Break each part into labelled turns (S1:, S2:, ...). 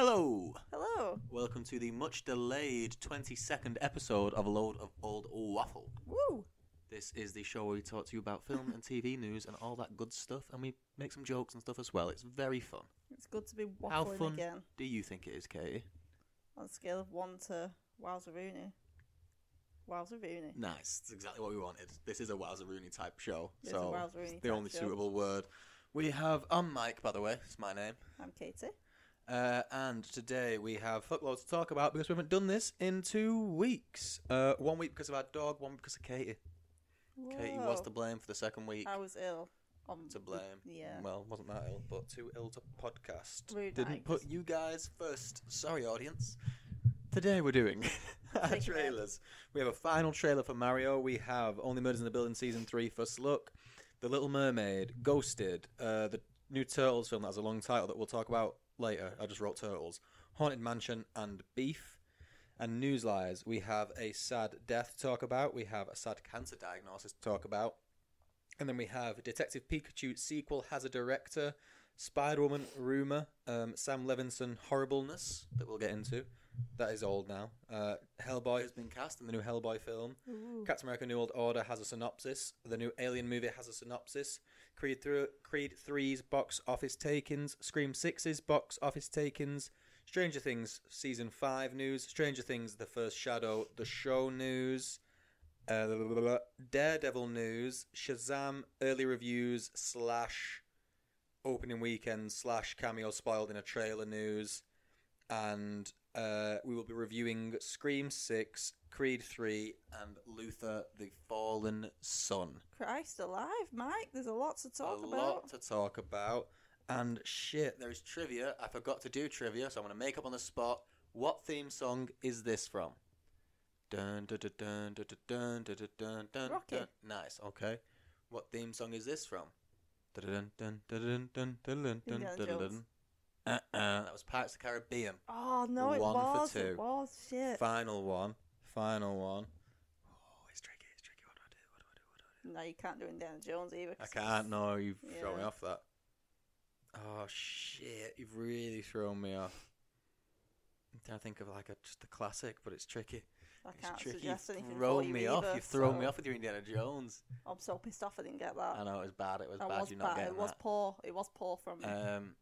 S1: Hello!
S2: Hello.
S1: Welcome to the much delayed 22nd episode of A Load of Old Waffle.
S2: Woo.
S1: This is the show where we talk to you about film and TV news and all that good stuff, and we make some jokes and stuff as well. It's very fun.
S2: It's good to be waffling
S1: How fun
S2: again
S1: do you think it is, Katie?
S2: on a scale of one to Wowzeroony. Wowzeroony.
S1: Nice. That's exactly what we wanted. This is a Wowzeroony type show,
S2: It's a
S1: so
S2: Wowzeroony
S1: it's the
S2: type
S1: only
S2: show.
S1: suitable word. We have, I'm Mike, by the way, it's my name.
S2: I'm Katie.
S1: Uh, and today we have fuckloads to talk about because we haven't done this in two weeks. Uh, one week because of our dog, one week because of Katie. Katie was
S2: Whoa.
S1: to blame for the second week.
S2: I was ill. On
S1: To blame.
S2: Yeah.
S1: Well, wasn't that ill, but too ill to podcast.
S2: Rude
S1: Didn't
S2: night.
S1: put you guys first. Sorry, audience. Today we're doing our
S2: Take it out.
S1: trailers. We have a final trailer for Mario. We have Only Murders in the Building season three first look, The Little Mermaid, Ghosted, uh, the new Turtles film that has a long title that we'll talk about later. I just wrote Turtles, Haunted Mansion, and Beef. And news lies. We have a sad death to talk about. We have a sad cancer diagnosis to talk about. And then we have Detective Pikachu sequel has a director, Spider Woman rumor, um, Sam Levinson horribleness that we'll get into. That is old now. Uh, Hellboy has been cast in the new Hellboy film. Captain America: New World Order has a synopsis. The new Alien movie has a synopsis. Creed through Creed 3's box office takings. Scream 6's box office takings. Stranger Things season five news. Stranger Things: The First Shadow. The show news. Uh, blah, blah, blah, blah. Daredevil news, Shazam early reviews slash opening weekend slash cameo spoiled in a trailer news, and uh, we will be reviewing Scream Six, Creed Three, and Luther: The Fallen Sun.
S2: Christ alive, Mike. There's a lot to talk
S1: a
S2: about.
S1: lot to talk about, and shit, there is trivia. I forgot to do trivia, so I'm gonna make up on the spot. What theme song is this from? Dun dun dun dun dun dun dun dun dun dun.
S2: Rocky.
S1: dun. Nice. Okay. What theme song is this from? Dun dun dun dun dun dun dun dun
S2: Indiana
S1: dun
S2: Jones.
S1: dun. Uh uh. That was Pirates of the Caribbean.
S2: Oh no, it
S1: One for
S2: was.
S1: two.
S2: It was shit.
S1: Final one. Final one. Oh, it's tricky. It's tricky. What do I do? What do I do? What do I do?
S2: No, you can't do Indiana Jones either.
S1: I
S2: 'cause
S1: can't. No, you've thrown me
S2: Yeah.
S1: off that. Oh shit! You've really thrown me off. I'm trying to think of like a just a classic, but it's tricky.
S2: I
S1: It's
S2: can't
S1: tricky.
S2: suggest
S1: You've
S2: anything. for
S1: thrown
S2: you
S1: me off.
S2: either,
S1: You've thrown me
S2: so
S1: off with your Indiana Jones.
S2: I'm so pissed off I didn't get that.
S1: I know it was bad. It was
S2: That
S1: bad.
S2: was
S1: You're not
S2: bad.
S1: getting
S2: It was
S1: that.
S2: poor. It was poor from me.
S1: Um.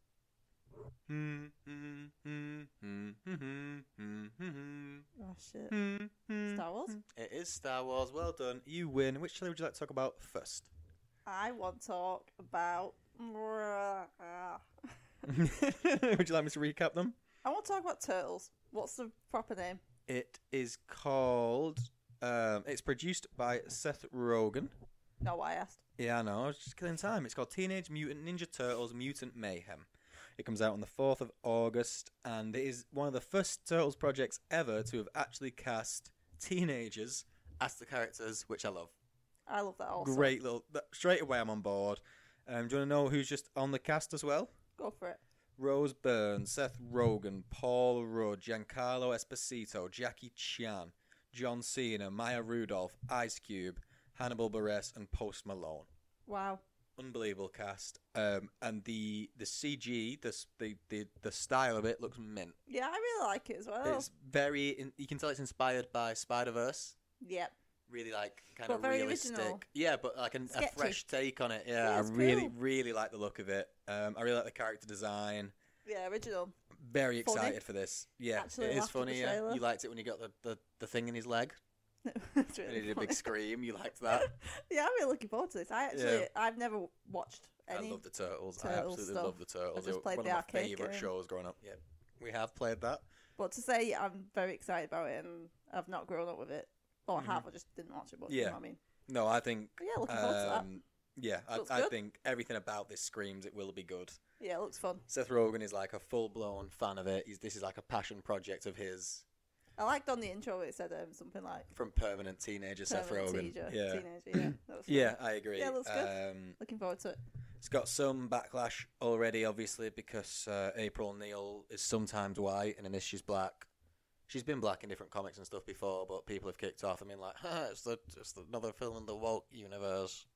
S1: Hmm, hmm, hmm, hmm, hmm, hmm, hmm, hmm,
S2: oh shit.
S1: hmm, hmm.
S2: Star Wars.
S1: It is Star Wars. Well done. You win. Which trailer would you like to talk about first?
S2: I want to talk about. I
S1: would you like me to recap them?
S2: want to talk about turtles. What's the proper name?
S1: It is called. Um, it's produced by Seth Rogen.
S2: No, I asked.
S1: Yeah, I know. I was just killing time. It's called Teenage Mutant Ninja Turtles: Mutant Mayhem. It comes out on the fourth of August, and it is one of the first Turtles projects ever to have actually cast teenagers as the characters, which I love.
S2: I love that also.
S1: Great little. that- Straight away, I'm on board. Um, do you want to know who's just on the cast as well?
S2: Go for it.
S1: Rose Byrne, Seth Rogen, Paul Rudd, Giancarlo Esposito, Jackie Chan, John Cena, Maya Rudolph, Ice Cube, Hannibal Buress, and Post Malone.
S2: Wow.
S1: Unbelievable cast. Um, and the the CG, the, s- the the the style of it looks mint.
S2: Yeah, I really like it as well.
S1: It's very. In, you can tell it's inspired by Spider Verse.
S2: Yep.
S1: Really like kind
S2: But
S1: of
S2: very
S1: realistic.
S2: original.
S1: Yeah, but like an, a
S2: Sketchy.
S1: fresh take on it. Yeah,
S2: Yeah,
S1: I
S2: it's
S1: really
S2: cool.
S1: really like the look of it. Um, I really like the character design.
S2: Yeah, original.
S1: very
S2: Funny.
S1: excited for this. Yeah,
S2: Actually
S1: it is
S2: laughed at the
S1: funny. Yeah.
S2: trailer.
S1: You liked it when you got the, the, the thing in his leg
S2: it's
S1: and
S2: really
S1: he did a
S2: funny.
S1: big scream. You liked that.
S2: yeah, I'm really looking forward to this. I actually,
S1: Yeah.
S2: I've never watched
S1: I
S2: any.
S1: love the turtles. I
S2: turtle
S1: absolutely
S2: stuff.
S1: love the turtles.
S2: I
S1: They
S2: just
S1: were
S2: played
S1: one
S2: the
S1: of my
S2: arcade
S1: favorite
S2: game.
S1: shows growing up. Yeah, we have played that.
S2: But to say I'm very excited about it and I've not grown up with it, or I have, I just didn't watch it. But
S1: Mm-hmm.
S2: you
S1: Yeah.
S2: know what I mean?
S1: No, I think.
S2: But yeah, looking forward to that.
S1: um, Yeah,
S2: Looks
S1: I, I
S2: good.
S1: think everything about this screams it will be good.
S2: Yeah, it looks fun.
S1: Seth Rogen is like a full blown fan of it. He's, this is like a passion project of his
S2: I liked on the intro it said um, something like
S1: from permanent teenager Seth
S2: permanent
S1: Rogen.
S2: Teenager,
S1: yeah,
S2: teenager. Yeah, that was fun.
S1: yeah, I agree.
S2: Yeah, looks good.
S1: Um,
S2: Looking forward to it.
S1: It's got some backlash already, obviously, because uh, April Neil is sometimes white and in this she's black. She's been black in different comics and stuff before, but people have kicked off. I mean, like, huh, it's the it's another film in the woke universe.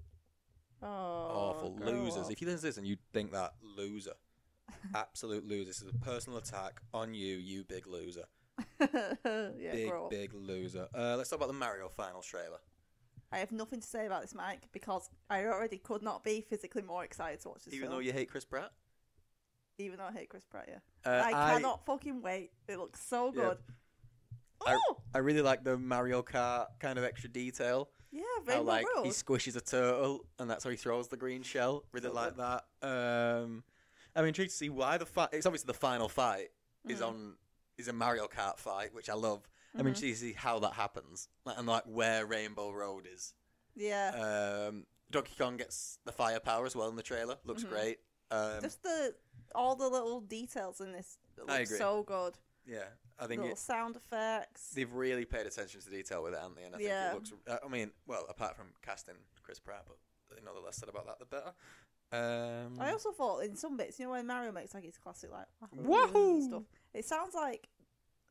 S2: Oh,
S1: Awful
S2: grow
S1: losers.
S2: up.
S1: If you listen to this and you think that loser, absolute loser. This is a personal attack on you, you big loser.
S2: yeah,
S1: big,
S2: grow up.
S1: big loser. Uh, let's talk about the Mario final trailer.
S2: I have nothing to say about this, Mike, because I already could not be physically more excited to watch this
S1: Even
S2: film.
S1: though you hate Chris Pratt?
S2: Even though I hate Chris Pratt, yeah.
S1: Uh,
S2: I cannot fucking wait. It looks so
S1: Yeah.
S2: good.
S1: I-
S2: oh,
S1: I really like the Mario Kart kind of extra detail.
S2: yeah,
S1: How,
S2: Rainbow
S1: like he
S2: Road.
S1: squishes a turtle and that's how he throws the green shell. Really
S2: So
S1: like that. Um, I'm intrigued to see why the fight. It's obviously the final fight is
S2: Mm.
S1: on is a Mario Kart fight, which I love.
S2: Mm-hmm.
S1: I'm intrigued to see how that happens like, and like where Rainbow Road is.
S2: Mm-hmm. Yeah.
S1: Um, Donkey Kong gets the firepower as well in the trailer. Looks
S2: Mhm.
S1: great. Um,
S2: Just the all the little details in this look
S1: I agree.
S2: so good.
S1: yeah, I think
S2: Little
S1: it,
S2: sound effects.
S1: they've really paid attention to detail with it, haven't they? And I think
S2: Yeah.
S1: it looks. uh, I mean, well, apart from casting Chris Pratt, but you know, the less said about that, the better. Um,
S2: I also thought in some bits, you know, when Mario makes like his classic like
S1: Wahoo!
S2: and stuff, it sounds like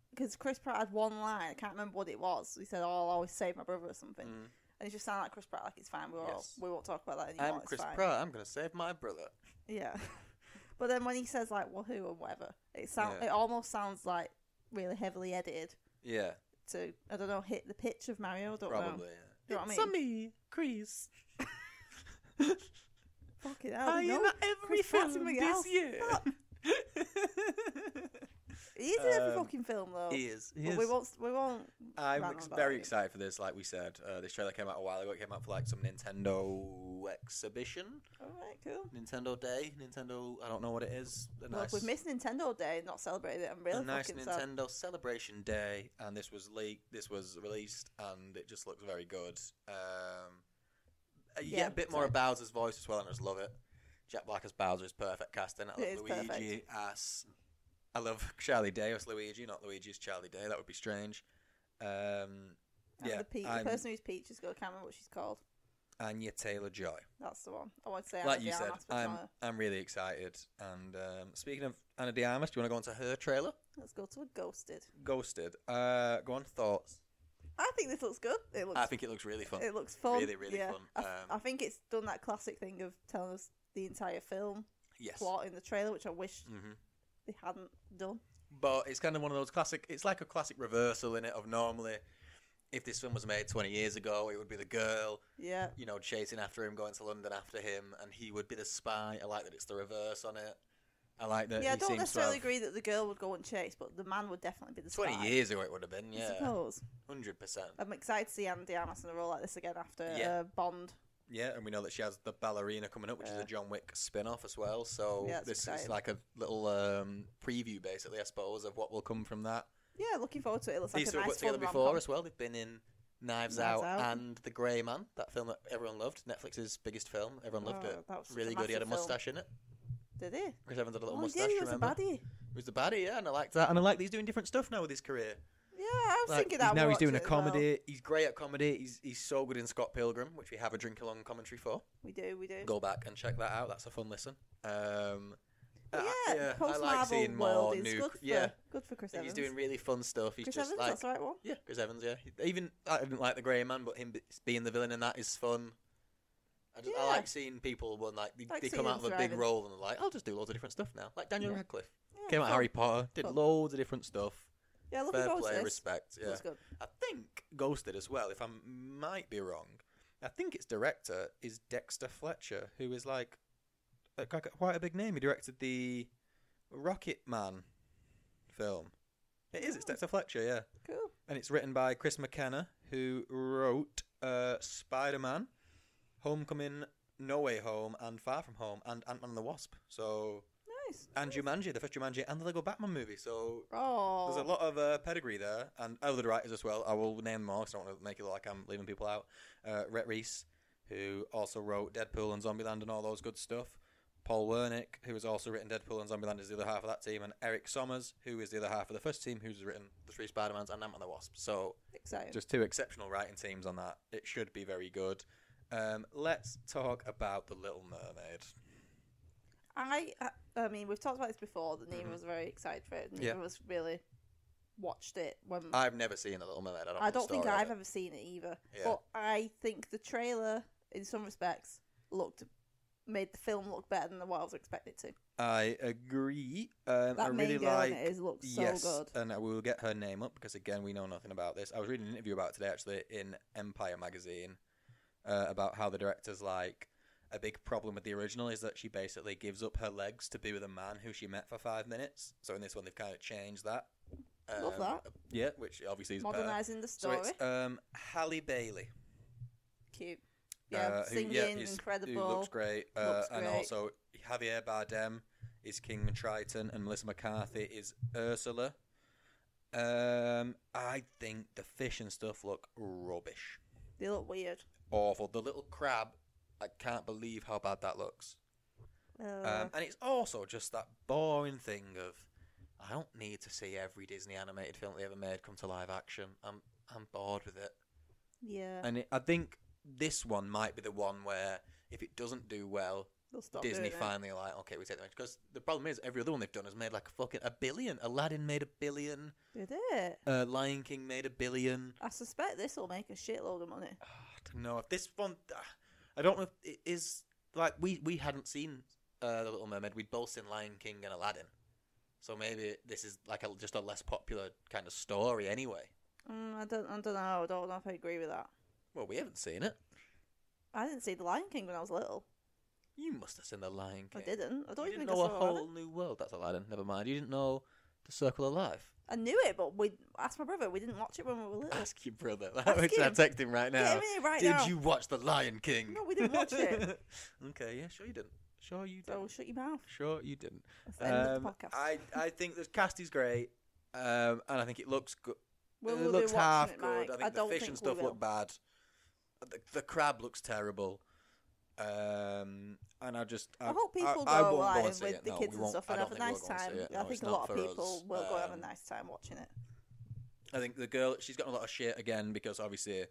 S2: because Chris Pratt had one line. I can't remember what it was. He said, "Oh, I'll always save my brother" or something,
S1: Mm.
S2: and it just sounded like Chris Pratt. Like it's fine. We will all
S1: Yes.
S2: we won't talk about that anymore.
S1: I'm
S2: it's
S1: Chris
S2: fine.
S1: Pratt. I'm going to save my brother.
S2: Yeah. but then when he says like "wahoo" and whatever, it sound
S1: Yeah.
S2: it almost sounds like really heavily edited
S1: Yeah,
S2: to I don't know hit the pitch of Mario. I don't know.
S1: probably.
S2: Do you know
S1: Yeah.
S2: what I
S1: It's
S2: mean?
S1: a me, Chris.
S2: Fucking hell, I
S1: am
S2: know.
S1: at every
S2: Chris Pratt's
S1: film
S2: in my
S1: this
S2: house.
S1: year.
S2: He is in every
S1: Um,
S2: fucking film though.
S1: he is. He
S2: But
S1: is.
S2: we won't. We won't.
S1: I'm
S2: rant
S1: ex-
S2: on about
S1: very
S2: it.
S1: excited for this. Like we said, uh, this trailer came out a while ago. It came out for like some Nintendo exhibition,
S2: All right, cool.
S1: Nintendo Day, Nintendo. I don't know what it is. A
S2: Well,
S1: nice,
S2: if we've missed Nintendo Day and not celebrated it, I'm really
S1: a nice
S2: fucking sad.
S1: Nintendo celebration day, and this was leaked. This was released, and it just looks very good. Um, uh, you
S2: Yeah,
S1: get a bit more
S2: sorry.
S1: of Bowser's voice as well, and I just love it. Jack Black as Bowser is perfect casting. I love
S2: is
S1: Luigi
S2: perfect.
S1: as I love Charlie Day as Luigi, not Luigi as Charlie Day. That would be strange. Um,
S2: And
S1: yeah,
S2: the, Pe- the
S1: I'm-
S2: person who's Peach has got a camera, what she's called.
S1: Anya Taylor Joy.
S2: That's the one. I want to say
S1: like
S2: Anna
S1: you
S2: de
S1: said,
S2: Armas, but
S1: I'm
S2: not her.
S1: I'm really excited. And um, speaking of Anna De Armas, do you want to go on to her trailer?
S2: Let's go to a ghosted.
S1: Ghosted. Uh, go on thoughts.
S2: I think this looks good. It looks.
S1: I think it looks really fun.
S2: it looks fun.
S1: really, really
S2: yeah.
S1: fun.
S2: I, th-
S1: Um,
S2: I think it's done that classic thing of telling us the entire film
S1: yes.
S2: plot in the trailer, which I wish
S1: Mhm.
S2: they hadn't done.
S1: But it's kind of one of those classic. It's like a classic reversal in it of normally, if this film was made 20 years ago, it would be the girl,
S2: Yeah.
S1: you know, chasing after him, going to London after him, and he would be the spy. I like that it's the reverse on it. I like that.
S2: Yeah, I
S1: he
S2: don't
S1: seems to
S2: necessarily
S1: have,
S2: agree that the girl would go and chase, but the man would definitely be the
S1: 20
S2: spy,
S1: years ago, it would have been.
S2: I
S1: Yeah,
S2: suppose.
S1: hundred percent.
S2: I'm excited to see Andy Armas in a role like this again after
S1: Yeah.
S2: uh, Bond.
S1: Yeah, and we know that she has the ballerina coming up, which is
S2: Yeah.
S1: a John Wick spin-off as well. So
S2: Yeah, it's
S1: this is
S2: exciting.
S1: like a little um, preview, basically, I suppose, of what will come from that.
S2: Yeah, looking forward to it. it looks
S1: These
S2: like
S1: two
S2: a
S1: have
S2: nice
S1: worked together
S2: fun rom-com.
S1: before as well. They've been in Knives,
S2: Knives
S1: Out,
S2: Out.
S1: and The Grey Man, that film that everyone loved, Netflix's biggest film. Everyone loved
S2: Oh,
S1: it.
S2: that was such a
S1: Really good. He had a
S2: massive
S1: mustache in it.
S2: Did he?
S1: Chris Evans had a little
S2: Oh, he
S1: mustache.
S2: did. He was a
S1: remember?
S2: baddie.
S1: He was the baddie, yeah, and I liked that. And I like that he's doing different stuff now with his career.
S2: Yeah, I was
S1: Like,
S2: thinking
S1: he's-
S2: that.
S1: now he's
S2: watch
S1: doing
S2: it
S1: a
S2: as
S1: comedy.
S2: well.
S1: He's great at comedy. He's he's so good in Scott Pilgrim, which we have a drink along commentary for.
S2: We do, we do.
S1: Go back and check that out. That's a fun listen. Um,
S2: But
S1: uh,
S2: yeah,
S1: yeah, I
S2: post
S1: like
S2: Marvel
S1: seeing
S2: world
S1: more
S2: is
S1: new.
S2: good
S1: cr-
S2: for,
S1: yeah,
S2: good for
S1: I
S2: Chris
S1: think
S2: Evans.
S1: he's doing really fun stuff. He's
S2: Chris
S1: just
S2: Evans,
S1: like
S2: that's the right one.
S1: Yeah, Chris Evans. Yeah, even I didn't like the Grey Man, but him be- being the villain in that is fun. I, just, I
S2: Yeah.
S1: like seeing people when like they,
S2: Like
S1: they
S2: seeing
S1: come out of
S2: them
S1: a big
S2: thriving.
S1: role and they're like, "I'll just do loads of different stuff now." Like Daniel
S2: Yeah.
S1: Radcliffe
S2: Yeah,
S1: came out of
S2: fun.
S1: Harry Potter, did
S2: Fun.
S1: loads of different stuff.
S2: Yeah, looking
S1: Fair
S2: forward
S1: play,
S2: to this.
S1: respect. Yeah,
S2: Looks good.
S1: I think Ghosted as well. If I m- might be wrong, I think its director is Dexter Fletcher, who is like a- quite a- quite a big name. He directed the Rocket Man film. It is. It's
S2: Oh.
S1: Dexter Fletcher. Yeah
S2: Cool.
S1: and it's written by Chris McKenna, who wrote uh, Spider Man, Homecoming, No Way Home, and Far From Home, and Ant Man and the Wasp. So,
S2: Nice.
S1: and Jumanji, the first Jumanji, and the Lego Batman movie. So,
S2: Oh.
S1: there's a lot of uh, pedigree there, and other writers as well. I will name more because I don't want to make it look like I'm leaving people out. Uh, Rhett Reese, who also wrote Deadpool and Zombieland and all those good stuff. Paul Wernick, who has also written Deadpool and Zombieland, is the other half of that team, and Eric Sommers, who is the other half of the first team, who's written the three Spider Mans and Ant Man the Wasp. So
S2: Exciting.
S1: just two exceptional writing teams on that. It should be very good. Um, let's talk about the Little Mermaid.
S2: I, I, I mean, we've talked about this before. That Nina was very excited for it. Nina
S1: Mm-hmm. Yeah.
S2: was really watched it when
S1: I've never seen a Little Mermaid. I don't.
S2: I
S1: know the
S2: don't think
S1: story of
S2: I've
S1: it.
S2: ever seen it either.
S1: Yeah.
S2: But I think the trailer, in some respects, looked made the film look better than what I was expecting it to.
S1: I agree. Um,
S2: That
S1: I
S2: main
S1: really
S2: girl
S1: like.
S2: in it is looks so
S1: yes,
S2: good.
S1: and I will get her name up because again we know nothing about this. I was reading an interview about it today actually in Empire magazine uh, about how the director's like a big problem with the original is that she basically gives up her legs to be with a man who she met for five minutes. So in this one they've kind of changed that. Um,
S2: Love that.
S1: Yeah, which obviously is better.
S2: Modernising the
S1: So
S2: story.
S1: it's um, Halle Bailey.
S2: Cute. Yeah,
S1: uh, who,
S2: singing,
S1: yeah, is- Who
S2: incredible.
S1: looks great. Uh,
S2: Looks
S1: And
S2: great.
S1: also, Javier Bardem is King Triton, and Melissa McCarthy is Ursula. Um, I think the fish and stuff look rubbish.
S2: They look weird.
S1: Awful. The little crab, I can't believe how bad that looks.
S2: Uh,
S1: Um, and it's also just that boring thing of I don't need to see every Disney animated film they ever made come to live action. I'm I'm bored with it.
S2: yeah,
S1: And it, I think this one might be the one where if it doesn't do well,
S2: they'll stop
S1: Disney
S2: doing it.
S1: finally like, okay, we take the because the problem is every other one they've done has made like a fucking a billion. Aladdin made a billion.
S2: Did it?
S1: Uh, Lion King made a billion.
S2: I suspect this will make a shitload of money.
S1: Ah, I don't know if this one. ah, I don't know if it is like we we hadn't seen uh, the Little Mermaid. We'd both seen Lion King and Aladdin, so maybe this is like a, just a less popular kind of story anyway.
S2: Mm, I don't. I don't know. I don't know if I agree with that.
S1: Well, we haven't seen it.
S2: I didn't see The Lion King when I was little.
S1: You must have seen the Lion King.
S2: I didn't. I don't
S1: You
S2: even
S1: didn't
S2: think I
S1: know a
S2: saw Aladdin.
S1: whole new world. That's Aladdin. Never mind. You didn't know the Circle of Life.
S2: I knew it, but we asked my brother. We didn't watch it when we were little.
S1: Ask your brother.
S2: Ask
S1: Which I
S2: him.
S1: text him right
S2: Get
S1: Ah, now.
S2: him in here right
S1: Did
S2: now.
S1: you watch The Lion King?
S2: No, we didn't watch it.
S1: okay, yeah, sure you didn't. Sure you didn't.
S2: So shut your mouth.
S1: Sure you didn't.
S2: That's the end of the
S1: Um,
S2: podcast.
S1: I, I think the cast is great, um, and I think it looks good.
S2: We'll,
S1: it
S2: we'll
S1: looks
S2: be watching
S1: half
S2: it,
S1: good.
S2: Mike.
S1: I think
S2: don't
S1: the fish
S2: think
S1: and stuff
S2: we will.
S1: look bad. The, the crab looks terrible. Um, and I just I,
S2: I hope
S1: I-
S2: people
S1: I,
S2: go
S1: won't
S2: like,
S1: go and see
S2: with
S1: it.
S2: the
S1: No,
S2: kids
S1: we
S2: and
S1: won't.
S2: stuff
S1: I
S2: and
S1: don't
S2: have a
S1: think
S2: nice
S1: we'll go and
S2: time.
S1: see it.
S2: I
S1: No,
S2: think
S1: it's
S2: a
S1: not
S2: lot of
S1: for us.
S2: people will go and have
S1: Um,
S2: a nice time watching it.
S1: I think the girl she's gotten a lot of shit again because obviously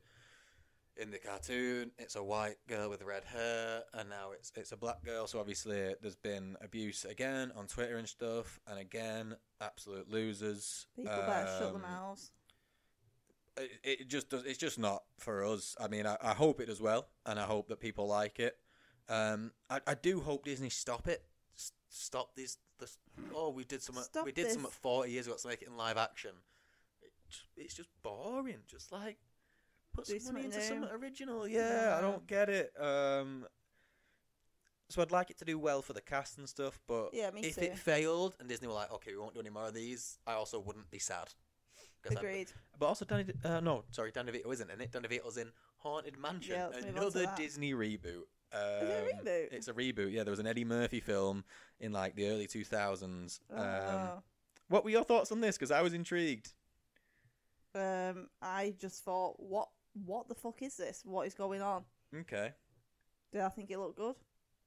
S1: in the cartoon it's a white girl with red hair and now it's it's a black girl so obviously there's been abuse again on Twitter and stuff and again absolute losers
S2: People better shut their
S1: Um,
S2: mouths.
S1: it, it just does it's just not for us I mean I, I hope it does well and I hope that people like it um I, I do hope Disney stop it S- stop this this oh we did some
S2: Stop
S1: we did
S2: this.
S1: some 40 years ago let's make it in live action it, j- it's just boring just like put
S2: Do
S1: some money into
S2: something new.
S1: something original yeah I don't get it um so I'd like it to do well for the cast and stuff but
S2: Yeah, me
S1: if
S2: too.
S1: it failed and Disney were like okay we won't do any more of these I also wouldn't be sad 'Cause I'd-
S2: Agreed.
S1: but also, Danny, De- uh, no, sorry, Dan DeVito isn't in it. Dan DeVito's in Haunted Mansion,
S2: Yeah, let's move on to
S1: another
S2: that.
S1: Disney reboot. Um,
S2: it a reboot?
S1: It's a reboot. Yeah, there was an Eddie Murphy film in like the early two thousands. Um,
S2: Oh.
S1: what were your thoughts on this? Because I was intrigued.
S2: Um, I just thought, what, what the fuck is this? What is going on?
S1: Okay,
S2: Did I think it looked good?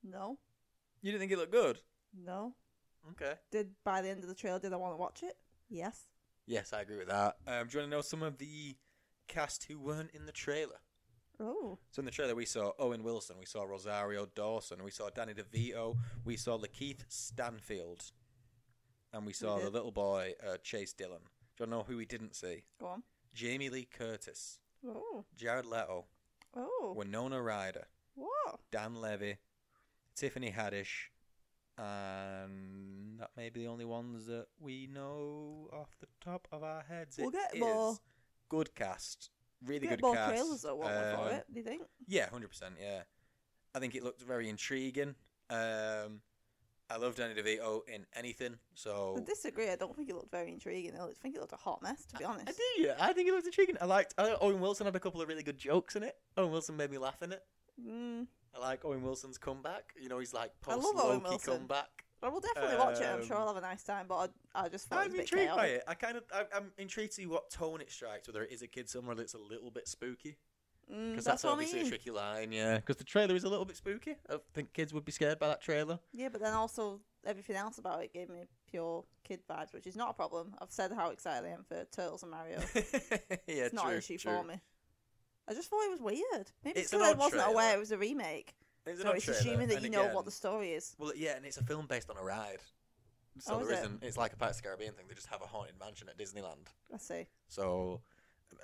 S2: No,
S1: you didn't think it looked good.
S2: no.
S1: Okay.
S2: Did by the end of the trailer, did I want to watch it? Yes.
S1: Yes, I agree with that. Um, do you want to know some of the cast who weren't in the trailer?
S2: Oh,
S1: So in the trailer, we saw Owen Wilson, we saw Rosario Dawson, we saw Danny DeVito, we saw Lakeith Stanfield, and we saw the
S2: did.
S1: little boy uh, Chase Dillon. Do you know who we didn't see?
S2: go on.
S1: Jamie Lee Curtis,
S2: Oh,
S1: Jared Leto,
S2: oh,
S1: Winona Ryder,
S2: what?
S1: Dan Levy, Tiffany Haddish, and that may be the only ones that we know off the top of our heads.
S2: We'll
S1: It
S2: get
S1: is
S2: more-
S1: Good cast, really
S2: Get
S1: good
S2: more
S1: cast.
S2: trailers though, won't we, for
S1: Um,
S2: it? Do you think?
S1: Yeah, hundred percent. Yeah, I think it looked very intriguing. Um, I love Danny DeVito in anything,
S2: I
S1: so
S2: disagree. I don't think it looked very intriguing. I think it looked a hot mess, to be honest.
S1: I do. Yeah, I think it looked intriguing. I liked I, Owen Wilson had a couple of really good jokes in it. Owen Wilson made me laugh in it.
S2: Mm,
S1: I like Owen Wilson's comeback. You know, he's like
S2: I
S1: post
S2: love Owen
S1: Loki
S2: Wilson.
S1: comeback.
S2: I will definitely watch it. I'm sure
S1: Um,
S2: I'll have a nice time, but I, I just thought it
S1: I'm
S2: was a bit
S1: intrigued by
S2: chaotic.
S1: it. I kind of I, I'm intrigued to see what tone it strikes. Whether it is a kid somewhere that's a little bit spooky,
S2: Mm,
S1: because that's,
S2: that's, what I
S1: obviously
S2: mean.
S1: a tricky line. Yeah, because the trailer is a little bit spooky. I think kids would be scared by that trailer.
S2: Yeah, but then also everything else about it gave me pure kid vibes, which is not a problem. I've said how excited I am for Turtles and Mario.
S1: yeah,
S2: it's not
S1: true,
S2: an issue
S1: true.
S2: for me. I just thought it was weird. Maybe
S1: It's
S2: it's
S1: an
S2: because I
S1: odd
S2: wasn't aware
S1: trailer.
S2: it was a remake.
S1: It's an
S2: so
S1: odd
S2: it's
S1: trailer,
S2: assuming that
S1: and
S2: you know
S1: again-
S2: what the story is.
S1: Well, yeah, and it's a film based on a ride. So
S2: Oh,
S1: there
S2: is it?
S1: isn't- It's like a Pirates of the Caribbean thing. They just have a haunted mansion at Disneyland.
S2: I see.
S1: So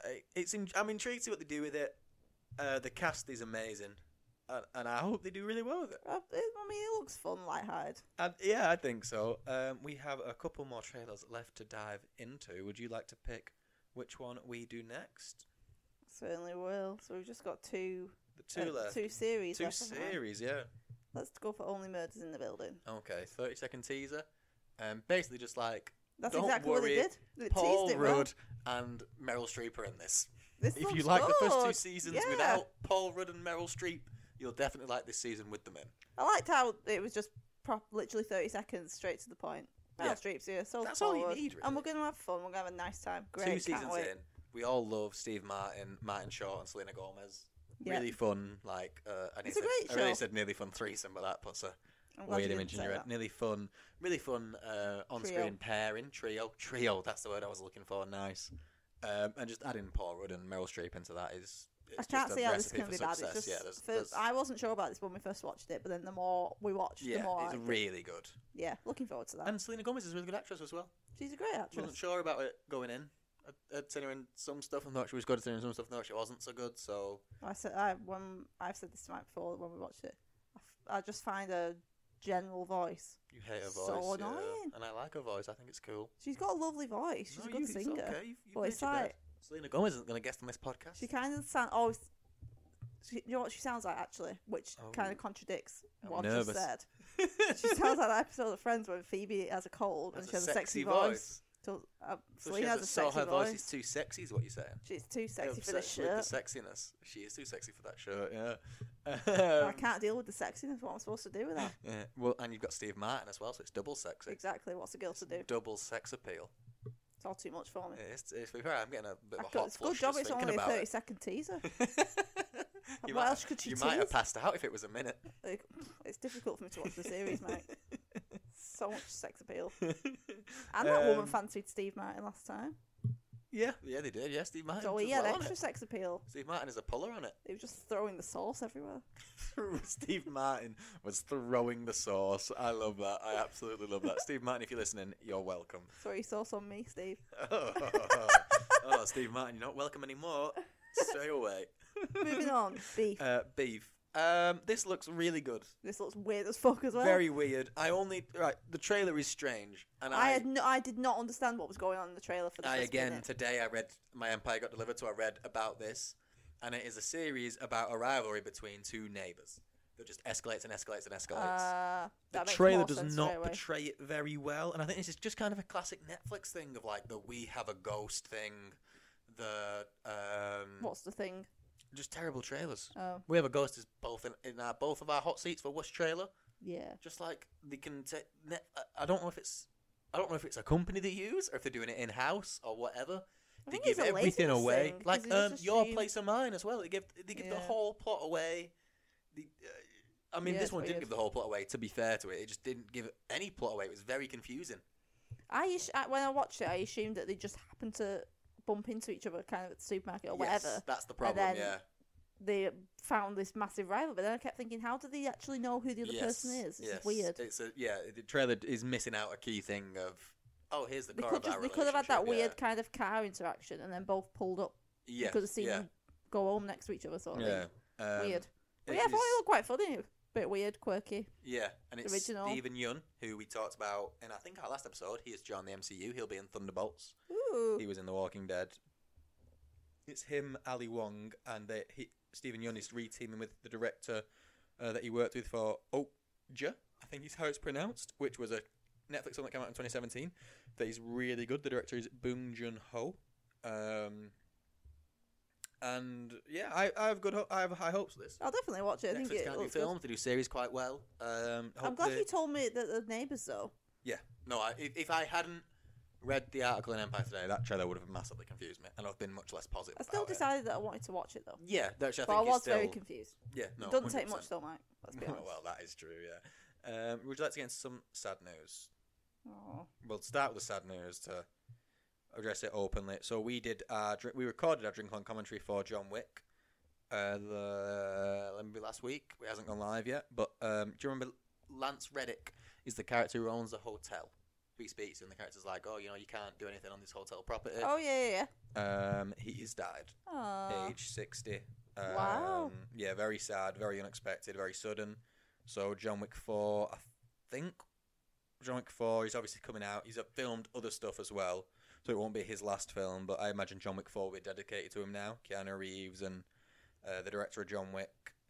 S1: I- it's. In, I'm intrigued to see what they do with it. Uh, the cast is amazing. and, and I hope they do really well with it.
S2: I I mean, Oh, it looks fun, lighthearted.
S1: And yeah, I think so. Um, we have a couple more trailers left to dive into. Would you like to pick which one we do next?
S2: Certainly will. So we've just got two,
S1: The two
S2: uh,
S1: left.
S2: two series.
S1: Two
S2: left, haven't we?
S1: series, yeah.
S2: Let's go for only murders in the building.
S1: Okay, 30 second teaser. Um, basically, just like
S2: That's
S1: Don't
S2: exactly what
S1: worry,
S2: they did. They
S1: Paul
S2: teased it well.
S1: Rudd and Meryl Streep are in this.
S2: This
S1: if you
S2: looks
S1: like the first two
S2: good.
S1: seasons
S2: Yeah.
S1: without Paul Rudd and Meryl Streep, you'll definitely like this season with them in.
S2: I liked how it was just prop, literally 30 seconds straight to the point. Meryl
S1: Yeah.
S2: Streep's here, so
S1: That's all you
S2: forward.
S1: need,
S2: And
S1: really.
S2: we're going to have fun. We're going to have a nice time. Great.
S1: two seasons
S2: can't wait.
S1: in, we all love Steve Martin, Martin Short, and Selena Gomez.
S2: Yeah.
S1: Really fun, like uh, I, nearly
S2: It's a
S1: said,
S2: great
S1: I really
S2: show.
S1: said nearly fun threesome, but that puts a
S2: I'm glad
S1: weird
S2: you didn't
S1: image in
S2: say
S1: your head.
S2: that.
S1: Nearly fun, really fun uh, on-screen pairing trio, trio. That's the word I was looking for. Nice, um, and just adding Paul Rudd and Meryl Streep into that is. It's
S2: I can't
S1: just
S2: see
S1: a
S2: how this is
S1: recipe
S2: going to be
S1: for
S2: bad. It's
S1: success.
S2: just,
S1: yeah, there's,
S2: for-
S1: there's,
S2: I wasn't sure about this when we first watched it, but then the more we watched, the more. I
S1: yeah, it's
S2: liked it.
S1: really good.
S2: yeah, looking forward to that.
S1: And Selena Gomez is a really good actress as well.
S2: She's a great actress.
S1: wasn't sure about it going in. I'd, I'd seen her in some stuff and thought she was good. I'd seen her in some stuff and thought she wasn't so good. So
S2: I said I when I've said this to Mike before when we watched it. I f- I just find her general voice.
S1: you hate her voice,
S2: So
S1: yeah.
S2: annoying.
S1: and I like her voice. I think it's cool.
S2: She's got a lovely voice. She's
S1: No,
S2: a good
S1: you- it's
S2: singer.
S1: okay. You've- you've
S2: But
S1: made
S2: it's
S1: your bed.
S2: like-
S1: Selena Gomez isn't going to guest on this podcast.
S2: She kind of sounds always. She, you know what she sounds like actually, which
S1: Oh.
S2: kind of contradicts
S1: I'm
S2: what I
S1: nervous.
S2: just said. she sounds like that episode of Friends when Phoebe has a cold
S1: Has
S2: and she has a sexy, voice. So, uh,
S1: So she
S2: Selena has a
S1: so
S2: sexy
S1: her voice.
S2: voice.
S1: is too sexy, is what you're saying.
S2: She's too sexy for this
S1: Obsessed with
S2: shirt.
S1: the sexiness. She is too sexy for that shirt. Yeah.
S2: I
S1: Um,
S2: can't deal with the sexiness. What am I supposed to do with that?
S1: yeah. Well, and you've got Steve Martin as well, so it's double sexy.
S2: exactly. What's a girl to do?
S1: Double sex appeal.
S2: It's all too much for me.
S1: It's, it's, I'm getting a bit of
S2: I
S1: a
S2: got-
S1: hot
S2: it's a
S1: flush
S2: good job
S1: just
S2: it's
S1: thinking
S2: only a
S1: about it.
S2: 30 second teaser.
S1: you
S2: What
S1: might,
S2: else could she
S1: You might have
S2: tease?
S1: passed out if it was a minute.
S2: Like, it's difficult for me to watch the series, mate. So much sex appeal. And that woman
S1: Um,
S2: fancied Steve Martin last time.
S1: Yeah, yeah, they did. Yeah, Steve Martin.
S2: So
S1: does
S2: he had
S1: well on
S2: extra
S1: it.
S2: sex appeal.
S1: Steve Martin is a puller on it.
S2: They were just throwing the sauce everywhere.
S1: Steve Martin was throwing the sauce. I love that. I absolutely love that. Steve Martin, if you're listening, you're welcome.
S2: Sorry, sauce on me, Steve.
S1: Oh, oh, Steve Martin, you're not welcome anymore. Stay away.
S2: Moving on, beef.
S1: Uh, beef. Um, this looks really good.
S2: this looks weird as fuck as well.
S1: Very weird. I only right. The trailer is strange, and
S2: I
S1: I
S2: had no, I did not understand what was going on in the trailer for the
S1: I
S2: first
S1: again
S2: minute.
S1: today I read my Empire Got Delivered, so I read about this, and it is a series about a rivalry between two neighbors that just escalates and escalates and escalates.
S2: Uh,
S1: the
S2: that makes
S1: trailer
S2: more
S1: does
S2: sense
S1: not
S2: straight away.
S1: portray it very well, and I think this is just kind of a classic Netflix thing of like the "we have a ghost" thing, the um,
S2: What's the thing?
S1: just terrible trailers.
S2: Oh,
S1: We have a ghost is both in, in our, both of our hot seats for worst trailer.
S2: yeah.
S1: Just like they can take, net, I- I don't know if it's, I don't know if it's a company they use or if they're doing it in house or whatever. They
S2: I think
S1: give
S2: it's a
S1: everything
S2: laziness
S1: away,
S2: thing, 'cause
S1: like
S2: it's
S1: um,
S2: just
S1: your
S2: stream-
S1: place or mine as well. They give they give the
S2: Yeah.
S1: whole plot away. The, uh, I mean,
S2: Yeah,
S1: this
S2: it's
S1: one
S2: weird.
S1: didn't give the whole plot away. To be fair to it, it just didn't give any plot away. It was very confusing.
S2: I us- I- when I watched it, I assumed that they just happened to bump into each other, kind of at the supermarket or
S1: Yes,
S2: whatever.
S1: that's the problem.
S2: then
S1: yeah,
S2: They found this massive rival, but then I kept thinking, how do they actually know who the other
S1: Yes,
S2: person is? It's
S1: yes.
S2: weird.
S1: It's a, yeah, the trailer is missing out a key thing of oh, here's the
S2: They
S1: core
S2: could
S1: of
S2: just,
S1: our
S2: they could have had that
S1: relationship, yeah.
S2: weird kind of car interaction, and then both pulled up.
S1: Yeah,
S2: you could have seen
S1: yeah,
S2: them go home next to each other, sort of.
S1: yeah. um,
S2: thing. weird. But
S1: it
S2: yeah, I thought
S1: is-
S2: it looked quite funny. Bit weird, quirky.
S1: Yeah, and it's
S2: Original.
S1: Stephen Yun, who we talked about in I think our last episode. He has joined the MCU. He'll be in Thunderbolts.
S2: Ooh.
S1: He was in The Walking Dead. It's him, Ali Wong, and they, he, Stephen Yun is re-teaming with the director uh, that he worked with for Okja, I think is how it's pronounced, which was a Netflix film that came out in 2017 that is really good. The director is Boong Jun Ho. Um, and yeah, I, I have good, ho- I have high hopes for this.
S2: I'll definitely watch it. I think
S1: Netflix
S2: it
S1: can't do
S2: looks good.
S1: films; they do series quite well. Um,
S2: I'm
S1: hope
S2: glad
S1: they-
S2: you told me that the neighbours though.
S1: yeah. No, I, if, if I hadn't read the article in Empire today, that trailer would have massively confused me, and I've been much less positive.
S2: I still
S1: about it.
S2: decided that I wanted to watch it though,
S1: Yeah, that's. I
S2: but I
S1: think it's
S2: was
S1: still.
S2: very confused.
S1: yeah, no.
S2: it doesn't take
S1: 100%.
S2: much though, Mike. Let's be honest.
S1: Oh, well, that is true. Yeah. Um, would you like to get into some sad news?
S2: Oh.
S1: We'll start with the sad news to address it openly. So we did our dr- we recorded our drink on commentary for John Wick. Uh, the let me be last week. It hasn't gone live yet, but um, do you remember Lance Reddick is the character who owns the hotel? He speaks, and the character's like, "Oh, you know, you can't do anything on this hotel property."
S2: Oh yeah, yeah, yeah.
S1: Um, he has died,
S2: Aw.
S1: age sixty.
S2: Wow.
S1: Um, Yeah, very sad, very unexpected, very sudden. So John Wick Four, I think John Wick Four. He's obviously coming out. He's uh, filmed other stuff as well, so it won't be his last film. But I imagine John Wick Four will be dedicated to him now. Keanu Reeves and uh, the director of John Wick,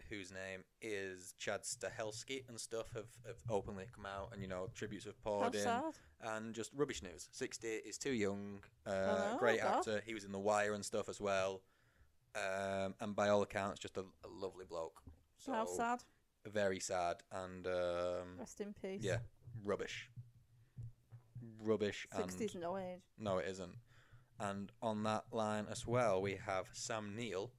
S1: whose name is Chad Stahelski, and stuff have, have openly come out, and you know tributes have
S2: How
S1: poured in
S2: sad.
S1: and just rubbish news. 60 is too young. Uh,
S2: know,
S1: great
S2: Oh, well.
S1: actor. He was in The Wire and stuff as well. Um, and by all accounts, just a, a lovely bloke. So
S2: How sad.
S1: very sad and um,
S2: Rest in peace.
S1: yeah, rubbish. Rubbish. And,
S2: Sixties no age.
S1: no, it isn't. And on that line as well, we have Sam Neill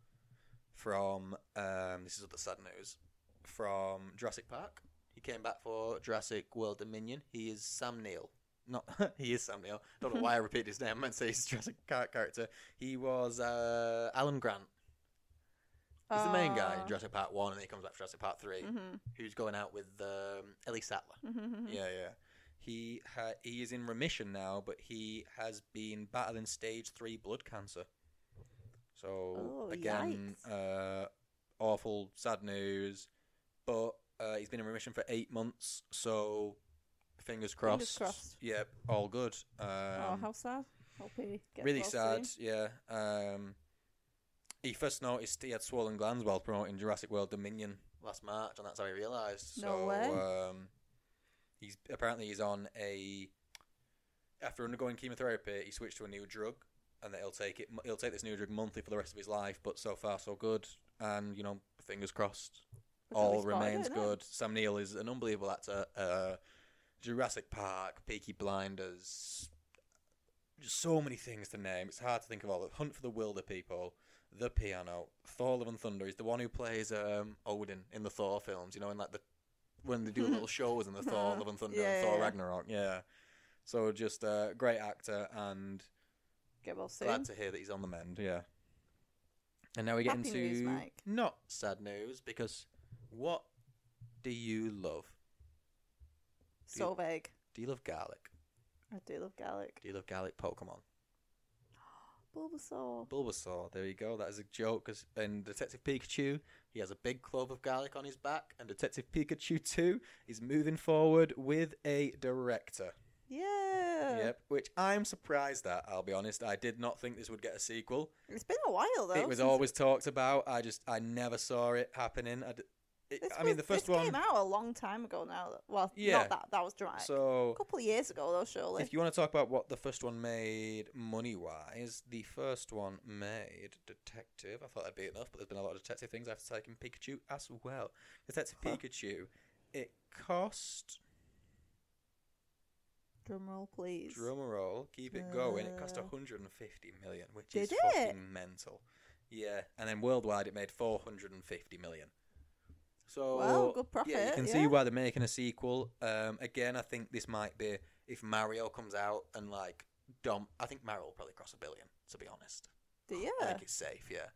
S1: from um, this is other sad news from Jurassic Park. He came back for Jurassic World Dominion. He is Sam Neill. Not he is Sam Neill. Don't know why I repeat his name. I meant to say he's a Jurassic Park character. He was uh, Alan Grant. He's the main guy
S2: Ah.
S1: in Jurassic Park One, and then he comes back for Jurassic Park 3
S2: Mm-hmm.
S1: Who's going out with um, Ellie Sattler?
S2: Mm-hmm.
S1: Yeah, yeah. He ha- he is in remission now, but he has been battling stage three blood cancer. So
S2: Oh,
S1: again,
S2: yikes.
S1: uh, awful, sad news. But uh, he's been in remission for eight months, so fingers crossed.
S2: crossed.
S1: Yep, all good. Um,
S2: oh, how sad. Hope he gets
S1: really
S2: well
S1: sad.
S2: soon.
S1: Yeah. Um, he first noticed he had swollen glands while promoting Jurassic World Dominion last March, and that's how he realised.
S2: No
S1: so,
S2: way.
S1: Um, he's apparently he's on a after undergoing chemotherapy, he switched to a new drug, and that he'll take it. He'll take this new drug monthly for the rest of his life. But so far, so good. And you know, fingers crossed,
S2: That's at
S1: all
S2: least part of it,
S1: remains
S2: innit?
S1: good. Sam Neill is an unbelievable actor. Uh, Jurassic Park, Peaky Blinders, just so many things to name. It's hard to think of all. Hunt for the Wilder People, The Piano, Thor: Love and Thunder. He's the one who plays um, Odin in the Thor films. You know, in like the when they do little shows in the Thor: Love and Thunder
S2: Yeah,
S1: and Thor
S2: yeah, yeah.
S1: Ragnarok. Yeah. So just a great actor and
S2: Get well soon.
S1: glad to hear that he's on the mend. Yeah. And now we get
S2: Happy
S1: into
S2: news, Mike.
S1: not sad news because what do you love?
S2: So vague.
S1: Do you love garlic?
S2: I do love garlic.
S1: Do you love garlic Pokemon?
S2: Bulbasaur.
S1: Bulbasaur. There you go. That is a joke. Cause in Detective Pikachu, he has a big clove of garlic on his back, and Detective Pikachu Two is moving forward with a director.
S2: Yeah.
S1: Yep. Which I'm surprised at. I'll be honest. I did not think this would get a sequel.
S2: It's been a while though.
S1: it was
S2: since-
S1: always talked about. I just I never saw it happening. I, d- it,
S2: This
S1: I mean,
S2: was-
S1: the first
S2: this
S1: one.
S2: came out a long time ago now. though. Well,
S1: Yeah.
S2: not that that was dramatic. a
S1: So
S2: couple of years ago though, surely.
S1: if you want to talk about what the first one made money wise, the first one made Detective. I thought that'd be enough, but there's been a lot of detective things I've taken Pikachu as well. Detective
S2: Huh.
S1: Pikachu. It cost
S2: Drum roll, please.
S1: drum roll, keep it going. It cost
S2: Uh,
S1: 150 million, which
S2: did
S1: is
S2: it?
S1: fucking mental. Yeah, and then worldwide it made 450 million. So
S2: Wow, good
S1: Yeah, you
S2: profit,
S1: can
S2: yeah.
S1: see why they're making a sequel. Um, again, I think this might be if Mario comes out and like Dom. I think Mario will probably cross a billion. To be honest,
S2: Do you?
S1: I think it's safe. Yeah.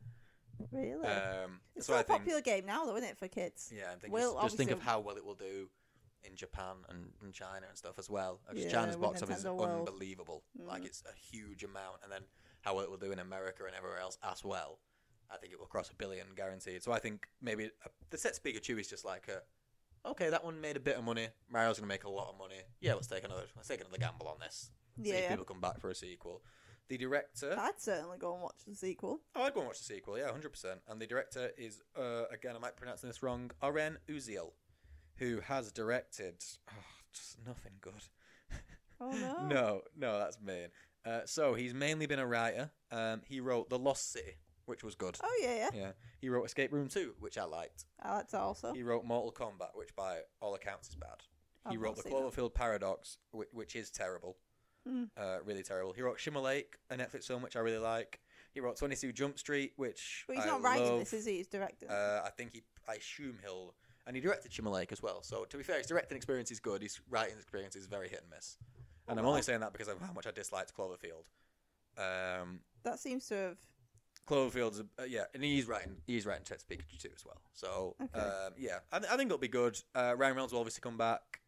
S2: Really?
S1: Um,
S2: it's
S1: so
S2: not
S1: I
S2: a
S1: think.
S2: popular game now though, isn't it, for kids?
S1: Yeah, I think
S2: Well,
S1: just, just think of
S2: obviously-
S1: how well it will do in Japan and, and China and stuff as well. Uh, Just
S2: Yeah,
S1: China's
S2: with
S1: box office is
S2: Nintendo World.
S1: unbelievable. Like
S2: Mm.
S1: it's a huge amount, and then how well it will do in America and everywhere else as well. I think it will cross a billion guaranteed. So I think maybe uh, the set speaker Chew is just like a, okay, that one made a bit of money. Mario's gonna make a lot of money. Yeah, let's take another. Let's take another gamble on this. See if
S2: Yeah.
S1: people come back for a sequel. The director.
S2: I'd certainly go and watch the sequel.
S1: Oh, I'd go and watch the sequel. Yeah, hundred percent. And the director is, uh, again, I might pronounce this wrong, Oren Uziel, who has directed oh, just nothing good.
S2: Oh no.
S1: No, no, that's mean. Uh, so he's mainly been a writer. Um, he wrote The Lost City, which was good.
S2: Oh yeah, Oh, yeah.
S1: Yeah, he wrote Escape Room Two, which I liked.
S2: I liked it also.
S1: He wrote Mortal Kombat, which by all accounts is bad. He
S2: I've
S1: wrote
S2: not
S1: The
S2: seen that.
S1: Cloverfield Paradox, which, which is terrible,
S2: Mm.
S1: uh, really terrible. He wrote Shimmer Lake, a Netflix film which I really like. He wrote Twenty Two Jump Street, which
S2: But he's
S1: I
S2: not writing
S1: love.
S2: this, is he? He's directing. it.
S1: Uh, I think he, I assume he'll, and he directed Shimmer Lake as well. So to be fair, his directing experience is good. His writing experience is very hit and miss. And I'm only
S2: Alright.
S1: saying that because of how much I disliked Cloverfield. Um,
S2: that seems to have.
S1: Cloverfield's, uh, yeah, and he's writing, he's writing Ted Pikachu too as well. So
S2: Okay.
S1: um, yeah, I, th- I think it'll be good. Uh, Ryan Reynolds will obviously come back.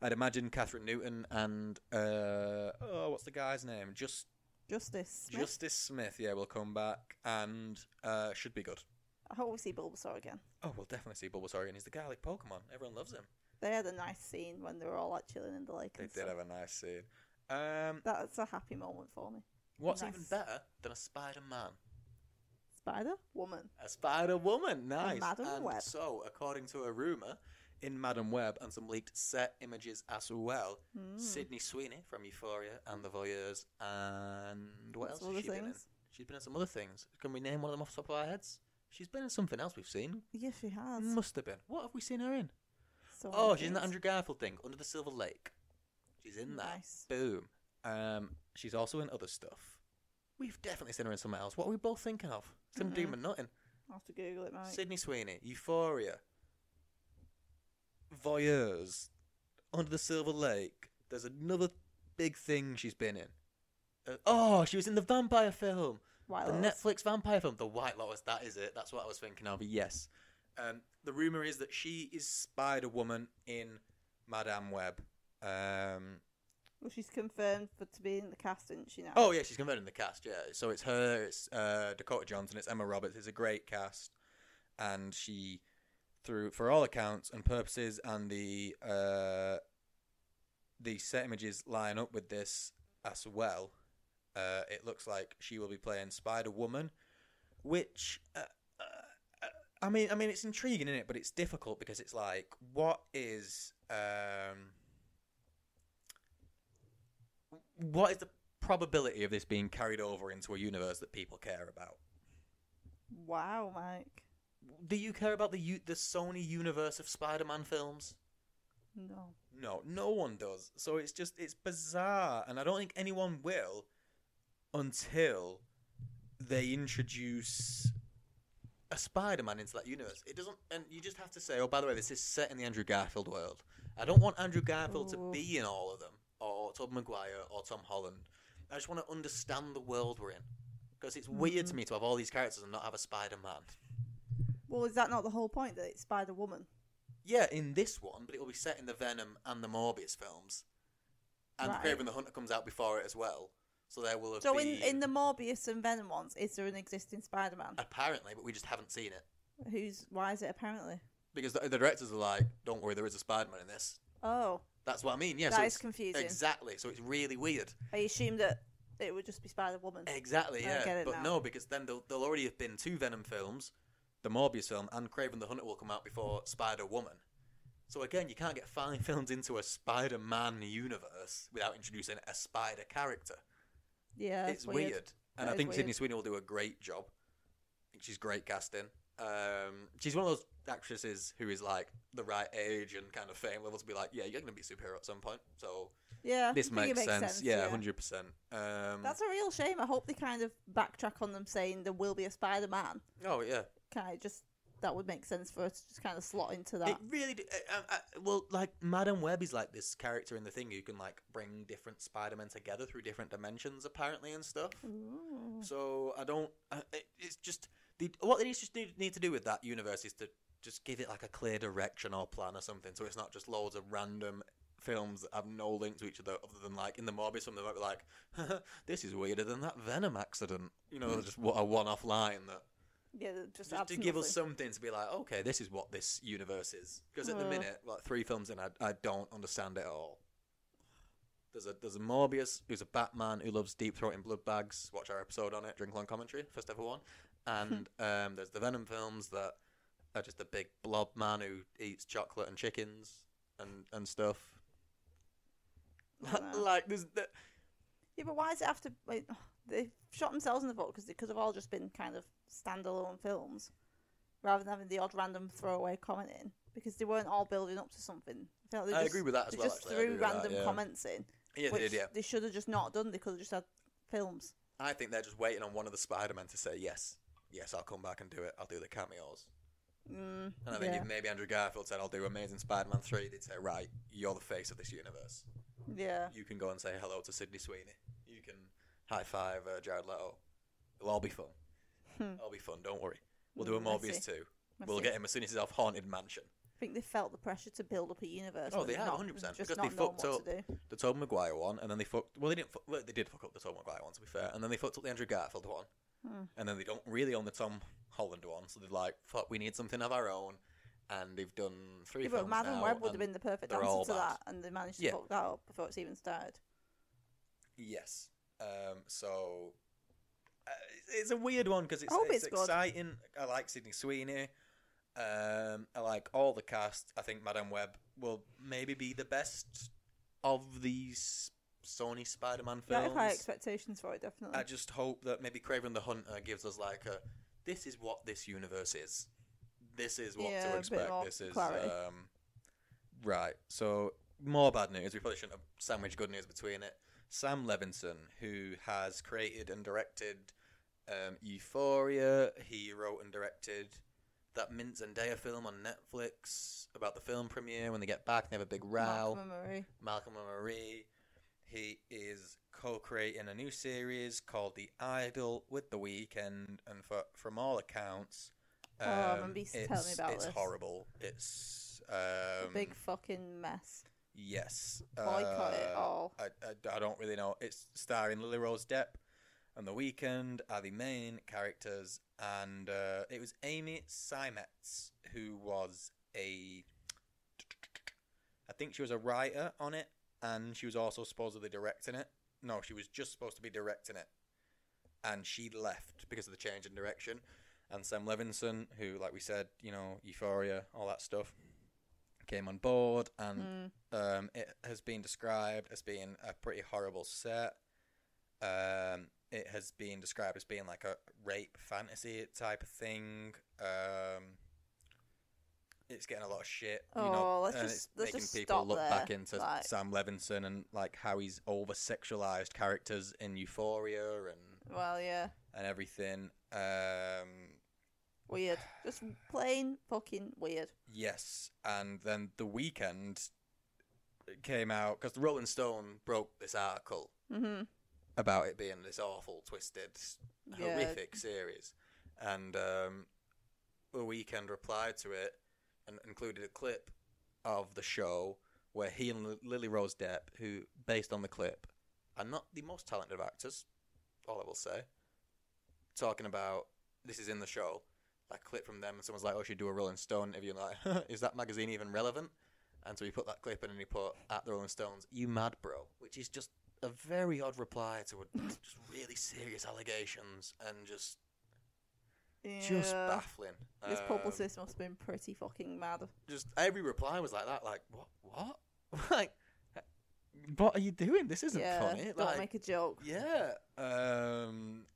S1: I'd imagine Catherine Newton and uh, oh, what's the guy's name? Just
S2: Justice. Smith.
S1: Justice Smith, yeah, will come back and uh, should be good.
S2: I hope we see Bulbasaur again.
S1: Oh, we'll definitely see Bulbasaur again. He's the garlic Pokemon. Everyone loves him.
S2: They had a nice scene when they were all like chilling in the lake.
S1: They
S2: and
S1: did
S2: stuff.
S1: have a nice scene. Um,
S2: That's a happy moment for me.
S1: what's
S2: Nice.
S1: even better than a Spider Man?
S2: Spider Woman.
S1: A Spider Woman. Nice.
S2: Madam
S1: and
S2: Web.
S1: So, according to a rumor in Madam Web and some leaked set images as well,
S2: Mm.
S1: Sydney Sweeney from Euphoria and The Voyeurs, and what else
S2: Lots
S1: has
S2: of other
S1: she been in?
S2: things.
S1: She's been in some other things. Can we name one of them off the top of our heads? She's been in something else we've seen.
S2: Yes, she has.
S1: Must have been. What have we seen her in?
S2: So
S1: Mm. Oh,
S2: many
S1: she's in that
S2: things.
S1: Andrew Garfield thing, Under the Silver Lake. She's in that.
S2: Nice.
S1: Boom. Um, she's also in other stuff. We've definitely seen her in something else. What are we both thinking of? Some
S2: Mm-mm.
S1: Demon Nutting.
S2: I'll have to Google it, mate.
S1: Sydney Sweeney, Euphoria, Voyeurs, Under the Silver Lake. There's another big thing she's been in. Uh, oh, she was in the vampire film.
S2: White
S1: The
S2: Lotus.
S1: Netflix vampire film, The White Lotus. That is it. That's what I was thinking of. Yes. Um, the rumor is that she is Spider Woman in Madame Web. Um,
S2: Well, she's confirmed for to be in the cast, isn't she now?
S1: oh yeah, she's converted in the cast. Yeah, so it's her, it's uh, Dakota Johnson, it's Emma Roberts. It's a great cast, and she, through for all accounts and purposes, and the uh, the set images line up with this as well. Uh, it looks like she will be playing Spider Woman, which uh, uh, uh, I mean, I mean, it's intriguing, is it? But it's difficult because it's like, what is um, what is the probability of this being carried over into a universe that people care about?
S2: Wow, Mike.
S1: Do you care about the u- the Sony universe of Spider-Man films?
S2: No.
S1: No, no one does. So it's just it's bizarre, and I don't think anyone will until they introduce a Spider-Man into that universe. It doesn't, and you just have to say, oh, by the way, this is set in the Andrew Garfield world. I don't want Andrew Garfield
S2: Ooh.
S1: to be in all of them, or Tobey Maguire, or Tom Holland. I just want to understand the world we're in because it's weird to me to have all these characters and not have a Spider-Man.
S2: Well, is that not the whole point that it's Spider Woman?
S1: Yeah, in this one, but it will be set in the Venom and the Morbius films. And
S2: Right.
S1: the Craven the Hunter comes out before it as well. So there will have
S2: So, in,
S1: been
S2: in the Morbius and Venom ones, is there an existing Spider Man?
S1: apparently, but we just haven't seen it
S2: Who's why is it apparently?
S1: because the, the directors are like, "Don't worry, there is a Spider-Man in this."
S2: Oh,
S1: That's what I mean. Yeah,
S2: That
S1: so
S2: is
S1: it's-
S2: confusing.
S1: Exactly. So it's really weird.
S2: I assume that it would just be Spider Woman.
S1: Exactly.
S2: I
S1: Yeah.
S2: get it
S1: but
S2: now.
S1: no, because then there'll, there'll already have been two Venom films, the Morbius film, and Craven the Hunter will come out before Spider Woman. So again, you can't get five films into a Spider-Man universe without introducing a spider character.
S2: Yeah,
S1: it's weird. And
S2: That
S1: I
S2: is
S1: think
S2: weird.
S1: Sydney Sweeney will do a great job. I think she's great casting. Um, she's one of those actresses who is like the right age and kind of fame level to be like, yeah, you're going to be a superhero at some point. So
S2: Yeah,
S1: this
S2: I think it
S1: makes, sense. Yeah,
S2: yeah.
S1: hundred percent. Um,
S2: That's a real shame. I hope they kind of backtrack on them saying there will be a Spider Man.
S1: oh yeah.
S2: Kind of just that would make sense for us to just kind of slot into that.
S1: It really d I I I well, like Madame Web is like this character in the thing who can like bring different Spider-Men together through different dimensions, apparently, and stuff.
S2: Ooh.
S1: So I don't. I- It, it's just the what they just need, need to do with that universe is to just give it like a clear direction or plan or something, so it's not just loads of random films that have no link to each other other than like in the Morbius film they might be like, this is weirder than that Venom accident. You know, just what a one-off line that
S2: Yeah, that just,
S1: just
S2: adds
S1: to give us
S2: nothing.
S1: something to be like, okay, this is what this universe is. Because at the
S2: Uh.
S1: minute, like three films in, I, I don't understand it at all. There's a there's a Morbius who's a Batman who loves deep throating blood bags. Watch our episode on it. Drink long commentary, first ever one. And um, there's the Venom films that are just a big blob man who eats chocolate and chickens and and stuff.
S2: I dunno.
S1: like there's the,
S2: Yeah, but why is it after like, they shot themselves in the foot because they could have all just been kind of standalone films rather than having the odd random throwaway comment in because they weren't all building up to something. I, feel like they
S1: I
S2: just-
S1: agree with that as
S2: they
S1: well.
S2: just
S1: actually. I agree
S2: threw
S1: with that,
S2: random
S1: yeah.
S2: comments in,
S1: Yeah, they
S2: which
S1: did, yeah.
S2: they should have just not done. They could have just had films.
S1: I think they're just waiting on one of the Spider Men to say yes. Yes, I'll come back and do it. I'll do the cameos.
S2: Mm,
S1: And I think
S2: yeah,
S1: if maybe Andrew Garfield said, I'll do Amazing Spider Man 3, they'd say, right, you're the face of this universe.
S2: yeah.
S1: You can go and say hello to Sydney Sweeney. You can high five uh, Jared Leto. It'll all be fun.
S2: Hmm.
S1: It'll be fun, don't worry. We'll do a
S2: Mm, I
S1: Morbius 2.
S2: see. I
S1: We'll
S2: see.
S1: get him as soon as he's off Haunted Mansion.
S2: I think they felt the pressure to build up a universe.
S1: Oh,
S2: when
S1: they
S2: they've
S1: have,
S2: not-
S1: 100%,
S2: just
S1: because
S2: not
S1: they
S2: known
S1: fucked
S2: what
S1: up.
S2: to do.
S1: The Tobey Maguire one, and then they fucked. Well, they didn't. Fuck, well, they did fuck up the Tobey Maguire one, to be fair. And then they fucked up the Andrew Garfield one.
S2: Hmm.
S1: and then they don't really own the Tom Holland one, so they're like, "Fuck, we need something of our own," and they've done three
S2: Yeah,
S1: films
S2: but Madam
S1: now,
S2: Web would have
S1: and-
S2: been the perfect
S1: they're all
S2: answer to
S1: bad.
S2: that, and they managed to
S1: Yeah.
S2: fuck that up before it's even started.
S1: Yes. Um, so uh, it's- it's a weird one because it's,
S2: I hope
S1: it's,
S2: it's good.
S1: exciting. I like Sydney Sweeney. Um, I like all the cast. I think Madame Web will maybe be the best of these Sony Spider-Man
S2: That
S1: films.
S2: if high expectations for it, definitely.
S1: I just hope that maybe Craven the Hunter gives us like a this is what this universe is. This is what
S2: Yeah, a
S1: to
S2: bit
S1: expect.
S2: more
S1: This is
S2: clarity.
S1: um Right. So more bad news. We probably shouldn't have sandwiched good news between it. Sam Levinson, who has created and directed um, Euphoria, he wrote and directed that Mint Zendaya film on Netflix about the film premiere when they get back and they have a big row.
S2: Malcolm and Marie.
S1: Malcolm and Marie. He is co-creating a new series called The Idol with The Weeknd, and for, from all accounts,
S2: Oh, I
S1: um,
S2: remember you telling me
S1: it's,
S2: about
S1: it's
S2: this.
S1: horrible. It's
S2: A
S1: um,
S2: big fucking mess.
S1: yes.
S2: Boycott it
S1: Uh,
S2: all.
S1: I, I, I don't really know. It's starring Lily Rose Depp and The Weeknd are the main characters, and uh, it was Amy Simetz who was a, I think she was a writer on it, and she was also supposedly directing it. No, she was just supposed to be directing it, and she left because of the change in direction. And Sam Levinson, who, like we said, you know, Euphoria, all that stuff, came on board and
S2: Mm.
S1: um, it has been described as being a pretty horrible set. Um, it has been described as being like a rape fantasy type of thing. Um, it's getting a lot of shit. you know,
S2: Oh, let's
S1: and
S2: just-
S1: it's
S2: let's
S1: making
S2: just
S1: people
S2: stop
S1: look
S2: there,
S1: back into
S2: like-
S1: Sam Levinson and like how he's over sexualized characters in Euphoria and
S2: Mm, Well, yeah.
S1: and everything. Um,
S2: Weird. Just plain fucking weird.
S1: Yes, and then the weekend came out because the Rolling Stone broke this article
S2: Mm-hmm.
S1: about it being this awful, twisted,
S2: Yeah.
S1: horrific series, and um, the weekend replied to it and included a clip of the show where he and L- Lily Rose Depp, who based on the clip, are not the most talented of actors, all I will say, talking about this is in the show, like a clip from them, and someone's like, "Oh, should do a Rolling Stone interview," and like, "Is that magazine even relevant?" And so he put that clip in and he put at the Rolling Stones, "You mad, bro?" Which is just a very odd reply to a, just really serious allegations and just
S2: Yeah.
S1: just baffling.
S2: This
S1: Um,
S2: publicist must have been pretty fucking mad.
S1: Just every reply was like that. Like what? What? like what are you doing? This isn't
S2: yeah.
S1: funny.
S2: Don't
S1: like
S2: make a joke.
S1: yeah. Um.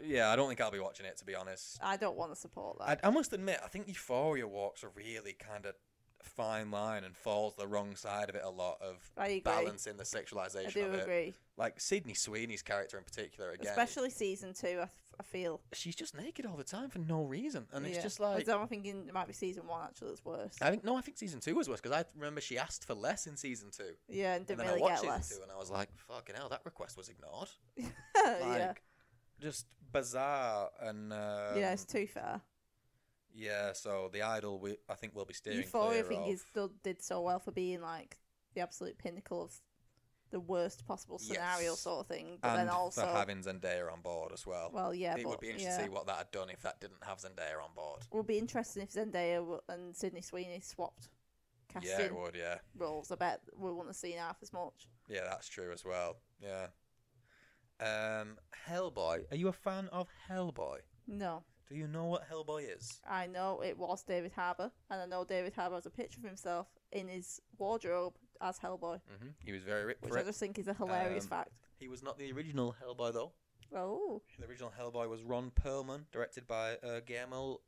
S1: Yeah, I don't think I'll be watching it to be honest.
S2: I don't want to support that.
S1: I, I must admit, I think Euphoria walks a really kind of fine line and falls the wrong side of it a lot of
S2: I, agree.
S1: balancing the
S2: I
S1: sexualization
S2: do
S1: of it.
S2: agree.
S1: Like Sydney Sweeney's character in particular, again,
S2: Especially season two, I, th- I feel.
S1: she's just naked all the time for no reason, and it's
S2: Yeah.
S1: just like
S2: I'm thinking it might be season one, actually, that's worse.
S1: I think no, I think season two was worse because I remember she asked for less in season two,
S2: yeah, and
S1: and
S2: didn't
S1: then
S2: really
S1: I watched
S2: get
S1: season
S2: less.
S1: two, and I was like, "Fucking hell, that request was ignored." Like,
S2: Oh, yeah.
S1: just bizarre and um,
S2: yeah, it's too fair.
S1: yeah. So the idol, we I think we'll be steering
S2: Euphoria, I
S1: clear
S2: think,
S1: of.
S2: is, still did so well for being like the absolute pinnacle of the worst possible scenario
S1: Yes.
S2: sort of thing. But
S1: and
S2: then also,
S1: for having Zendaya on board as well.
S2: well, yeah,
S1: it
S2: but
S1: would be interesting
S2: yeah.
S1: to see what that had done if that didn't have Zendaya on board.
S2: Would be interesting if Zendaya w- and Sydney Sweeney swapped casting
S1: Yeah, it would. Yeah,
S2: roles. I bet we wouldn't have seen half as much.
S1: yeah, that's true as well. Yeah. Um, Hellboy. Are you a fan of Hellboy?
S2: No,
S1: Do you know what Hellboy is?
S2: I know it was David Harbour, and I know David Harbour has a picture of himself in his wardrobe as Hellboy,
S1: Mm-hmm. He was very rich.
S2: which I just think is a hilarious
S1: Um,
S2: fact.
S1: He was not the original Hellboy, though.
S2: Oh,
S1: The original Hellboy was Ron Perlman, directed by uh, Guillermo,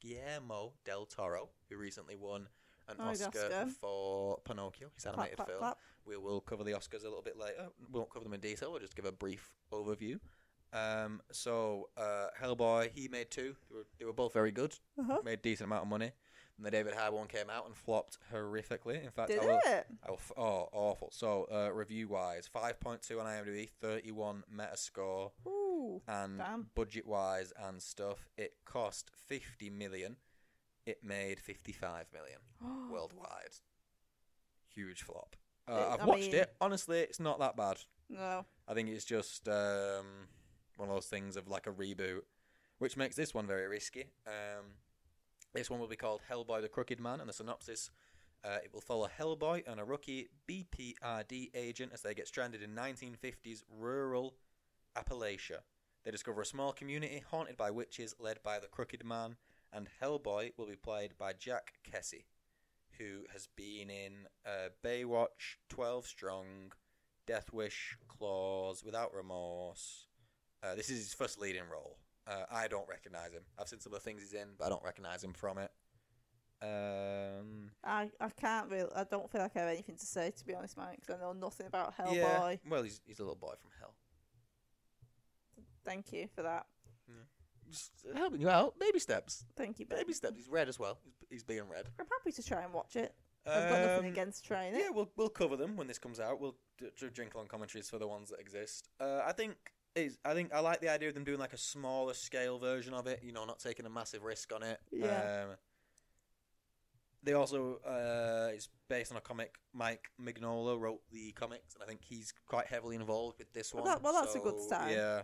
S1: Guillermo del Toro, who recently won an
S2: Oh, the
S1: Oscar,
S2: Oscar.
S1: for Pinocchio, his
S2: clap,
S1: animated
S2: clap,
S1: film.
S2: clap.
S1: We will cover the Oscars a little bit later. We won't cover them in detail, we'll just give a brief overview. Um, so, uh, Hellboy, he made two. They were, they were both very good,
S2: Uh-huh.
S1: made decent amount of money. And the David Harbour one came out and flopped horrifically. In fact,
S2: Did
S1: I will,
S2: it?
S1: I will f- oh, awful. So, uh, review wise, 5.2 on IMDb, 31 Metascore
S2: Ooh.
S1: and
S2: Damn.
S1: budget wise and stuff, it cost 50 million. It made 55 million worldwide. Huge flop. Uh,
S2: Oh. It-
S1: I've
S2: I
S1: watched
S2: mean-
S1: it. Honestly, it's not that bad.
S2: No.
S1: I think it's just um, one of those things of like a reboot. which makes this one very risky. Um, this one will be called Hellboy the Crooked Man, and the synopsis uh, it will follow Hellboy and a rookie BPRD agent as they get stranded in 1950s rural Appalachia. They discover a small community haunted by witches led by the Crooked Man, and Hellboy will be played by Jack Kessie, who has been in uh, Baywatch, 12 Strong, Death Wish, Claws, Without Remorse. Uh, this is his first leading role. Uh, I don't recognize him. I've seen some of the things he's in, but I don't recognize him from it. Um,
S2: I, I can't really. I don't feel like I have anything to say to be honest, Mike. 'cause I know nothing about Hellboy.
S1: Yeah. Well, he's, he's a little boy from hell.
S2: Thank you for that.
S1: Just helping you out. Baby steps.
S2: Thank you, baby.
S1: Baby steps. He's red as well. He's, he's being red.
S2: I'm happy to try and watch it. I've got nothing
S1: Um,
S2: against trying
S1: Yeah,
S2: it.
S1: we'll we'll cover them when this comes out. We'll d- d- drink on commentaries for the ones that exist. Uh, I think is I think I like the idea of them doing like a smaller scale version of it. You know, not taking a massive risk on it.
S2: Yeah.
S1: Um, they also uh, it's based on a comic. Mike Mignola wrote the comics, and I think he's quite heavily involved with this
S2: Well,
S1: one.
S2: that- well, that's a good
S1: so,
S2: sign.
S1: Yeah,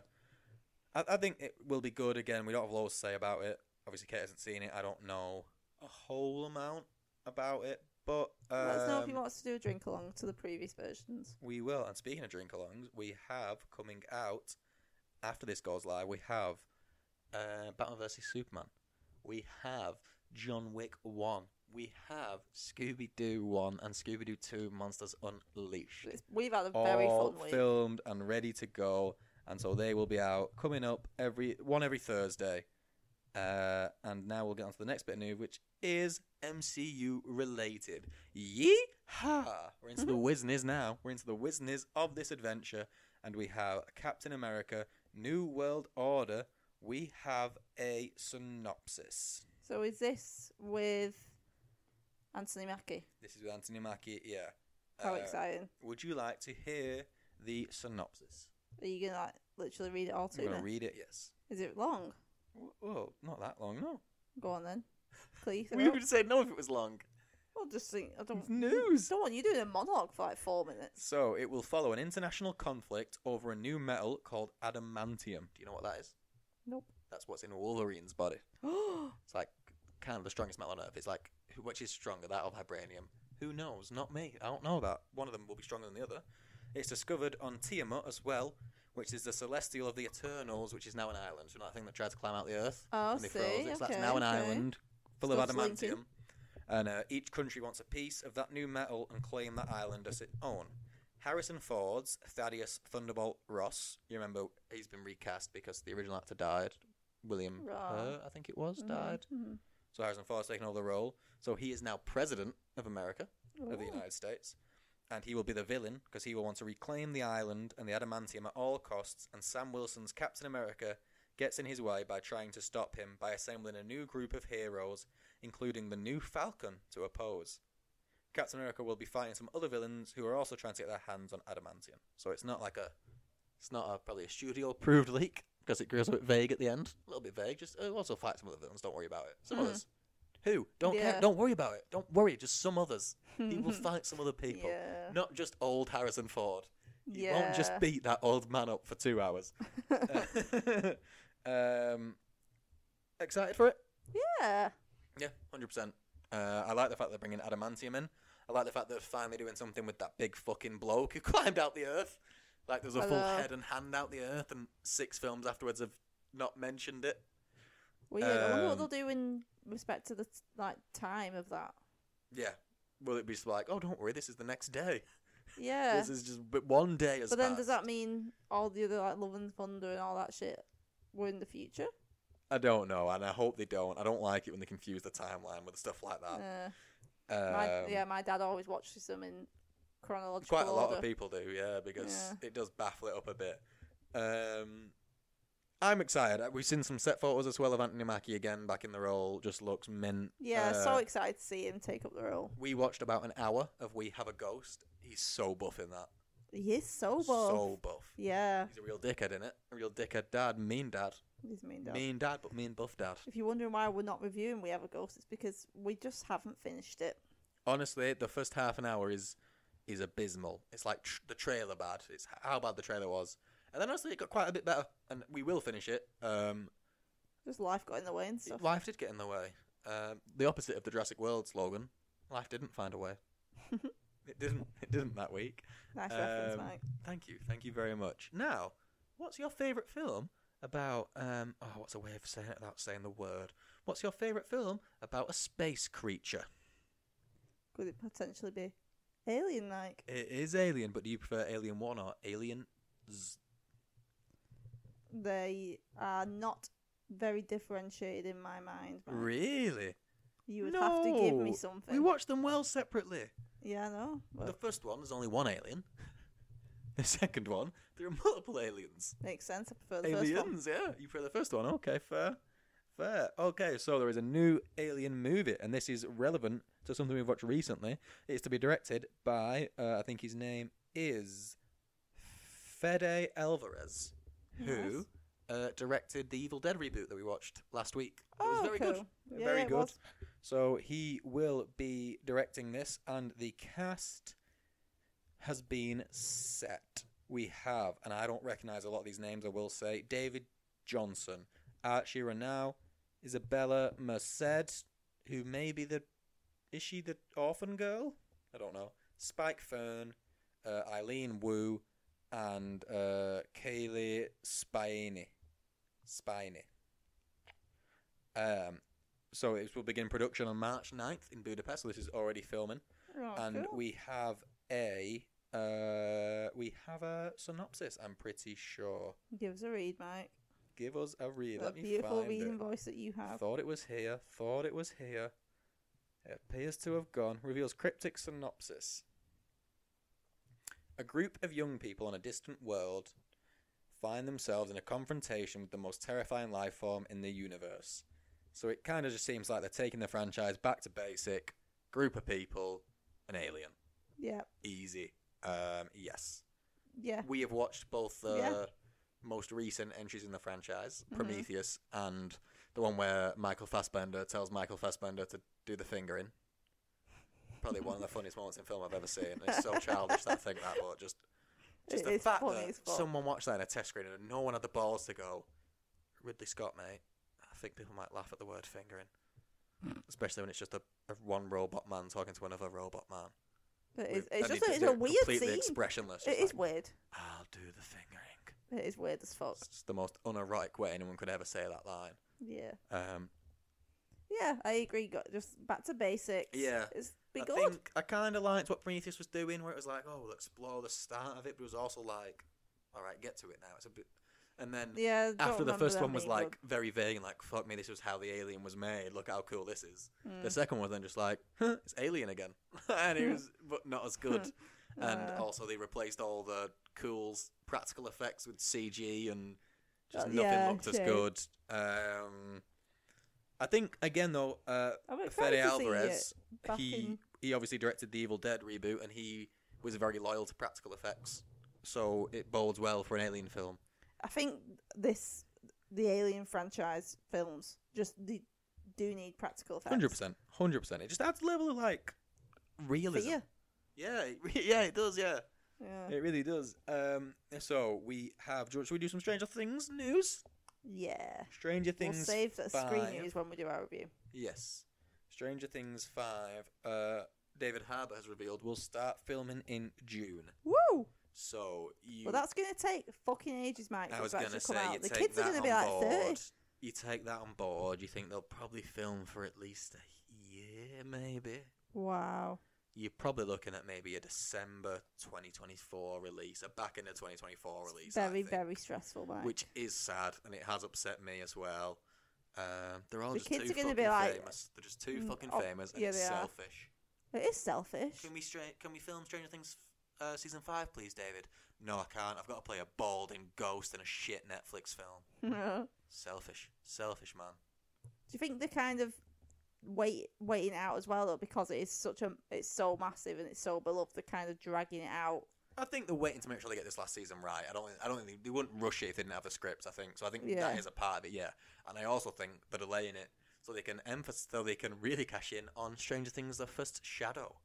S1: I, I think it will be good. Again, we don't have a lot to say about it. Obviously, Kate hasn't seen it. I don't know a whole amount about it, but um,
S2: Let us know if you want us to do a drink along to the previous versions.
S1: we will. And speaking of drink alongs, we have coming out after this goes live, we have uh, Batman vs. Superman. We have John Wick 1. We have Scooby Doo 1 and Scooby Doo 2 Monsters Unleashed.
S2: It's, we've had a very
S1: All
S2: fun week.
S1: filmed and ready to go. And so they will be out coming up every one every Thursday. Uh, and now we'll get on to the next bit of news, which is MCU related. Yeehaw! We're into the
S2: Mm-hmm.
S1: whizness now. We're into the whizness of this adventure, and we have Captain America: New World Order. We have a synopsis.
S2: So is this with Anthony Mackie?
S1: This is with Anthony Mackie. Yeah.
S2: How
S1: Uh,
S2: exciting!
S1: Would you like to hear the synopsis?
S2: Are you gonna like, literally read it all to
S1: I'm
S2: me?
S1: going to read it. Yes.
S2: Is it long?
S1: Wh- Whoa, not that long, no.
S2: Go on then. Please.
S1: We would say no if it was long.
S2: I'll just think. I don't.
S1: News.
S2: Don't want you doing a monologue for like four minutes.
S1: So it will follow an international conflict over a new metal called adamantium. Do you know what that is?
S2: Nope.
S1: That's what's in Wolverine's body.
S2: Oh,
S1: It's like kind of the strongest metal on earth. It's like who- which is stronger, that or vibranium? Who knows? Not me. I don't know that. One of them will be stronger than the other. It's discovered on Tiamat as well, which is the celestial of the Eternals, which is now an island. So that thing that tried to climb out the earth. and they
S2: Oh, see.
S1: froze it. So
S2: okay,
S1: that's now an
S2: okay.
S1: island full of
S2: Stuff's
S1: adamantium.
S2: linking.
S1: And uh, each country wants a piece of that new metal and claim that island as its own. Harrison Ford's Thaddeus Thunderbolt Ross, you remember he's been recast because the original actor died. William
S2: Right.
S1: Hurt, I think it was,
S2: Mhm,
S1: died.
S2: mhm.
S1: So Harrison Ford's taken over the role. So he is now president of America, of the
S2: Oh.
S1: United States. And he will be the villain because he will want to reclaim the island and the adamantium at all costs. And Sam Wilson's Captain America gets in his way by trying to stop him by assembling a new group of heroes, including the new Falcon, to oppose. Captain America will be fighting some other villains who are also trying to get their hands on adamantium. So it's not like a, it's not a, probably a studio-approved leak because it goes a bit vague at the end, a little bit vague. Just uh, also fight some other villains. Don't worry about it. Some
S2: Mhm.
S1: others. Who? Don't
S2: Yeah.
S1: care. Don't worry about it. Don't worry. Just some others. He will fight some other people.
S2: Mm-hmm. Yeah.
S1: Not just old Harrison Ford. He
S2: yeah.
S1: won't just beat that old man up for two hours. um, excited for it?
S2: Yeah.
S1: Yeah, hundred percent. Uh, I like the fact they're bringing adamantium in. I like the fact they're finally doing something with that big fucking bloke who climbed out the earth. Like there's a
S2: I
S1: full
S2: know.
S1: head and hand out the earth, and six films afterwards have not mentioned it.
S2: Weird. I wonder what
S1: Um,
S2: they'll do in respect to the t- like time of that.
S1: Yeah. Will it be just like, oh, don't worry, this is the next day.
S2: Yeah.
S1: This is just but one day as
S2: But then does that mean all the other like Love and Thunder and all that shit were in the future?
S1: I don't know, and I hope they don't. I don't like it when they confuse the timeline with stuff like that.
S2: Uh, my,
S1: Um,
S2: yeah, my dad always watches them in chronological
S1: quite a lot
S2: order.
S1: of people do, yeah, because
S2: Yeah.
S1: it does baffle it up a bit. Um, I'm excited. Uh, We've seen some set photos as well of Anthony Mackie again back in the role. Just looks mint.
S2: Yeah,
S1: Uh,
S2: so excited to see him take up the role.
S1: we watched about an hour of We Have a Ghost. He's so buff in that.
S2: He is so buff.
S1: So buff.
S2: yeah,
S1: He's a real dickhead in it. A real dickhead dad. Mean dad.
S2: he's mean dog.
S1: Mean dad, but mean buff dad.
S2: If you're wondering why we're not reviewing We Have a Ghost, it's because we just haven't finished it.
S1: honestly, the first half an hour is is abysmal. It's like tr- the trailer bad. It's how bad the trailer was, and then honestly, it got quite a bit better. And we will finish it. Um,
S2: Just life got in the way and stuff.
S1: Life did get in the way. Um, the opposite of the Jurassic World slogan. Life didn't find a way. it didn't. It didn't that week.
S2: Nice reference,
S1: um,
S2: Mike.
S1: Thank you. Thank you very much. Now, what's your favourite film about? Um, oh, what's a way of saying it without saying the word? What's your favourite film about a space creature?
S2: Could it potentially be alien like?
S1: It is Alien, but do you prefer Alien One or Alien? Z-
S2: They are not very differentiated in my mind. Mike.
S1: really?
S2: You would have to give me
S1: No.
S2: something.
S1: We watched them well separately.
S2: yeah, no.
S1: The
S2: Well,
S1: first one, there's only one alien. The second one, there are multiple aliens.
S2: makes sense. I prefer the first one.
S1: Aliens, yeah. You prefer the first one? Okay, fair. Fair. Okay, so there is a new alien movie, and this is relevant to something we've watched recently. It's to be directed by, uh, I think his name is Fede Alvarez, who uh, directed the Evil Dead reboot that we watched last week. it was
S2: Oh,
S1: very good.
S2: cool. Yeah,
S1: very
S2: it
S1: good.
S2: was.
S1: So he will be directing this, and the cast has been set. We have, and I don't recognise a lot of these names, I will say David Johnson, Archie Renau, Isabella Merced, who may be the. Is she the orphan girl? I don't know. Spike Fern, uh, Eileen Wu, and uh, Kaylee Spiney. Spiney. Um, so it will begin production on March 9th in Budapest. So this is already filming,
S2: Oh,
S1: and
S2: cool.
S1: we have a uh, we have a synopsis. I'm pretty sure.
S2: Give us a read, Mike.
S1: Give us a read.
S2: that
S1: Let me
S2: beautiful
S1: find
S2: reading
S1: it.
S2: voice that you have.
S1: Thought it was here. Thought it was here. It appears to have gone. Reveals cryptic synopsis. A group of young people on a distant world find themselves in a confrontation with the most terrifying life form in the universe. So it kind of just seems like they're taking the franchise back to basic. Group of people, an alien.
S2: Yeah,
S1: Easy. Um, yes.
S2: yeah.
S1: We have watched both the
S2: Yeah.
S1: most recent entries in the franchise,
S2: Mhm.
S1: Prometheus and the one where Michael Fassbender tells Michael Fassbender to do the fingering. Probably one of the funniest moments in film I've ever seen. It's so childish that I think that, but just just
S2: It
S1: the
S2: is
S1: fact
S2: funny
S1: that
S2: as fuck.
S1: someone watched that in a test screen and no one had the balls to go. Ridley Scott, mate. I think people might laugh at the word fingering, especially when it's just a, a one robot man talking to another robot man.
S2: It
S1: with-
S2: is, it's
S1: and he
S2: just a,
S1: does
S2: it's a
S1: it
S2: weird
S1: completely
S2: scene.
S1: expressionless.
S2: it
S1: just
S2: is
S1: like,
S2: weird.
S1: I'll do the fingering.
S2: It is weird as fuck.
S1: It's just the most unerotic way anyone could ever say that line.
S2: Yeah,
S1: Um,
S2: yeah. I agree. Got just back to basics.
S1: Yeah.
S2: it's be
S1: I
S2: good.
S1: think I kind of liked what Prometheus was doing, where it was like, "Oh, we'll explore the start of it," but it was also like, "All right, get to it now." It's a bit, and then
S2: yeah. don't
S1: after the
S2: remember
S1: first
S2: them
S1: one was
S2: being good.
S1: like very vague and like, "Fuck me, this was how the alien was made. Look how cool this is."
S2: Mm.
S1: The second one was then just like, huh, "It's Alien again," and it was but not as good. and
S2: Uh,
S1: also, they replaced all the cool s- practical effects with CG, and just
S2: Well,
S1: nothing
S2: Uh, yeah,
S1: looked as
S2: true.
S1: good. Um, I think again though, uh,
S2: I'm excited
S1: Fede
S2: to see
S1: Alvarez,
S2: it back
S1: he
S2: in-
S1: he obviously directed the Evil Dead reboot, and he was very loyal to practical effects, so it bodes well for an alien film.
S2: I think this the Alien franchise films just they do need practical effects.
S1: Hundred percent, hundred percent. It just adds a level of like
S2: But
S1: realism.
S2: yeah,
S1: Yeah, it re- yeah, it does. Yeah,
S2: yeah,
S1: it really does. Um, so we have. Should we do some Stranger Things news?
S2: yeah.
S1: Stranger
S2: We'll
S1: Things.
S2: save the screen
S1: five.
S2: news when we do our review.
S1: Yes. Stranger Things 5, uh, David Harbour has revealed, will start filming in June.
S2: Woo!
S1: So you.
S2: Well, that's going to take fucking ages, Mike.
S1: I
S2: for
S1: was
S2: it to
S1: going to
S2: actually come
S1: say,
S2: out.
S1: you
S2: the
S1: take
S2: kids
S1: that
S2: are going to be
S1: on
S2: like
S1: board.
S2: thirty.
S1: You take that on board. You think they'll probably film for at least a year, maybe.
S2: Wow.
S1: You're probably looking at maybe a December 2024 release, a back into 2024 release. I
S2: very,
S1: think,
S2: very stressful, Mike.
S1: Which is sad, and it has upset me as well. Um, they're all
S2: The
S1: just
S2: kids
S1: too
S2: are gonna
S1: fucking
S2: be like-
S1: famous. They're just too
S2: Mm,
S1: fucking
S2: oh,
S1: famous, and
S2: yeah,
S1: it's
S2: they are.
S1: selfish.
S2: it is selfish.
S1: Can we stra- can we film Stranger Things uh, season five, please, David? No, I can't. I've got to play a balding ghost in a shit Netflix film.
S2: Do
S1: Selfish, selfish man.
S2: you think they're kind of wait waiting out as well though, because it is such a it's so massive and it's so beloved, they're kind of dragging it out.
S1: I think they're waiting to make sure they get this last season right. I don't. I don't think they wouldn't rush it if they didn't have the scripts. I think so. I think
S2: Yeah.
S1: that is a part of it. Yeah, and I also think they're delaying it so they can emphasize, so they can really cash in on Stranger Things: The First Shadow,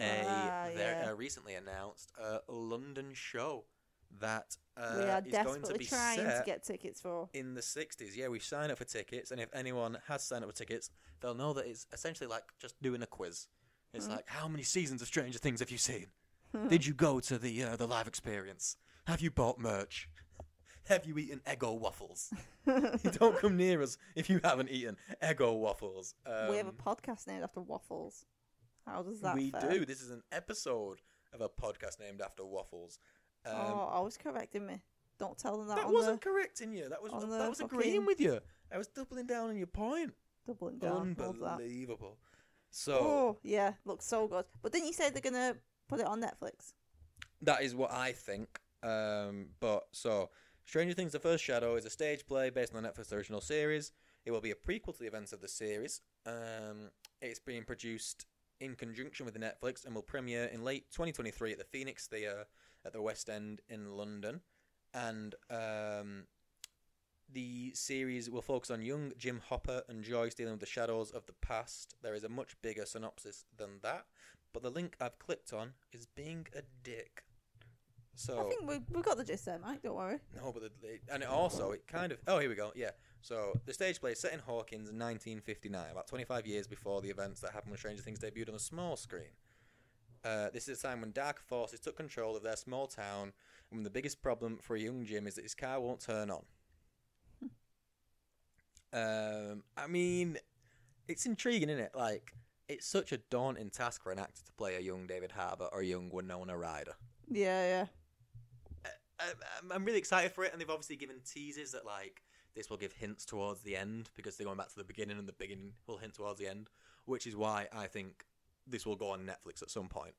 S1: a
S2: Ah,
S1: their
S2: yeah.
S1: uh, recently announced uh, London show that uh,
S2: we are
S1: is going to
S2: desperately
S1: be
S2: trying to
S1: set
S2: get tickets for.
S1: in the 60s. Yeah, we sign up for tickets, and if anyone has signed up for tickets, they'll know that it's essentially like just doing a quiz. It's
S2: Mm.
S1: like, how many seasons of Stranger Things have you seen?
S2: Hmm.
S1: Did you go to the uh, the live experience? Have you bought merch? Have you eaten Eggo waffles? Don't come near us if you haven't eaten Eggo waffles. Um,
S2: we have a podcast named after waffles. How does that?
S1: we
S2: fare?
S1: do. This is an episode of a podcast named after waffles. Um,
S2: oh, always correcting me. Don't tell them that.
S1: that
S2: on
S1: wasn't
S2: the
S1: correcting you. That was
S2: on
S1: that
S2: the
S1: was agreeing
S2: fucking-
S1: with you. I was doubling down on your point.
S2: doubling down. Love that.
S1: Unbelievable. So
S2: Oh yeah, looks so good. But didn't you say they're gonna put it on Netflix?
S1: that is what I think. Um, but so Stranger Things: The First Shadow is a stage play based on the Netflix original series. It will be a prequel to the events of the series. Um, it's being produced in conjunction with Netflix and will premiere in late 2023 at the Phoenix Theatre at the West End in London. And um, the series will focus on young Jim Hopper and Joyce dealing with the shadows of the past. There is a much bigger synopsis than that, but the link I've clicked on is being a dick. So
S2: I think we we got the gist there, Mike. Don't worry.
S1: no, but the, the- and it also it kind of oh here we go yeah. So the stage play is set in Hawkins in 1959, about 25 years before the events that happened when Stranger Things debuted on the small screen. Uh, this is a time when dark forces took control of their small town, and when the biggest problem for a young Jim is that his car won't turn on. um, I mean, it's intriguing, isn't it? Like, it's such a daunting task for an actor to play a young David Harbour or a young Winona Ryder.
S2: Yeah, yeah.
S1: I- I'm, I'm really excited for it, and they've obviously given teases that like this will give hints towards the end because they're going back to the beginning, and the beginning will hint towards the end, which is why I think this will go on Netflix at some point.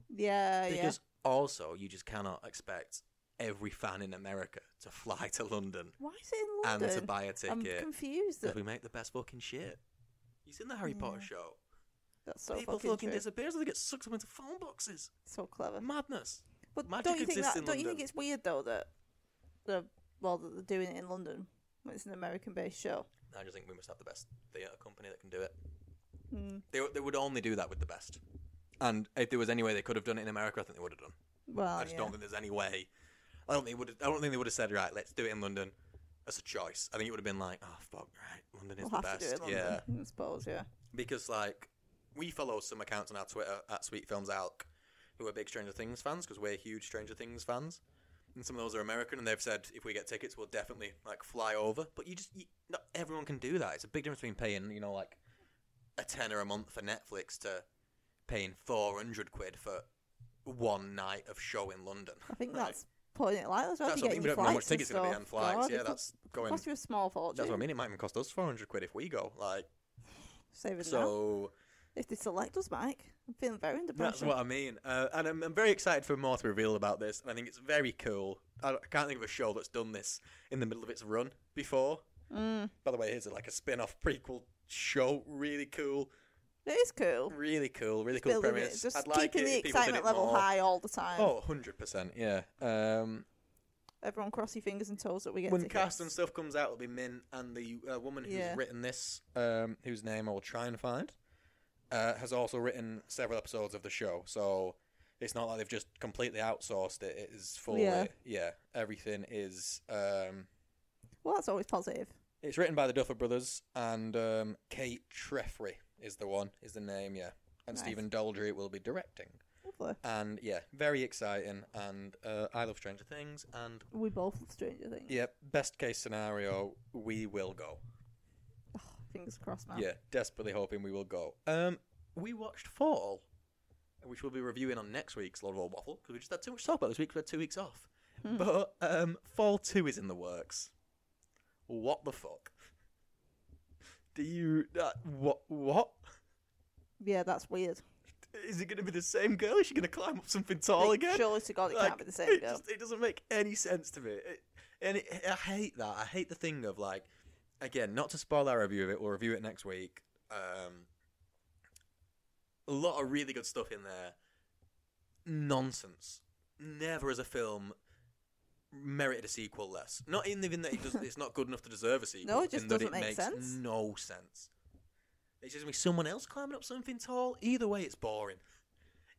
S2: Oh, Yeah, yeah.
S1: Because also, you just cannot expect every fan in America to fly to London,
S2: Why is it in London?
S1: and to buy a
S2: I'm
S1: ticket
S2: confused.
S1: because we make the best fucking shit. You seen the Harry Potter show?
S2: That's so
S1: People
S2: fucking,
S1: fucking
S2: true.
S1: disappear, so they get sucked up into phone boxes.
S2: so clever.
S1: Madness.
S2: But
S1: magic
S2: don't you think
S1: exists
S2: that?
S1: in
S2: Don't you think
S1: London.
S2: it's weird though that the well that they're doing it in London when it's an American-based show?
S1: I just think we must have the best theatre company that can do it.
S2: Mm.
S1: They, they would only do that with the best. And if there was any way they could have done it in America, I think they would have done.
S2: Well,
S1: I just
S2: Oh, yeah.
S1: don't think there's any way. I don't think would. I don't think they would have said right. Let's do it in London. That's a choice. I think it would have been like, oh fuck, right, London is
S2: we'll
S1: the
S2: have
S1: best.
S2: to do it in
S1: yeah,
S2: London. I suppose. Yeah.
S1: because like we follow some accounts on our Twitter at Sweet Films Alc, who are big Stranger Things fans because we're huge Stranger Things fans, and some of those are American, and they've said if we get tickets, we'll definitely like fly over. But you just you, not everyone can do that. It's a big difference between paying you know like a tenner a month for Netflix to paying four hundred quid for one night of show in London.
S2: I think
S1: Like,
S2: that's putting it lightly. as well.
S1: that's
S2: if you
S1: what I mean,
S2: get any
S1: we don't know how much
S2: flights and
S1: tickets are going to be
S2: stuff.
S1: on flights.
S2: God,
S1: yeah,
S2: it
S1: that's
S2: could
S1: going.
S2: cost you a small fortune.
S1: That's what I mean. It might even cost us four hundred quid if we go. Like
S2: Saving now.
S1: so.
S2: If they select us, Mike, I'm feeling very under
S1: That's
S2: pressure.
S1: what I mean. Uh, and I'm, I'm very excited for more to reveal about this, and I think it's very cool. I, I can't think of a show that's done this in the middle of its run before.
S2: Mm,
S1: By the way, here's a, like a spin off prequel show. Really cool.
S2: it is cool.
S1: Really cool. Really cool
S2: Building
S1: premise.
S2: it, just
S1: I'd like
S2: keeping
S1: it
S2: the
S1: if people did
S2: excitement
S1: it
S2: level
S1: more.
S2: high all the time.
S1: Oh, 100%. Yeah. Um,
S2: Everyone cross your fingers and toes that we get
S1: when
S2: tickets.
S1: cast and stuff comes out, it'll be Min and the uh, woman who's
S2: Yeah.
S1: written this, um, whose name I will try and find, uh, has also written several episodes of the show. So it's not like they've just completely outsourced it. It is fully, yeah,
S2: Yeah.
S1: everything is. Um,
S2: Well, that's always positive.
S1: it's written by the Duffer Brothers and um, Kate Treffry is the one is the name, yeah, and
S2: Nice.
S1: Stephen Daldry will be directing.
S2: Lovely.
S1: And yeah, very exciting. And uh, I love Stranger Things. And
S2: We both love Stranger Things.
S1: yeah, best case scenario, we will go.
S2: Fingers crossed, man.
S1: Yeah, desperately hoping we will go. Um, we watched Fall, which we'll be reviewing on next week's Lord of All Waffle because we just had too much to talk about this week. 'cause We had two weeks off, but um, Fall Two is in the works. What the fuck? Do you uh, what what?
S2: Yeah, that's weird.
S1: Is it going to be the same girl? Is she going to climb up something tall
S2: Like,
S1: again?
S2: Surely to God, it
S1: Like,
S2: can't be the same
S1: it
S2: girl.
S1: just- it doesn't make any sense to me. It, and it, I hate that. I hate the thing of like, again, not to spoil our review of it. We'll review it next week. Um, a lot of really good stuff in there. Nonsense. Never as a film merited a sequel less. Not in even that it does, it's not good enough to deserve a sequel.
S2: No, it just
S1: in that
S2: doesn't make
S1: makes
S2: sense.
S1: No sense. It's just gonna be someone else climbing up something tall. Either way, it's boring.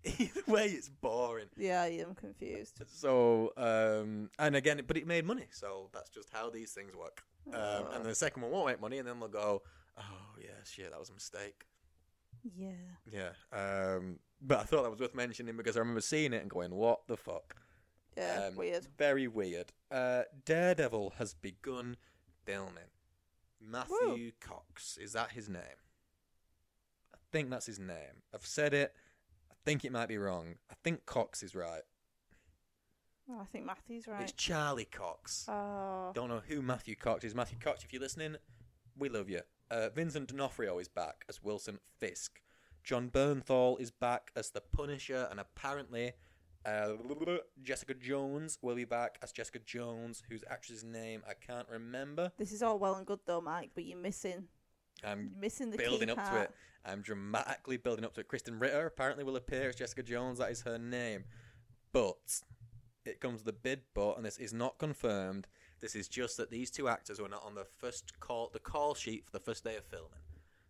S1: Either way, it's boring.
S2: Yeah, yeah, I'm confused.
S1: So, um, and again, but it made money. So that's just how these things work. Um,
S2: Oh.
S1: and the second one won't make money, and then they'll go, oh, yeah, shit, that was a mistake.
S2: Yeah.
S1: Yeah. Um, but I thought that was worth mentioning because I remember seeing it and going, what the fuck?
S2: Yeah,
S1: Um,
S2: weird.
S1: Very weird. Uh, Daredevil has begun filming. Matthew Cox, is that his name? I think that's his name. I've said it. I think it might be wrong. I think Cox is right.
S2: Oh, I think Matthew's
S1: It's
S2: right.
S1: Charlie Cox.
S2: Oh,
S1: Don't know who Matthew Cox is. Matthew Cox, if you're listening, we love you. Uh, Vincent D'Onofrio is back as Wilson Fisk. John Bernthal is back as the Punisher, and apparently uh, Jessica Jones will be back as Jessica Jones, whose actress's name I can't remember. Um,
S2: this is all well and good though, Mike, but you're missing,
S1: I'm
S2: you're missing the
S1: building
S2: key
S1: up to
S2: part.
S1: it. I'm dramatically building up to it. Kristen Ritter apparently will appear as Jessica Jones. That is her name. But it comes with a bid but, and this is not confirmed. This is just that these two actors were not on the first call, the call sheet for the first day of filming.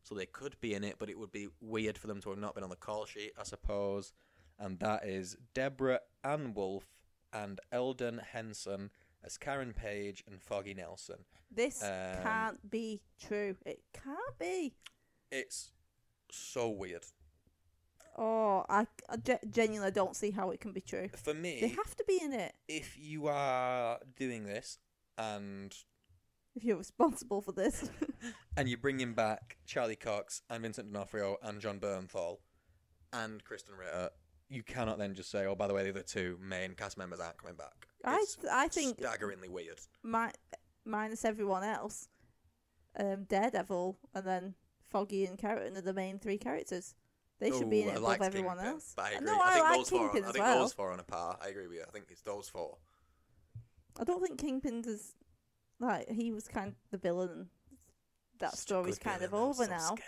S1: So they could be in it, but it would be weird for them to have not been on the call sheet, I suppose. And that is Deborah Ann Wolf and Eldon Henson as Karen Page and Foggy Nelson.
S2: This
S1: Um,
S2: can't be true. It can't be.
S1: It's so weird.
S2: Oh, I, I ge- genuinely don't see how it can be true.
S1: For me,
S2: They have to be in it
S1: if you are doing this and
S2: if you're responsible for this.
S1: and you're bringing back Charlie Cox and Vincent D'Onofrio and John Bernthal and Kristen Ritter, you cannot then just say, "Oh, by the way, the other two main cast members aren't coming back."
S2: I
S1: It's
S2: th- I think
S1: staggeringly weird.
S2: mi- minus everyone else, um, Daredevil and then Foggy and Karen are the main three characters. They should be in
S1: Ooh,
S2: it
S1: I
S2: above
S1: liked
S2: everyone
S1: Kingpin,
S2: else.
S1: But I agree.
S2: No,
S1: I,
S2: I,
S1: think
S2: like
S1: those four. Are,
S2: Kingpin
S1: I
S2: as
S1: think
S2: well.
S1: those four are on a par. I agree with you. I think it's those four.
S2: I don't think Kingpin's as like he was kind of the villain. That
S1: Such a
S2: story's
S1: good
S2: kind of
S1: villain, that's
S2: over
S1: so
S2: now.
S1: scary.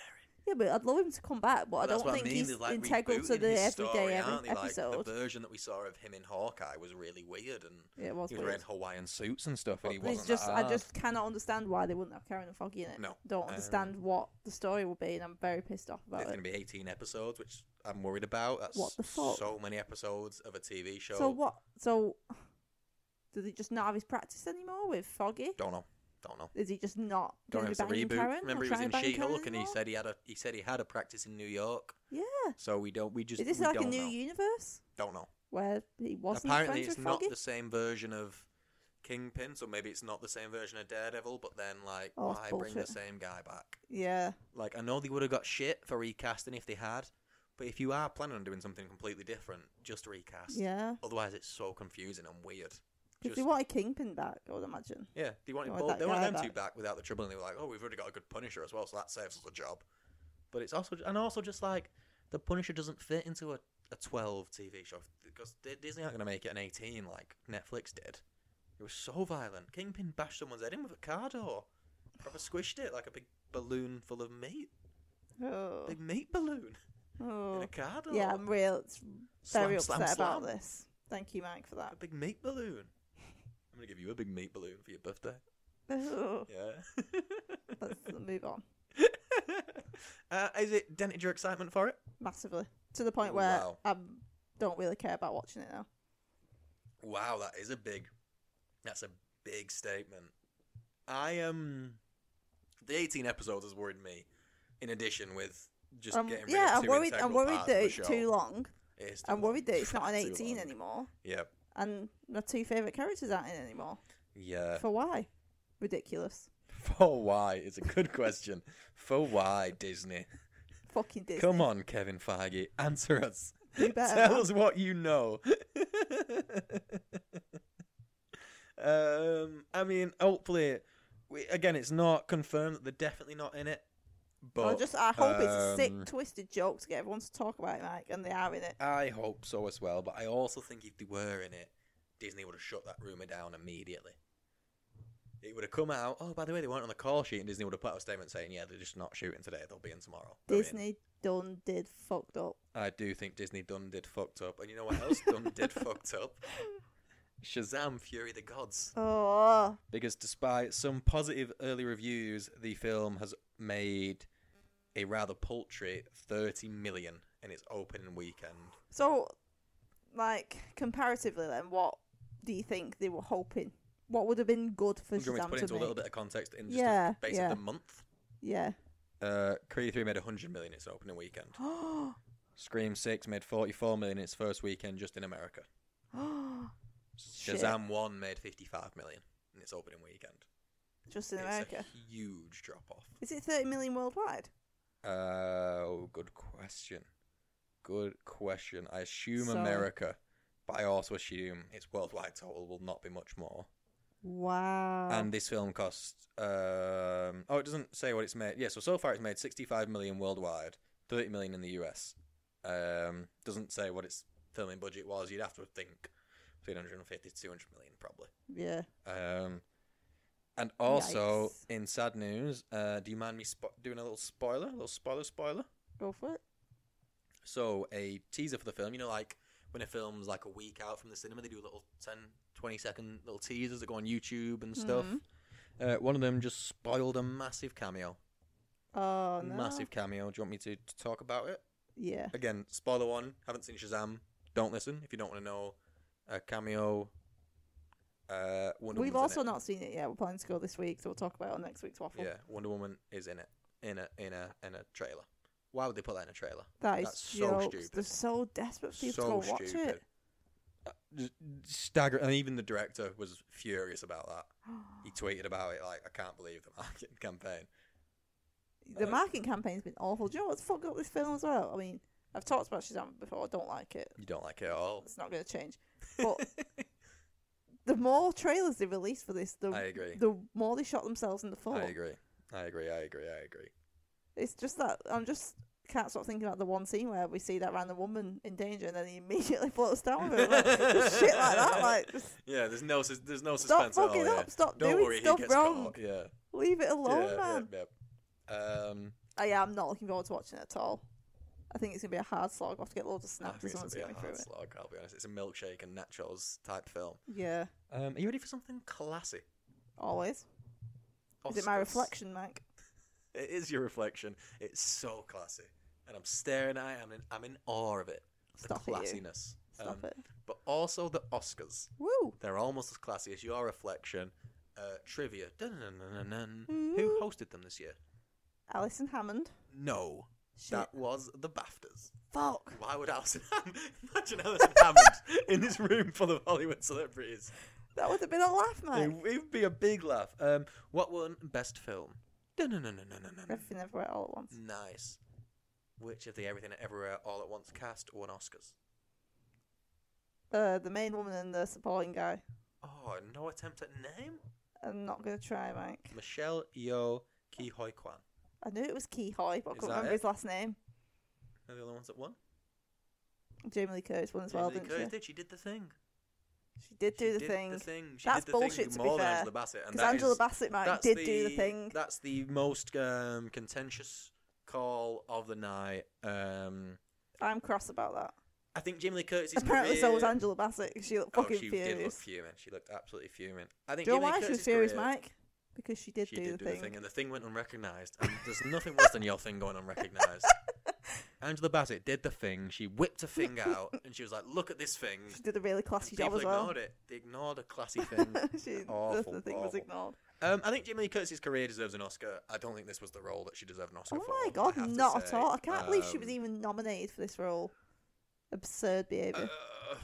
S2: Yeah, but I'd love him to come back, but I
S1: But that's
S2: don't
S1: what
S2: think
S1: I mean,
S2: he's
S1: they're, like,
S2: integral to
S1: rebooting
S2: the
S1: his
S2: everyday
S1: story,
S2: every-
S1: aren't they? Like,
S2: episode.
S1: the version that we saw of him in Hawkeye was really weird and
S2: yeah, it was
S1: He was
S2: weird.
S1: wearing Hawaiian suits and stuff, and he
S2: It's
S1: wasn't.
S2: just
S1: that
S2: I
S1: hard.
S2: just cannot understand why they wouldn't have Karen and Foggy in it.
S1: No,
S2: Don't
S1: um,
S2: understand what the story will be, and I'm very pissed off about
S1: It's going
S2: it.
S1: to be 18 episodes, which I'm worried about. That's
S2: What the fuck?
S1: so many episodes of a TV show.
S2: So what? So do they just not have his practice anymore with Foggy?
S1: Don't know. Don't know.
S2: Is he just not
S1: Don't
S2: going
S1: know
S2: to
S1: if
S2: be
S1: it's a
S2: banging
S1: reboot.
S2: Karen?
S1: Remember,
S2: or
S1: he was
S2: trying
S1: in
S2: to bang
S1: She-Hulk,
S2: Karen
S1: and he
S2: anymore?
S1: said he had a he said he had a practice in New York.
S2: "Yeah."
S1: So we don't. We just
S2: Is this
S1: we
S2: like a
S1: don't
S2: new
S1: know.
S2: universe
S1: Don't know.
S2: where he wasn't
S1: Apparently,
S2: friends
S1: it's
S2: with
S1: not
S2: Foggy?
S1: the same version of Kingpin. So maybe it's not the same version of Daredevil. But then, like,
S2: Oh, it's
S1: why bring the
S2: bullshit.
S1: same guy back?
S2: Yeah,
S1: Like, I know they would have got shit for recasting if they had. But if you are planning on doing something completely different, just recast.
S2: yeah.
S1: Otherwise, it's so confusing and weird.
S2: If they
S1: Just-
S2: want a Kingpin back, I would imagine.
S1: Yeah, they wanted
S2: Or
S1: both.
S2: Oh, that
S1: They wanted
S2: guy
S1: them two
S2: back.
S1: back without the trouble, and they were like, "Oh, we've already got a good Punisher as well, so that saves us a job." But it's also and also just like the Punisher doesn't fit into a, a twelve TV show because Di- Disney aren't going to make it an eighteen like Netflix did. It was so violent. Kingpin bashed someone's head in with a car door. Proper squished it like a big balloon full of meat,
S2: Oh,
S1: big meat balloon in
S2: oh.
S1: a car door.
S2: yeah. I'm real. It's very upset
S1: slam,
S2: about
S1: slam.
S2: this. Thank you, Mike, for
S1: A
S2: that.
S1: big meat balloon. I'm gonna give you a big meat balloon for your birthday.
S2: Oh,
S1: Yeah.
S2: Let's move on
S1: uh, is it dented your excitement for it?
S2: massively to the point where
S1: Oh, Wow.
S2: I don't really care about watching it now.
S1: Wow, that is a big. That's a big statement. I Um, the eighteen episodes has worried me. In addition, with just
S2: Um,
S1: getting rid
S2: yeah,
S1: of
S2: I'm
S1: two
S2: worried. I'm
S1: integral
S2: worried
S1: parts of
S2: that
S1: the
S2: it's
S1: show.
S2: too long.
S1: It is too
S2: I'm worried
S1: long.
S2: that it's not an
S1: Too
S2: 18
S1: long.
S2: anymore,
S1: Yeah,
S2: and my two favorite characters aren't in it anymore.
S1: yeah.
S2: For why? Ridiculous.
S1: For why? It's a good question. For why Disney?
S2: Fucking Disney.
S1: Come on, Kevin Feige, answer us.
S2: You better
S1: Tell
S2: not.
S1: us what you know. um, I mean, hopefully, we, again, it's not confirmed that they're definitely not in it. But
S2: I just I hope it's a
S1: um,
S2: sick, twisted joke to get everyone to talk about it, Mike, and they are in it.
S1: I hope so as well. But I also think if they were in it, Disney would have shut that rumor down immediately. It would have come out. Oh, by the way, they weren't on the call sheet, and Disney would have put out a statement saying, "Yeah, they're just not shooting today. They'll be in tomorrow." I mean,
S2: Disney done did fucked up.
S1: I do think Disney done did fucked up. And you know what else done did fucked up? Shazam Fury of the Gods.
S2: Oh,
S1: Because despite some positive early reviews, the film has made a rather paltry 30 million in in its opening weekend.
S2: So, like comparatively, then, what do you think they were hoping? What would have been good for
S1: Do you want me to
S2: Shazam
S1: put it
S2: to
S1: into a little
S2: make?
S1: bit of context in just
S2: Yeah,
S1: the base
S2: yeah.
S1: of the month?
S2: Yeah.
S1: Uh, Creed 3 made 100 million its opening weekend. Scream 6 made 44 million its first weekend just in America.
S2: Shit.
S1: Shazam 1 made 55 million in its opening weekend.
S2: Just in
S1: it's
S2: America.
S1: a huge drop off.
S2: Is it 30 million worldwide?
S1: Uh, oh, good question. Good question. I assume
S2: So-
S1: America, but I also assume its worldwide total will not be much more.
S2: Wow.
S1: And this film cost. Um, oh, it doesn't say what it's made. Yeah, so so far it's made 65 million worldwide, 30 million in the US. Um, doesn't say what its filming budget was. You'd have to think 350 to 200 million probably.
S2: yeah.
S1: Um, and also
S2: Yikes.
S1: in sad news, uh, do you mind me spo- doing a little spoiler? A little spoiler, spoiler.
S2: Go for it.
S1: So a teaser for the film, you know, like when a film's like a week out from the cinema, they do little 10, 20 second little teasers that go on YouTube and stuff.
S2: Mhm.
S1: Uh, one of them just spoiled a massive cameo.
S2: Oh, no.
S1: Massive cameo. Do you want me to, to talk about it?
S2: Yeah.
S1: Again, spoiler one. Haven't seen Shazam. Don't listen if you don't want to know. A cameo. Uh, Wonder Woman's
S2: We've
S1: in
S2: also
S1: it.
S2: not seen it yet. We're planning to go this week, so we'll talk about it on next week's waffle.
S1: Yeah, Wonder Woman is in it in a in a in a trailer. Why would they put that in a trailer?
S2: That is
S1: That's so
S2: jokes. They're
S1: stupid.
S2: so desperate for people to
S1: so
S2: go watch
S1: stupid.
S2: it.
S1: Uh, just Staggering, and even the director was furious about that. He tweeted about it like, "I can't believe the marketing campaign."
S2: The
S1: Uh,
S2: marketing campaign's been awful. Do you know what's fucked up with this film as well? I mean, I've talked about Shazam before. I don't like it.
S1: You don't like it at all.
S2: It's not going to change. But the more trailers they released for this, the
S1: I agree.
S2: the more they shot themselves in the foot.
S1: I agree. I agree. I agree. I agree.
S2: It's just that I'm just can't stop thinking about the one scene where we see that random woman in danger and then he immediately floats down with her. Like, just shit like that. Like, just
S1: Yeah, there's no sus- there's no
S2: stop
S1: suspense
S2: fucking
S1: at all. yeah.
S2: up. Stop
S1: Don't
S2: doing
S1: worry,
S2: stuff
S1: he gets
S2: wrong.
S1: caught. Yeah.
S2: Leave it alone,
S1: yeah,
S2: man.
S1: yeah, yeah. Um,
S2: I am not looking forward to watching it at all. I think it's gonna be a hard slog. We'll have to get loads
S1: I
S2: of snaps or
S1: think
S2: something
S1: it's
S2: to
S1: gonna
S2: get
S1: be
S2: me
S1: a
S2: Ah, through
S1: hard
S2: it.
S1: slog. I'll be honest. It's a milkshake and nachos type film.
S2: Yeah,
S1: Um, are you ready for something classy?
S2: always. Is it my
S1: Oscars.
S2: reflection, Mike?
S1: It is your reflection. It's so classy, and I'm staring at it. I'm in, I'm in awe of it. The
S2: Stop it, you.
S1: classiness.
S2: Stop
S1: Um,
S2: it.
S1: But also the Oscars.
S2: Woo!
S1: They're almost as classy as your reflection. Uh, trivia. Dun-dun-dun-dun-dun. Who hosted them this year?
S2: Alison Hammond.
S1: No,
S2: Shit.
S1: that was the BAFTAs.
S2: Fuck.
S1: Why would Alison Ham imagine Alison Hammond in this room full of Hollywood celebrities?
S2: That would have been a laugh,
S1: It
S2: Mike.
S1: would be a big laugh. Um, what won best film? Dun-dun-dun-dun-dun-dun.
S2: Everything everywhere all at once.
S1: Nice. Which of the Everything Everywhere All at Once cast won Oscars?
S2: Uh, the main woman and the supporting guy.
S1: Oh, no attempt at name.
S2: I'm not gonna try, Mike.
S1: Michelle Yeoh Ki Hoi Kwan.
S2: I knew it was Kehoy, but I
S1: Is
S2: couldn't
S1: that
S2: remember
S1: it?
S2: his last name.
S1: Are the only ones that won?
S2: Jamie Lee Curtis won as well,
S1: Jamie Lee
S2: didn't
S1: Curtis
S2: she?
S1: did. She did the thing.
S2: She did do
S1: She
S2: the
S1: did
S2: thing.
S1: The
S2: 'Cause
S1: thing. She did
S2: That's
S1: the
S2: bullshit,
S1: thing
S2: to be
S1: more than
S2: fair.
S1: Angela Bassett. And that
S2: Angela
S1: is-
S2: Bassett, Mike,
S1: that's
S2: did do the thing.
S1: That's the most um, contentious call of the night. Um,
S2: I'm cross about that.
S1: I think Jamie Lee Curtis.
S2: Apparently,
S1: career...
S2: so was Angela Bassett. 'cause She looked
S1: Oh,
S2: fucking
S1: she did look
S2: furious.
S1: fuming. She looked absolutely fuming. I think
S2: Do you know
S1: Jamie Lee
S2: why she was
S1: Curtis's
S2: furious,
S1: career-
S2: Mike? Because she did
S1: She
S2: do,
S1: did
S2: the,
S1: do
S2: thing.
S1: the thing, and the thing went unrecognised. And there's nothing worse than your thing going unrecognised. Angela Bassett did the thing. She whipped her thing out, and she was like, "Look at this thing."
S2: She did a really classy job
S1: People
S2: as well.
S1: ignored it. They ignored a classy thing.
S2: she,
S1: Awful,
S2: the thing was
S1: awful.
S2: ignored.
S1: Um, I think Jamie Lee Curtis's career deserves an Oscar. I don't think this was the role that she deserved an Oscar
S2: Oh
S1: for.
S2: my
S1: I have
S2: god,
S1: to
S2: not at
S1: say.
S2: all. I can't believe she was
S1: Um,
S2: even nominated for this role. Absurd behaviour.
S1: uh,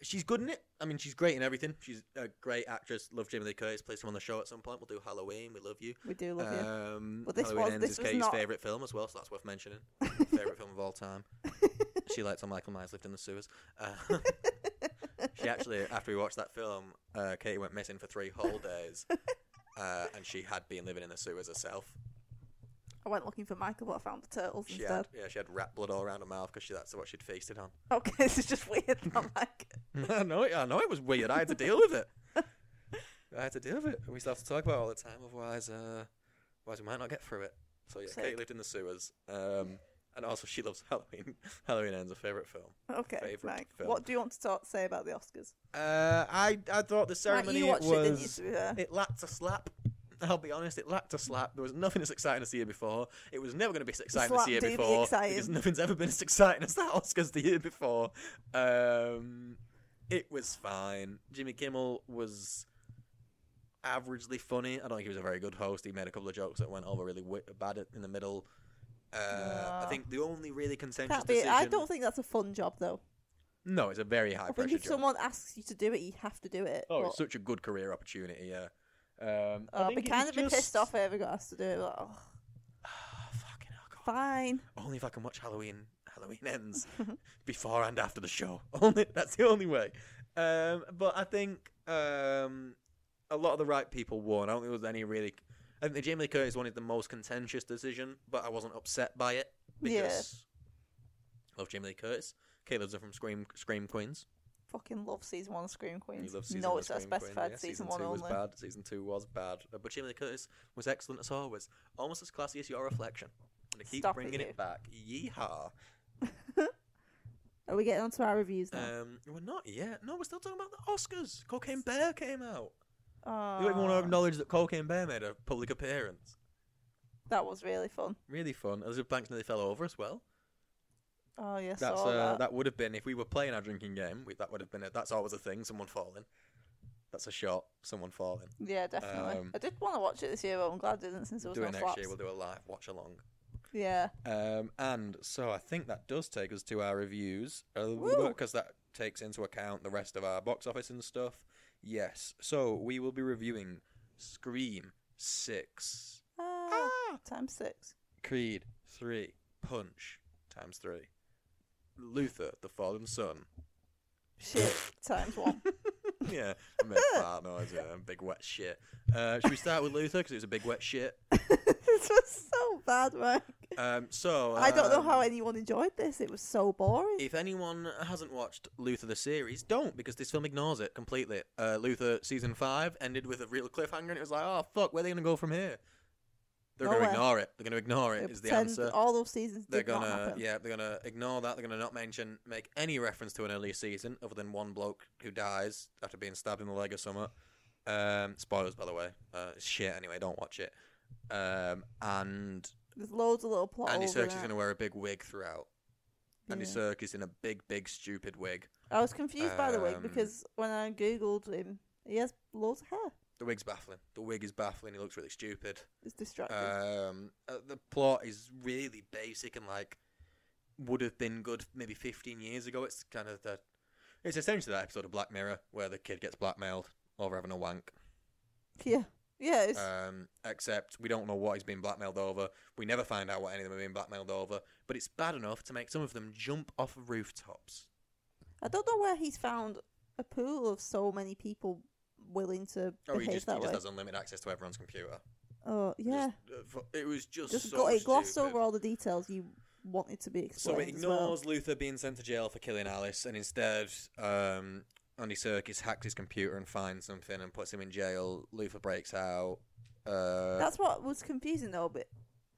S1: she's good in it. I mean, she's great in everything. She's a great actress. Love Jamie Lee Curtis. Plays her on the show at some point. We'll do Halloween. We love you.
S2: we do love you.
S1: Um,
S2: But this
S1: Halloween
S2: was-
S1: Ends
S2: this
S1: is
S2: was
S1: Kay's
S2: not-
S1: favourite film as well, so that's worth mentioning. favourite film of all time. She liked how Michael Myers lived in the sewers. Uh, she actually, after we watched that film, uh, Katie went missing for three whole days, uh, and she had been living in the sewers herself.
S2: I went looking for Michael, but I found the turtles
S1: She
S2: instead.
S1: had, yeah, she had rat blood all around her mouth because that's what she'd feasted on.
S2: Okay, this is just weird. I'm like,
S1: I know, it- I know it was weird. I had to deal with it. I had to deal with it. We still have to talk about it all the time, otherwise, uh, otherwise we might not get through it. So yeah,
S2: Sick.
S1: Kate lived in the sewers, um, and also she loves Halloween. Halloween ends her favorite film.
S2: okay,
S1: Favourite
S2: Mike,
S1: film.
S2: what do you want to talk, say about the Oscars?
S1: Uh, I I thought the
S2: Mike,
S1: ceremony
S2: you watched it, didn't you?
S1: was
S2: to be fair?
S1: it lacked a slap. I'll be honest, it lacked a slap. There was nothing as exciting as the year before. It was never going to be as exciting as
S2: slap
S1: the year
S2: do be
S1: before.
S2: exciting.
S1: Because nothing's ever been as exciting as that Oscars the year before. Um, it was fine. Jimmy Kimmel was averagely funny. I don't think he was a very good host. He made a couple of jokes that went over really wi- bad in the middle. Uh, I
S2: Yeah.
S1: think the only really contentious
S2: Can't be,
S1: decision.
S2: I don't think that's a fun job though.
S1: No, it's a very high
S2: I think
S1: pressure
S2: if
S1: job.
S2: someone asks you to do it, you have to do it.
S1: Oh,
S2: but-
S1: it's such a good career opportunity. Yeah. Um, I
S2: I'll
S1: think
S2: be
S1: it
S2: kind
S1: was
S2: of be
S1: just-
S2: pissed off if I got asked to do it. But, oh,
S1: Ah, fucking hell, God.
S2: fine.
S1: Only if I can watch Halloween. Halloween ends before and after the show. Only that's the only way. Um, but I think um, a lot of the right people won. I don't think there was any really. I think the Jamie Lee Curtis one is the most contentious decision, but I wasn't upset by it
S2: Yeah.
S1: because I love Jamie Lee Curtis. Caleb's are from Scream Scream Queens.
S2: Fucking love season one of Scream Queens.
S1: You love season
S2: no,
S1: one
S2: it's a
S1: Scream Queen,
S2: specified
S1: yeah.
S2: season,
S1: season
S2: one
S1: two
S2: only.
S1: was bad. Season two was bad, Uh, but Jamie Lee Curtis was excellent as always, almost as classy as your reflection. And to keep
S2: Stop it,
S1: bringing
S2: you.
S1: it back, yeehaw!
S2: Are we getting onto our reviews now?
S1: Um, we're not yet. No, we're still talking about the Oscars. Cocaine Bear came out.
S2: Aw,
S1: You don't even
S2: Ah.
S1: want to acknowledge that Cocaine Bear made a public appearance.
S2: that was really fun.
S1: Really fun. Elizabeth Banks nearly fell over as well.
S2: Oh yes,
S1: That's
S2: all
S1: uh,
S2: that.
S1: that would have been if we were playing our drinking game. We, that would have been a, that's always a thing. Someone falling. That's a shot. Someone falling.
S2: Yeah, definitely.
S1: um,
S2: I did want to watch it this year, but I'm glad I didn't since there was
S1: do it
S2: no
S1: next
S2: flaps.
S1: year. We'll do a live watch along.
S2: Yeah,
S1: Um, and so I think that does take us to our reviews
S2: Woo!
S1: because that takes into account the rest of our box office and stuff. Yes. So we will be reviewing Scream 6,
S2: ah, times six.
S1: Creed 3, Punch times 3, Luther, The Fallen Sun.
S2: Shit, times one.
S1: yeah, I made fart noise, yeah, and big wet shit. Uh, should we start with Luther because it was a big wet shit?
S2: this was so bad, man.
S1: Um, so
S2: I don't know
S1: um,
S2: how anyone enjoyed this. It was so boring.
S1: If anyone hasn't watched Luther the series, don't because this film ignores it completely. Uh, Luther season five ended with a real cliffhanger, and it was like, oh fuck, where are they going to go from here? They're going
S2: Nowhere.
S1: to ignore it. They're going to ignore
S2: They
S1: it. Is the
S2: pretend
S1: answer?
S2: All those seasons
S1: They're
S2: did not
S1: gonna
S2: happen.
S1: yeah, they're gonna ignore that. They're gonna not mention, make any reference to an earlier season other than one bloke who dies after being stabbed in the leg or something. Um, spoilers, by the way. Uh, it's shit. Anyway, don't watch it. Um, and
S2: There's loads of little plot
S1: Andy
S2: holes in
S1: Serkis is
S2: it.
S1: going to wear a big wig throughout. Andy
S2: Yeah.
S1: Serkis in a big, big, stupid wig.
S2: I was confused by the wig
S1: Um,
S2: because when I googled him, he has loads of hair.
S1: The wig's baffling. The wig is baffling. He looks really stupid.
S2: It's distracting.
S1: Um, uh, the plot is really basic and like would have been good maybe 15 years ago. It's kind of the. It's essentially that episode of Black Mirror where the kid gets blackmailed over having a wank.
S2: yeah, yeah. It's,
S1: Um, except we don't know what he's being blackmailed over. We never find out what any of them are being blackmailed over. But it's bad enough to make some of them jump off of rooftops.
S2: I don't know where he's found a pool of so many people willing to
S1: Oh, he
S2: behave
S1: just, he
S2: that
S1: just
S2: way.
S1: has unlimited access to everyone's computer.
S2: Oh, yeah.
S1: Just, uh, fu- it was just,
S2: Just,
S1: so
S2: gl- it glossed
S1: stupid.
S2: over all the details you wanted to be
S1: So
S2: explained.
S1: it
S2: as well.
S1: ignores Luther being sent to jail for killing Alice, and instead, um, Andy Serkis hacks his computer and finds something and puts him in jail. Luther breaks out. Uh,
S2: That's what was confusing though. But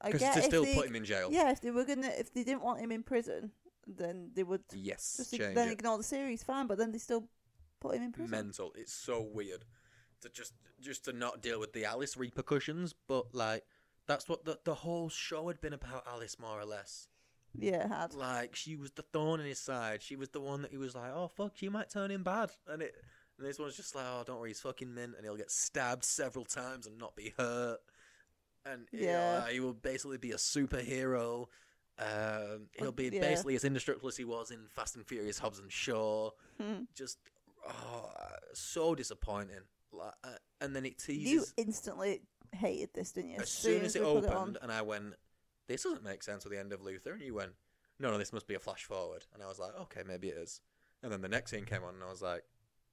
S2: I
S1: because
S2: get
S1: to
S2: if
S1: still
S2: they,
S1: put him in jail.
S2: yeah, if they were gonna, if they didn't want him in prison, then they would
S1: Yes,
S2: just ig-
S1: change
S2: then
S1: it.
S2: ignore the series. Fine, but then they still put him in prison.
S1: Mental. It's so weird to just just to not deal with the Alice repercussions, but like that's what the the whole show had been about Alice more or less.
S2: Yeah, it had.
S1: like she was the thorn in his side. She was the one that he was like, "Oh fuck, you might turn him bad." And it, and this one's just like, "Oh, don't worry, he's fucking mint, and he'll get stabbed several times and not be hurt." And yeah,
S2: Yeah.
S1: he will basically be a superhero. Um, he'll be
S2: yeah.
S1: basically as indestructible as he was in Fast and Furious, Hobbs and Shaw.
S2: Hmm.
S1: Just oh, so disappointing. Like, uh, and then it teases
S2: You instantly hated this, didn't you?
S1: as soon as it
S2: we put on.
S1: opened, and I went, "This doesn't make sense with the end of Luther," and you went, "No, no, this must be a flash forward," and I was like, "Okay, maybe it is." And then the next scene came on, and I was like,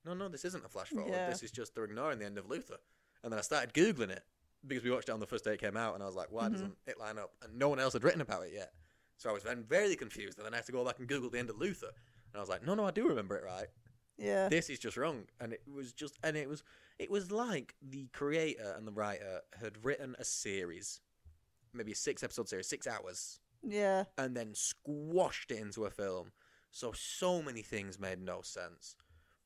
S1: "No, no, this isn't a flash forward.
S2: Yeah.
S1: This is just they're ignoring the end of Luther." And then I started googling it because we watched it on the first day it came out, and I was like, "Why
S2: Mhm.
S1: doesn't it line up?" And no one else had written about it yet, so I was then very confused. And then I had to go back and Google the end of Luther, and I was like, "No, no, I do remember it right."
S2: yeah,
S1: this is just wrong and it was just and it was it was like the creator and the writer had written a series maybe a six episode series six hours
S2: yeah,
S1: and then squashed it into a film so so many things made no sense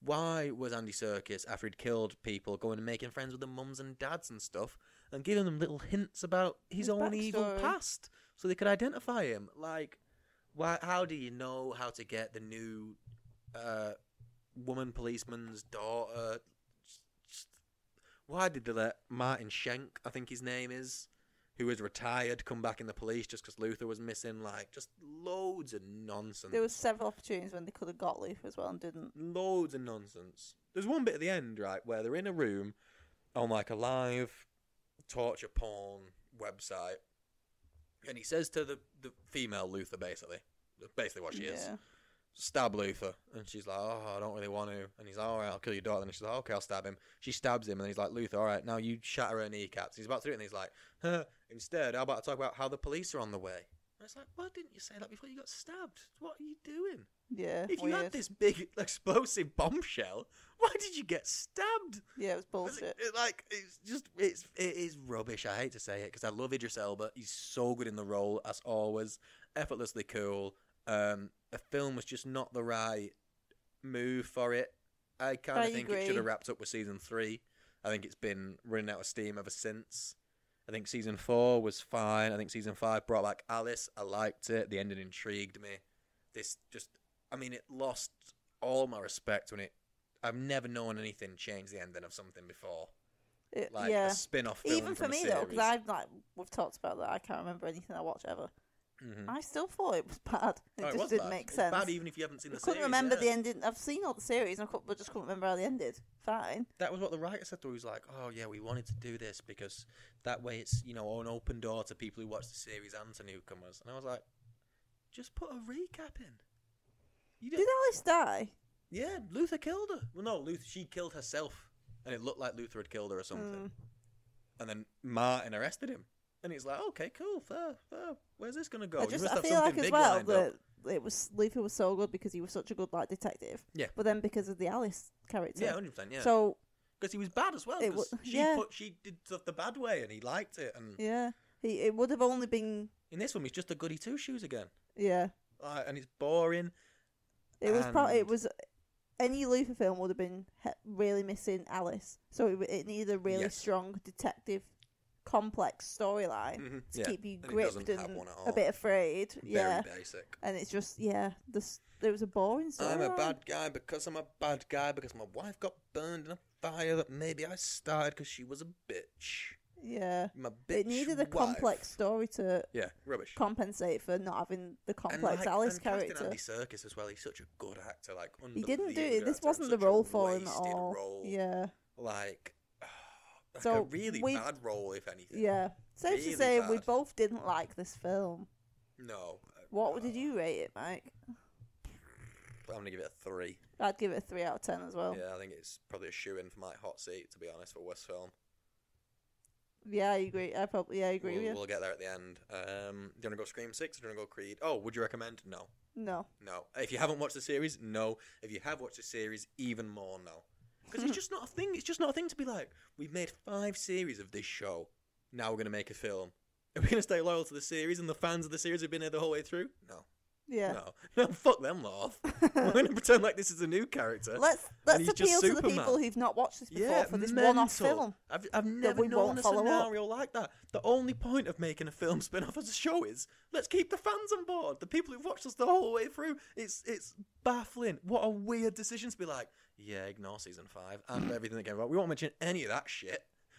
S1: why was andy circus after he'd killed people going and making friends with the mums and dads and stuff and giving them little hints about his,
S2: His
S1: own evil
S2: backstory.
S1: past so they could identify him. Like, why, how do you know how to get the new uh, woman policeman's daughter? Why did they let Martin Schenk, I think his name is, who is retired, come back in the police just because Luther was missing? Like, just loads of nonsense
S2: There was several opportunities when they could have got Luther as well and didn't.
S1: loads of nonsense. There's one bit at the end, right, where they're in a room on like a live torture porn website, and he says to the, the female Luther, basically, that's basically what she is,
S2: Yeah.
S1: stab Luther, and she's like, oh, I don't really want to, and he's like, all right, I'll kill your daughter, and she's like, okay, I'll stab him. She stabs him, and he's like, Luther, all right, now you shatter her kneecaps. He's about to do it, and he's like, huh, instead, how about I talk about how the police are on the way? And it's like, why didn't you say that before you got stabbed? What are you doing?
S2: Yeah.
S1: If you had
S2: weird.
S1: this big explosive bombshell, why did you get stabbed?
S2: Yeah, it
S1: Was
S2: was bullshit.
S1: It, it, like it's just it's it is rubbish. I hate to say it because I love Idris Elba. He's so good in the role as always, effortlessly cool. Um, the film was just not the right move for it. I kind
S2: I
S1: of think it
S2: agree.
S1: should have wrapped up with season three. I think it's been running out of steam ever since. I think season four was fine. I think season five brought back Alice. I liked it. The ending intrigued me. This just, I mean, it lost all my respect when it. I've never known anything change the ending of something before,
S2: It-
S1: like a
S2: yeah.
S1: spin-off film
S2: Even for
S1: from a
S2: me though,
S1: series.
S2: because I've like we've talked about that. I can't remember anything I watch ever.
S1: Mhm.
S2: I still thought it was bad. It
S1: Oh,
S2: just
S1: was
S2: didn't
S1: bad.
S2: make
S1: It's
S2: sense.
S1: bad even if you haven't seen
S2: I
S1: the
S2: couldn't
S1: series,
S2: remember
S1: yeah.
S2: the ending. I've seen all the series, and I, could, but just couldn't remember how they ended. Fine.
S1: That was what the writer said. To her. He was like, "Oh yeah, we wanted to do this because that way it's you know an open door to people who watch the series and to newcomers." And I was like, "Just put a recap in." You
S2: Did Alice die?
S1: Yeah, Luther killed her. Well, no, Luther. She killed herself, and it looked like Luther had killed her or something.
S2: Mm.
S1: And then Martin arrested him, and he's like, "Okay, cool, fair, fair. Where's this gonna go?
S2: I
S1: You
S2: just
S1: must
S2: I
S1: have
S2: feel
S1: something
S2: like as
S1: big
S2: well
S1: lined
S2: that
S1: up."
S2: it was Luther was so good because he was such a good like detective.
S1: Yeah.
S2: But then because of the Alice character.
S1: Yeah, hundred percent. Yeah, because
S2: So
S1: he was bad as well.
S2: It
S1: 'cause
S2: wa-
S1: she
S2: yeah.
S1: put, she did stuff the bad way, and he liked it. And
S2: yeah, he it would have only been
S1: in this one, he's just a goody two shoes again,
S2: yeah.
S1: like, and it's boring.
S2: It was pro- it
S1: And-
S2: was any Luther film would have been he- really missing Alice, so it, it needed a really
S1: Yes.
S2: strong detective, complex storyline
S1: Mhm,
S2: to
S1: yeah.
S2: keep you
S1: And it
S2: gripped
S1: doesn't have
S2: and
S1: one at all.
S2: a bit afraid. yeah,
S1: Very basic.
S2: and it's just yeah, this there was a boring story.
S1: I'm a bad guy because I'm a bad guy because my wife got burned in a fire that maybe I started because she was a bitch.
S2: Yeah,
S1: My bitch.
S2: it needed a
S1: wife.
S2: complex story to
S1: Yeah, rubbish.
S2: compensate for not having the
S1: And,
S2: complex
S1: like,
S2: Alice
S1: and casting
S2: character.
S1: Andy Serkis as well. He's such a good actor. Like
S2: He didn't do
S1: unbelievably
S2: it.
S1: good
S2: This
S1: actor,
S2: wasn't the
S1: such a
S2: role for him at
S1: wasted
S2: all.
S1: role.
S2: Yeah,
S1: Like, like a
S2: So
S1: really
S2: we-
S1: bad role, if anything.
S2: yeah. Safe
S1: Really
S2: to say, we
S1: bad.
S2: both didn't like this film.
S1: No.
S2: What did you rate it, Mike?
S1: I'm gonna give it a three.
S2: I'd give it a three out of ten as well. Yeah,
S1: Yeah, I think it's probably a shoe in for my hot seat. To be honest, for worst film.
S2: I agree. I probably yeah, I agree
S1: We'll,
S2: with you.
S1: we'll get there at the end. Um, do you want to go Scream Six? Or do you want to go Creed? Oh, would you recommend? No.
S2: No,
S1: No. If you haven't watched the series, no. If you have watched the series, even more no. Because it's just not a thing. It's just not a thing to be like, we've made five series of this show. Now we're going to make a film. Are we going to stay loyal to the series and the fans of the series have been here the whole way through? No.
S2: yeah.
S1: No. No, fuck them lot off. we're going to pretend like this is a new character.
S2: Let's
S1: he's
S2: let's
S1: just
S2: appeal to the
S1: Superman.
S2: people who've not watched this before
S1: yeah,
S2: for this
S1: mental.
S2: one-off film.
S1: I've, I've never
S2: we
S1: known
S2: won't
S1: a
S2: follow up.
S1: scenario like that. The only point of making a film spin-off as a show is let's keep the fans on board, the people who've watched us the whole way through. It's it's baffling. What a weird decision to be like. Yeah, ignore season five and everything that came about. We won't mention any of that shit.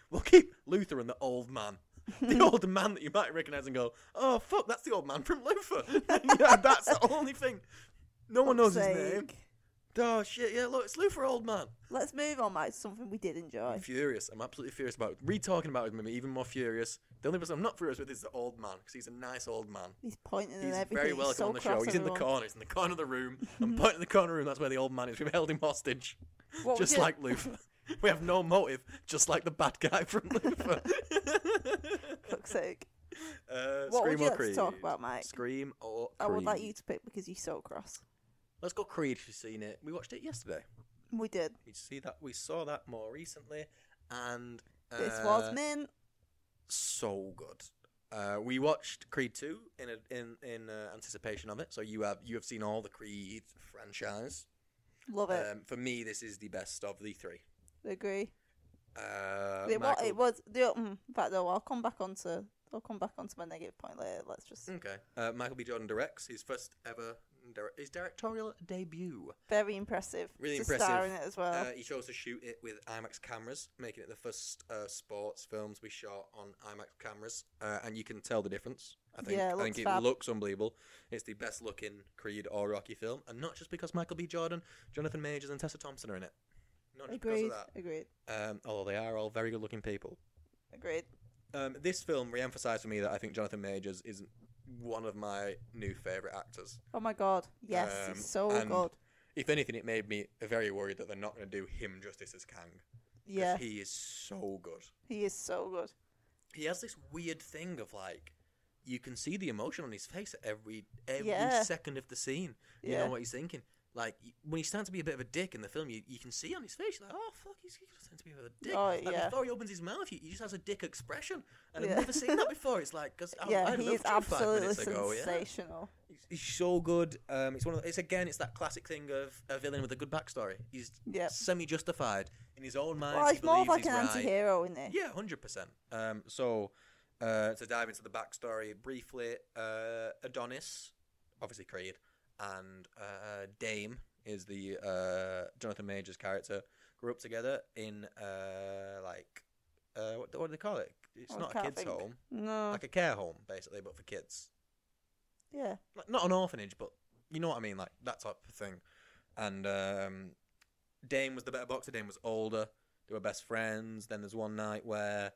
S1: We'll keep Luther and the old man. The old man that you might recognise and go, oh fuck, that's the old man from Luther. yeah, that's the only thing. No one knows his name.
S2: Sake.
S1: Oh shit, yeah, look, it's Luther, old man.
S2: Let's move on, Mike. to Something we did enjoy.
S1: I'm furious. I'm absolutely furious about it. Re-talking about it made me even more furious. The only person I'm not furious with is the old man, because he's a nice old man.
S2: He's pointing and
S1: He's
S2: everything.
S1: very
S2: He's
S1: welcome
S2: so
S1: on the show.
S2: cross,
S1: He's in the
S2: everyone.
S1: corner. He's in the corner of the room. I'm pointing in the corner of the room. That's where the old man is. We've held him hostage,
S2: What we
S1: just
S2: did-
S1: like Luther. we have no motive, just like the bad guy from Luther.
S2: Fuck's sake.
S1: uh,
S2: What would
S1: Scream
S2: you
S1: or
S2: like to talk
S1: Creed?
S2: about, Mike?
S1: Scream or
S2: I
S1: Creed?
S2: would like you to pick because you're so cross.
S1: Let's go Creed. If you've seen it, we watched it yesterday.
S2: We did.
S1: We see that. We saw that more recently, and uh,
S2: This was mint.
S1: so good. Uh, we watched Creed two in a, in in uh, anticipation of it. So you have you have seen all the Creed franchise.
S2: Love it.
S1: Um, for me, this is the best of the three.
S2: Agree.
S1: Uh,
S2: it, wa-
S1: Michael-
S2: it was the mm, in fact though I'll come back onto I'll come back onto my negative point later. Let's just
S1: Okay. Uh, Michael B. Jordan directs his first ever dire- his directorial debut.
S2: very impressive.
S1: Really
S2: to
S1: impressive.
S2: Star in it as well.
S1: Uh, he chose to shoot it with IMAX cameras, making it the first uh, sports films we shot on IMAX cameras. Uh, and you can tell the difference. I think,
S2: Yeah, it
S1: I think
S2: looks
S1: it
S2: fab.
S1: looks unbelievable. It's the best looking Creed or Rocky film, and not just because Michael B. Jordan, Jonathan Majors, and Tessa Thompson are in it. Not just
S2: agreed.
S1: because of
S2: Agreed.
S1: that. Um, although they are all very good looking people.
S2: Agreed.
S1: Um, this film re-emphasised for me that I think Jonathan Majors is one of my new favourite actors.
S2: Oh my god. Yes,
S1: Um,
S2: it's so
S1: and
S2: good.
S1: If anything, it made me very worried that they're not going to do him justice as Kang. 'cause
S2: Yeah, he,
S1: he is so good.
S2: is so good.
S1: He has this weird thing of like, you can see the emotion on his face at every every
S2: Yeah.
S1: second of the scene. You
S2: Yeah.
S1: know what he's thinking. Like y- when he's starting to be a bit of a dick in the film, you, you can see on his face like, oh fuck, he's, he's starting to be a bit of a dick.
S2: Oh,
S1: Like,
S2: yeah.
S1: Before he opens his mouth, he, he just has a dick expression, and
S2: Yeah.
S1: I've never seen that before. It's like, cause I,
S2: yeah,
S1: Oh, I
S2: he
S1: loved
S2: is
S1: you five
S2: absolutely
S1: minutes ago. Yeah.
S2: sensational.
S1: He's- He's so good. Um, it's one of the, it's again it's that classic thing of a villain with a good backstory. He's
S2: Yep.
S1: semi justified in his own mind.
S2: Well,
S1: he
S2: he's more of
S1: believes
S2: like an
S1: he's right.
S2: anti-hero in there.
S1: Yeah, hundred percent. Um, so uh, to dive into the backstory briefly, uh, Adonis, obviously Creed, and uh, Dame is the uh, Jonathan Majors character grew up together in uh, like uh, what, what do they call it? It's
S2: Oh, I
S1: not a
S2: can't
S1: kids'
S2: think.
S1: home,
S2: No.
S1: like a care home basically, but for kids
S2: yeah.
S1: like, not an orphanage, but you know what I mean, like that type of thing. And um, Dame was the better boxer. Dame was older. They were best friends. Then there's one night where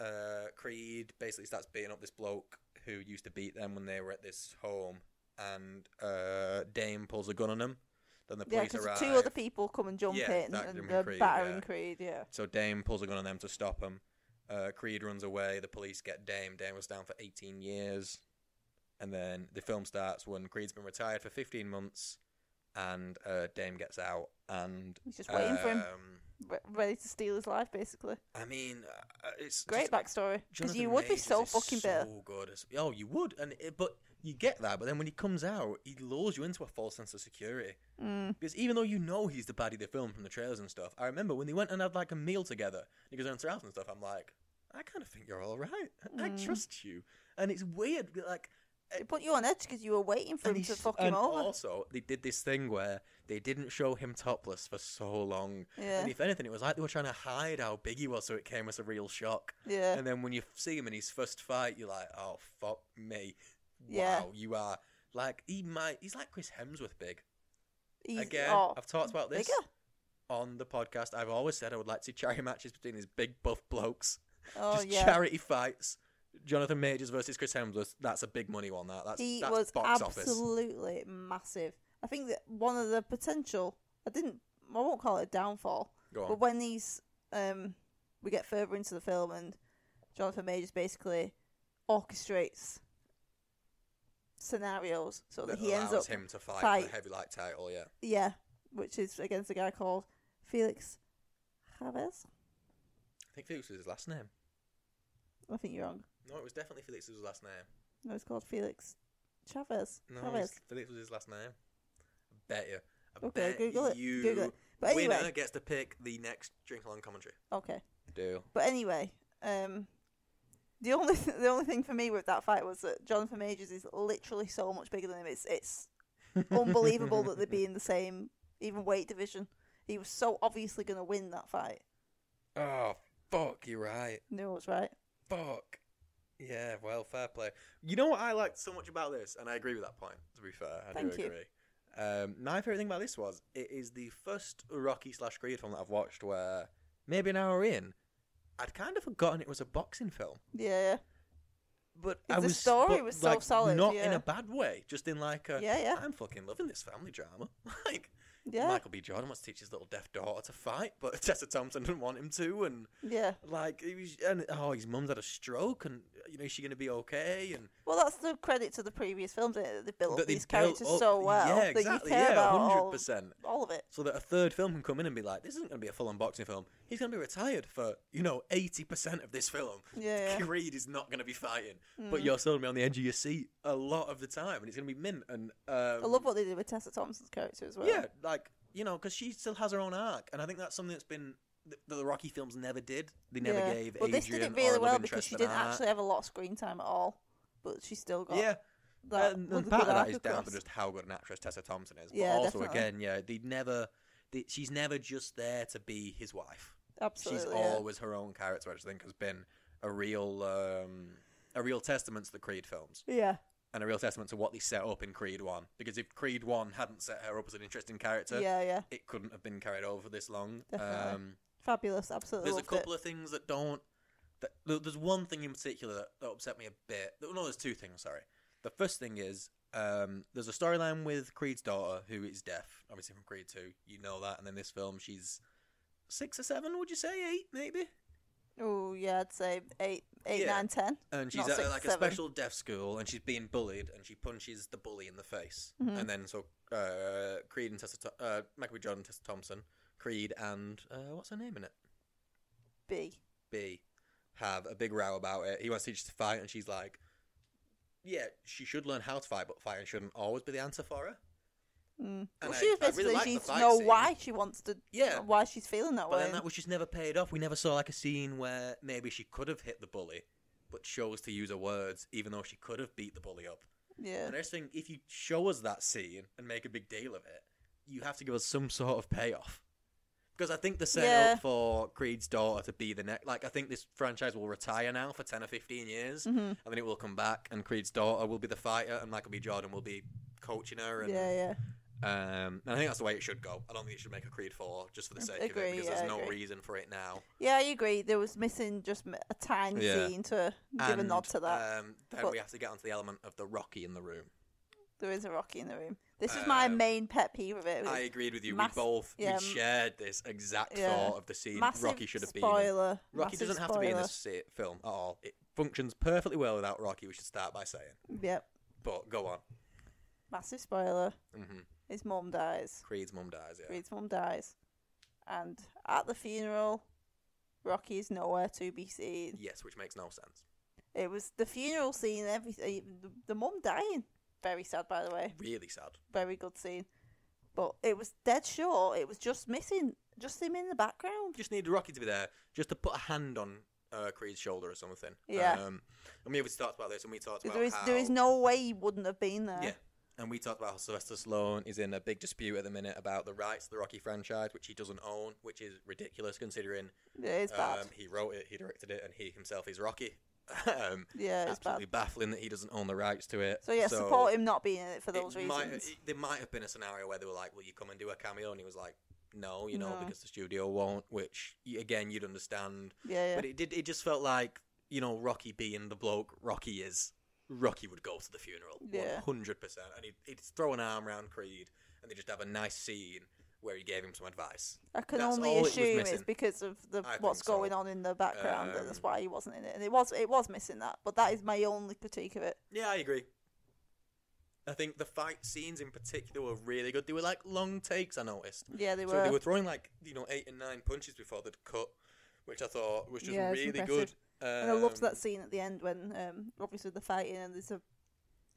S1: uh, Creed basically starts beating up this bloke who used to beat them when they were at this home, and uh, Dame pulls a gun on him. Then the
S2: Yeah,
S1: police
S2: because
S1: arrive.
S2: two other people come and jump
S1: Yeah,
S2: in
S1: that
S2: and
S1: Jim
S2: they're
S1: Creed,
S2: battering
S1: yeah.
S2: Creed. Yeah.
S1: So Dame pulls a gun on them to stop him. Uh, Creed runs away. The police get Dame. Dame was down for 18 years. And then the film starts when Creed's been retired for 15 months and uh, Dame gets out. And
S2: He's just waiting for him,
S1: um,
S2: re- ready to steal his life, basically.
S1: I mean, uh, it's
S2: Great
S1: just-
S2: backstory. Because
S1: Jonathan
S2: you would be
S1: Majors
S2: so
S1: is
S2: fucking
S1: so
S2: bitter.
S1: good. as- Oh, you would. And it, but you get that. But then when he comes out, he lures you into a false sense of security.
S2: Mm.
S1: Because even though you know he's the baddie of the film from the trailers and stuff, I remember when they went and had like a meal together, and he goes around to the house and stuff, I'm like, I kind of think you're all right. I- I
S2: Mm.
S1: trust you. And it's weird, like,
S2: It put you on edge because you were waiting for
S1: and
S2: him to
S1: he's-
S2: fuck
S1: and
S2: him over.
S1: also, they did this thing where they didn't show him topless for so long.
S2: yeah.
S1: And if anything, it was like they were trying to hide how big he was so it came as a real shock.
S2: yeah.
S1: And then when you see him in his first fight, you're like, oh, fuck me. Wow,
S2: Yeah.
S1: you are. Like, he might, he's like Chris Hemsworth big.
S2: He's,
S1: Again,
S2: oh,
S1: I've talked about this.
S2: bigger.
S1: on the podcast, I've always said I would like to see charity matches between these big buff blokes.
S2: Oh,
S1: Just
S2: yeah.
S1: charity fights. Jonathan Majors versus Chris Hemsworth. That's a big money one. That that's,
S2: he
S1: that's
S2: was
S1: box office.
S2: absolutely massive. I think that one of the potential, I didn't, I won't call it a downfall,
S1: Go on.
S2: but when these, um, we get further into the film and Jonathan Majors basically orchestrates scenarios so
S1: That
S2: that, he ends
S1: allows
S2: up,
S1: him to fight, for
S2: fight.
S1: the heavy light title. Yeah,
S2: yeah, which is against a guy called Felix Chavez.
S1: I think Felix was his last name.
S2: I think you're wrong.
S1: No, it was definitely Felix was his last name.
S2: No, it's called Felix Chavez.
S1: No, it
S2: Chavez.
S1: was, Felix was his last name. I bet you. I
S2: Okay,
S1: bet
S2: Google it.
S1: you.
S2: Google it. But anyway,
S1: Winner gets to pick the next drink along commentary.
S2: okay.
S1: Do
S2: But anyway, um, the only the only thing for me with that fight was that Jonathan Majors is literally so much bigger than him. It's it's unbelievable that they'd be in the same even weight division. He was so obviously going to win that fight.
S1: Oh fuck, you're right.
S2: Knew I was right.
S1: Fuck. Yeah, well, fair play. You know what I liked so much about this, and I agree with that point. To be fair, I
S2: Thank
S1: do
S2: you.
S1: agree. Um, my favorite thing about this was it is the first Rocky slash Creed film that I've watched where maybe an hour in, I'd kind of forgotten it was a boxing film,
S2: Yeah,
S1: but
S2: The
S1: I was
S2: story
S1: but,
S2: was so
S1: like,
S2: solid,
S1: not in
S2: yeah.
S1: a bad way, just in like a,
S2: Yeah, yeah.
S1: I'm fucking loving this family drama. like
S2: yeah,
S1: Michael B. Jordan wants to teach his little deaf daughter to fight, but Tessa Thompson didn't want him to, and
S2: yeah.
S1: like he was, and oh, his mum's had a stroke, and you know, is she going to be okay? And
S2: Well, that's the credit to the previous films. Isn't it? They built up
S1: that they
S2: these
S1: built
S2: characters
S1: up-
S2: so well
S1: Yeah, exactly.
S2: that you care
S1: yeah,
S2: about
S1: hundred
S2: all,
S1: percent.
S2: all of it.
S1: So that a third film can come in and be like, this isn't going to be a full unboxing film. He's going to be retired for you know eighty percent of this film.
S2: Yeah, Mm. yeah.
S1: Creed is not going to be fighting, but you're still going to be on the edge of your seat a lot of the time, and it's going to be mint. And um,
S2: I love what they did with Tessa Thompson's character as well.
S1: yeah, like you know, because she still has her own arc, and I think that's something that's been th- that the Rocky films never did. They never
S2: yeah.
S1: gave
S2: Well,
S1: Adrian
S2: this did it
S1: or a
S2: really
S1: love
S2: well because
S1: interest
S2: she
S1: and a
S2: didn't
S1: heart.
S2: actually have a lot of screen time at all, but she still got
S1: Yeah,
S2: that.
S1: and,
S2: look
S1: and
S2: at
S1: part of
S2: that
S1: that is
S2: arc
S1: down to
S2: across.
S1: just how good an actress Tessa Thompson is. But
S2: Yeah,
S1: also,
S2: definitely.
S1: again, yeah, they never. They, she's never just there to be his wife.
S2: absolutely.
S1: she's
S2: yeah.
S1: always her own character, which I think has been a real um, a real testament to the Creed films
S2: yeah.
S1: and a real testament to what they set up in Creed One. Because if Creed One hadn't set her up as an interesting character,
S2: yeah, yeah,
S1: it couldn't have been carried over this long.
S2: Definitely.
S1: Um,
S2: fabulous. Absolutely,
S1: there's a
S2: loved
S1: couple of things that don't. That, there- there's one thing in particular that, that upset me a bit. No, there's two things. Sorry. The first thing is um, there's a storyline with Creed's daughter who is deaf, obviously from Creed Two. You know that, and in this film she's six or seven. Would you say eight, maybe?
S2: it. Oh yeah, I'd say eight, eight,
S1: Yeah.
S2: nine, ten.
S1: And she's
S2: Not
S1: at
S2: six,
S1: like a
S2: seven.
S1: special deaf school, and she's being bullied, and she punches the bully in the face.
S2: Mhm.
S1: And then so uh, Creed and Tessa, Tho- uh, Michael B. Jordan, Tessa Thompson, Creed, and uh, what's her name in it?
S2: B.
S1: B have a big row about it. He wants to teach her to fight, and she's like, "Yeah, she should learn how to fight, but fighting shouldn't always be the answer for her."
S2: Mm.
S1: And
S2: Well,
S1: I-
S2: she was
S1: I really
S2: basically
S1: like the
S2: she needs to
S1: fight
S2: know
S1: scene.
S2: why she wants to,
S1: Yeah.
S2: why she's feeling that
S1: But
S2: way.
S1: then that was just never paid off. We never saw like a scene where maybe she could have hit the bully, but chose to use her words, even though she could have beat the bully up.
S2: yeah,
S1: And I just think if you show us that scene and make a big deal of it, you have to give us some sort of payoff. Because I think the setup
S2: Yeah.
S1: for Creed's daughter to be the next, like I think this franchise will retire now for ten or fifteen years,
S2: Mhm.
S1: and then it will come back, and Creed's daughter will be the fighter, and Michael B. Jordan will be coaching her, and
S2: yeah, yeah. Mm,
S1: um, and I think that's the way it should go. I don't think it should make a Creed four just for the sake of it,
S2: Agree,
S1: because
S2: yeah,
S1: there's no
S2: agree.
S1: reason for it now.
S2: Yeah, I agree. There was missing just m- a tiny
S1: Yeah.
S2: scene to give a
S1: and,
S2: nod to that.
S1: Um, then
S2: But-
S1: we have to get onto the element of the Rocky in the room.
S2: there is a Rocky in the room. This is my
S1: um,
S2: main pet peeve of it.
S1: I agreed with you.
S2: mass-
S1: we both
S2: yeah,
S1: we
S2: m-
S1: shared this exact
S2: yeah.
S1: thought of the scene.
S2: massive
S1: Rocky should have been. in.
S2: spoiler.
S1: Rocky
S2: massive
S1: doesn't have to be in
S2: spoiler.
S1: this se- film at all. It functions perfectly well without Rocky. We should start by saying.
S2: Yep,
S1: But go on.
S2: massive spoiler.
S1: hmm
S2: His mum dies.
S1: Creed's mum dies. Yeah.
S2: Creed's mum dies, and at the funeral, Rocky is nowhere to be seen.
S1: Yes, which makes no sense.
S2: It was the funeral scene, and everything. The, the mum dying. Very sad, by the way.
S1: Really sad.
S2: Very good scene. But it was dead sure. It was just missing. Just him in the background.
S1: Just needed Rocky to be there, just to put a hand on uh, Creed's shoulder or something.
S2: Yeah.
S1: Um, and we obviously talked about this, and we talked about
S2: there is
S1: how
S2: there is no way he wouldn't have been there.
S1: Yeah. And we talked about how Sylvester Sloan is in a big dispute at the minute about the rights to the Rocky franchise, which he doesn't own, which is ridiculous considering
S2: It is bad.
S1: Um, he wrote it, he directed it, and he himself is Rocky. um,
S2: yeah, it's bad.
S1: absolutely baffling that he doesn't own the rights to it.
S2: So yeah, support him not being in it for
S1: it
S2: those
S1: might-
S2: reasons.
S1: it- there might have been a scenario where they were like, "Will you come and do a cameo?" And he was like, "No, you know,
S2: No.
S1: because the studio won't." Which y- again, you'd understand.
S2: yeah, yeah.
S1: But it did. It just felt like you know, Rocky being the bloke Rocky is. Rocky would go to the funeral,
S2: Yeah.
S1: one hundred percent, and he'd, he'd throw an arm around Creed, and they would just have a nice scene where he gave him some advice.
S2: I can
S1: that's
S2: only
S1: all it was
S2: assume it's
S1: missing.
S2: because of the
S1: I
S2: what's
S1: think so.
S2: going on in the background that that's
S1: Um,
S2: why he wasn't in it. And it was it was missing that. But that is my only critique of it.
S1: Yeah, I agree. I think the fight scenes in particular were really good. They were like long takes. I noticed.
S2: Yeah, they
S1: so
S2: were.
S1: they were throwing like you know eight and nine punches before they'd cut, which I thought was just
S2: Yeah, it's
S1: really good.
S2: impressive.
S1: Um,
S2: and I loved that scene at the end when um, obviously they're fighting and there's a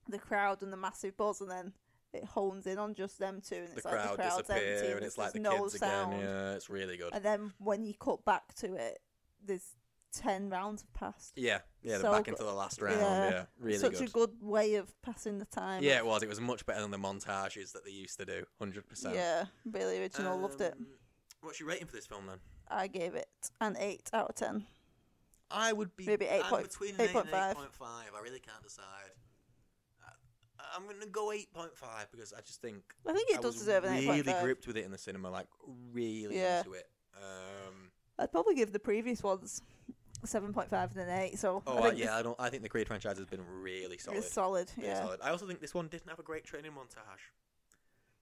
S2: the crowd and the massive buzz and then it hones in on just them two and
S1: The
S2: it's like
S1: crowd
S2: the crowd's
S1: disappear
S2: empty
S1: and
S2: there's
S1: it's like the
S2: no
S1: kids
S2: sound.
S1: again. Yeah, it's really good.
S2: And then when you cut back to it, there's ten rounds have passed.
S1: Yeah, yeah, they're
S2: so
S1: back
S2: good.
S1: into the last round.
S2: Yeah.
S1: Yeah, really
S2: Such
S1: good.
S2: a good way of passing the time.
S1: Yeah, it was. It was much better than the montages that they used to do. Hundred percent.
S2: Yeah, really original. loved it.
S1: Um, What's your rating for this film then?
S2: I gave it an eight out of ten.
S1: I would be
S2: Maybe
S1: I'm
S2: 8.5.
S1: between an 8 and
S2: 8.5.
S1: 8.5. I really can't decide. I, I'm going to go 8.5 because I just think
S2: I think it
S1: I
S2: does
S1: was
S2: deserve an eight
S1: really
S2: point five.
S1: gripped with it in the cinema, like really
S2: Yeah.
S1: into it. Um,
S2: I'd probably give the previous ones seven point five and an eight. So
S1: oh
S2: I
S1: I-
S2: think
S1: yeah, I don't. I think the Creed franchise has been really
S2: this
S1: solid.
S2: is solid.
S1: really
S2: yeah,
S1: solid. I also think this one didn't have a great training montage.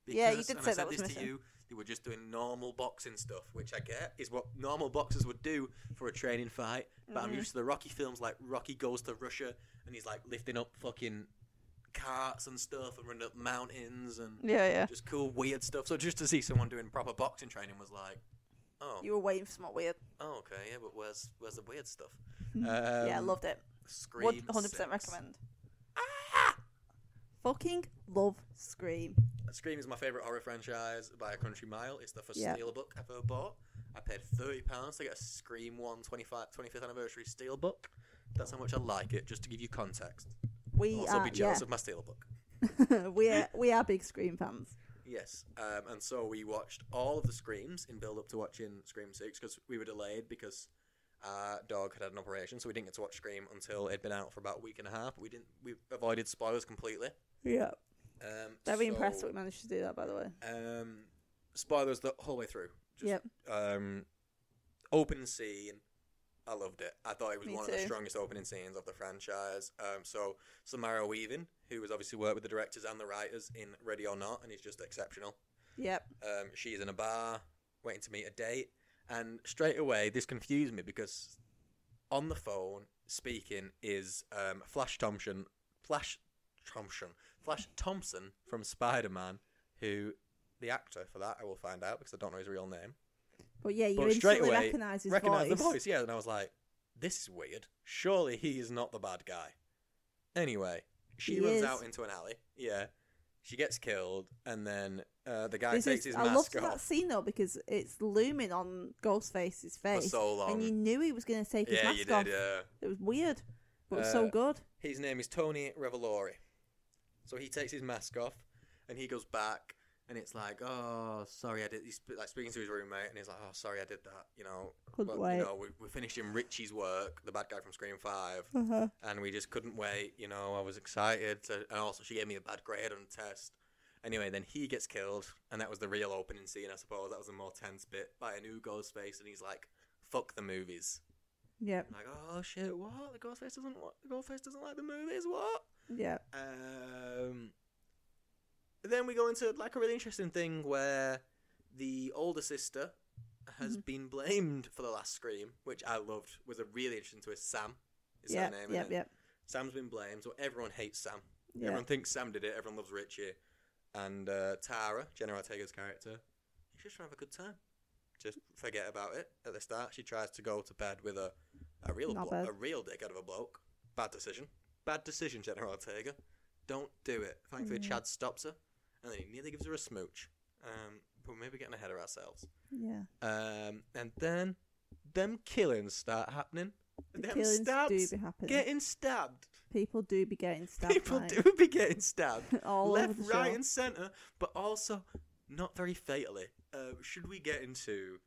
S2: Yeah, you did
S1: and
S2: say
S1: I said
S2: that was
S1: this
S2: missing.
S1: to you. They were just doing normal boxing stuff, which I get is what normal boxers would do for a training fight. But I'm
S2: Mhm.
S1: used to the Rocky films, like Rocky goes to Russia and he's like lifting up fucking carts and stuff and running up mountains and
S2: yeah, yeah.
S1: just cool weird stuff. So just to see someone doing proper boxing training was like, oh,
S2: You were waiting for something weird.
S1: oh okay, yeah, but where's where's the weird stuff?
S2: Mm-hmm. yeah, I
S1: Um,
S2: loved it.
S1: Scream.
S2: Would hundred percent
S1: six.
S2: recommend. Fucking love Scream.
S1: Scream is my favourite horror franchise by a country mile. It's the first
S2: Yeah.
S1: steel book I've ever bought. I paid £30 to get a Scream 1 25 25th anniversary steel book. That's how much I like it, just to give you context.
S2: We
S1: also,
S2: are
S1: Oh, be jealous of my steel book.
S2: yeah. we are we are big Scream fans.
S1: Yes, um, and so we watched all of the screams in build up to watching Scream Six because we were delayed because our dog had had an operation, so we didn't get to watch Scream until it'd been out for about a week and a half. We didn't. We avoided spoilers completely.
S2: Yeah,
S1: Um,
S2: very
S1: so,
S2: impressed that we managed to do that. By the way,
S1: Um, spoilers the whole way through. Just,
S2: Yep.
S1: Um, opening scene, I loved it. I thought it was
S2: Me
S1: one of the
S2: too.
S1: strongest opening scenes of the franchise. Um, so Samara Weaving, who has obviously worked with the directors and the writers in Ready or Not, and is just exceptional.
S2: yep.
S1: Um, she's in a bar waiting to meet a date, and straight away this confused me because on the phone speaking is um, Flash Thompson, Flash Thompson, Flash Thompson from Spider Man, who the actor for that I will find out because I don't know his real name.
S2: But yeah, you
S1: But straight
S2: instantly
S1: away,
S2: recognise his
S1: recognize
S2: voice.
S1: the voice, yeah. And I was like, this is weird. Surely he is not the bad guy. Anyway, she
S2: He
S1: runs
S2: is.
S1: out into an alley. Yeah. She gets killed, and then uh, the guy
S2: This
S1: takes
S2: is-
S1: his
S2: I
S1: mask
S2: loved
S1: off.
S2: that scene though because it's looming on Ghostface's face
S1: so long.
S2: and you knew he was going to take his
S1: Yeah,
S2: mask
S1: you
S2: off.
S1: did. Yeah.
S2: It was weird, but it was so
S1: Uh,
S2: good.
S1: His name is Tony Revolori. So he takes his mask off, and he goes back, and it's like, oh, sorry, I did. He's like speaking to his roommate, and he's like, oh, sorry, I did that. You know,
S2: Couldn't
S1: but,
S2: wait.
S1: you know, we, we're finishing Richie's work, the bad guy from Scream Five,
S2: Uh-huh.
S1: and we just couldn't wait. You know, I was excited, to, and also she gave me a bad grade on the test. Anyway, then he gets killed, and that was the real opening scene, I suppose. That was the more tense bit by a new Ghostface, and he's like, "Fuck the movies."
S2: Yep,
S1: I'm like, oh shit, what? The Ghostface doesn't what? The Ghostface doesn't like the movies, what?
S2: yep.
S1: Um. Then we go into like a really interesting thing where the older sister has been blamed for the last scream, which I loved. Was a really interesting twist. Sam is
S2: Yep,
S1: her name.
S2: yep,
S1: innit?
S2: yep,
S1: Sam's been blamed, so everyone hates Sam.
S2: yep.
S1: Everyone thinks Sam did it. Everyone loves Richie, and uh, Tara, Jenna Ortega's character. She's just trying to have a good time. Just forget about it. At the start, she tries to go to bed with a a real
S2: Not
S1: blo-
S2: bad.
S1: a real dick out of a bloke. Bad decision. Bad decision, Jenna Ortega. Don't do it. Thankfully,
S2: Mm.
S1: Chad stops her, and then he nearly gives her a smooch. Um, but we're maybe getting ahead of ourselves.
S2: Yeah.
S1: Um, and then them killings start happening. Them
S2: Killings do
S1: stabs
S2: be happening.
S1: getting stabbed.
S2: People do be getting stabbed.
S1: People
S2: mate.
S1: do be getting stabbed
S2: All
S1: left,
S2: over the
S1: right,
S2: show.
S1: and centre, but also not very fatally. Uh, should we get into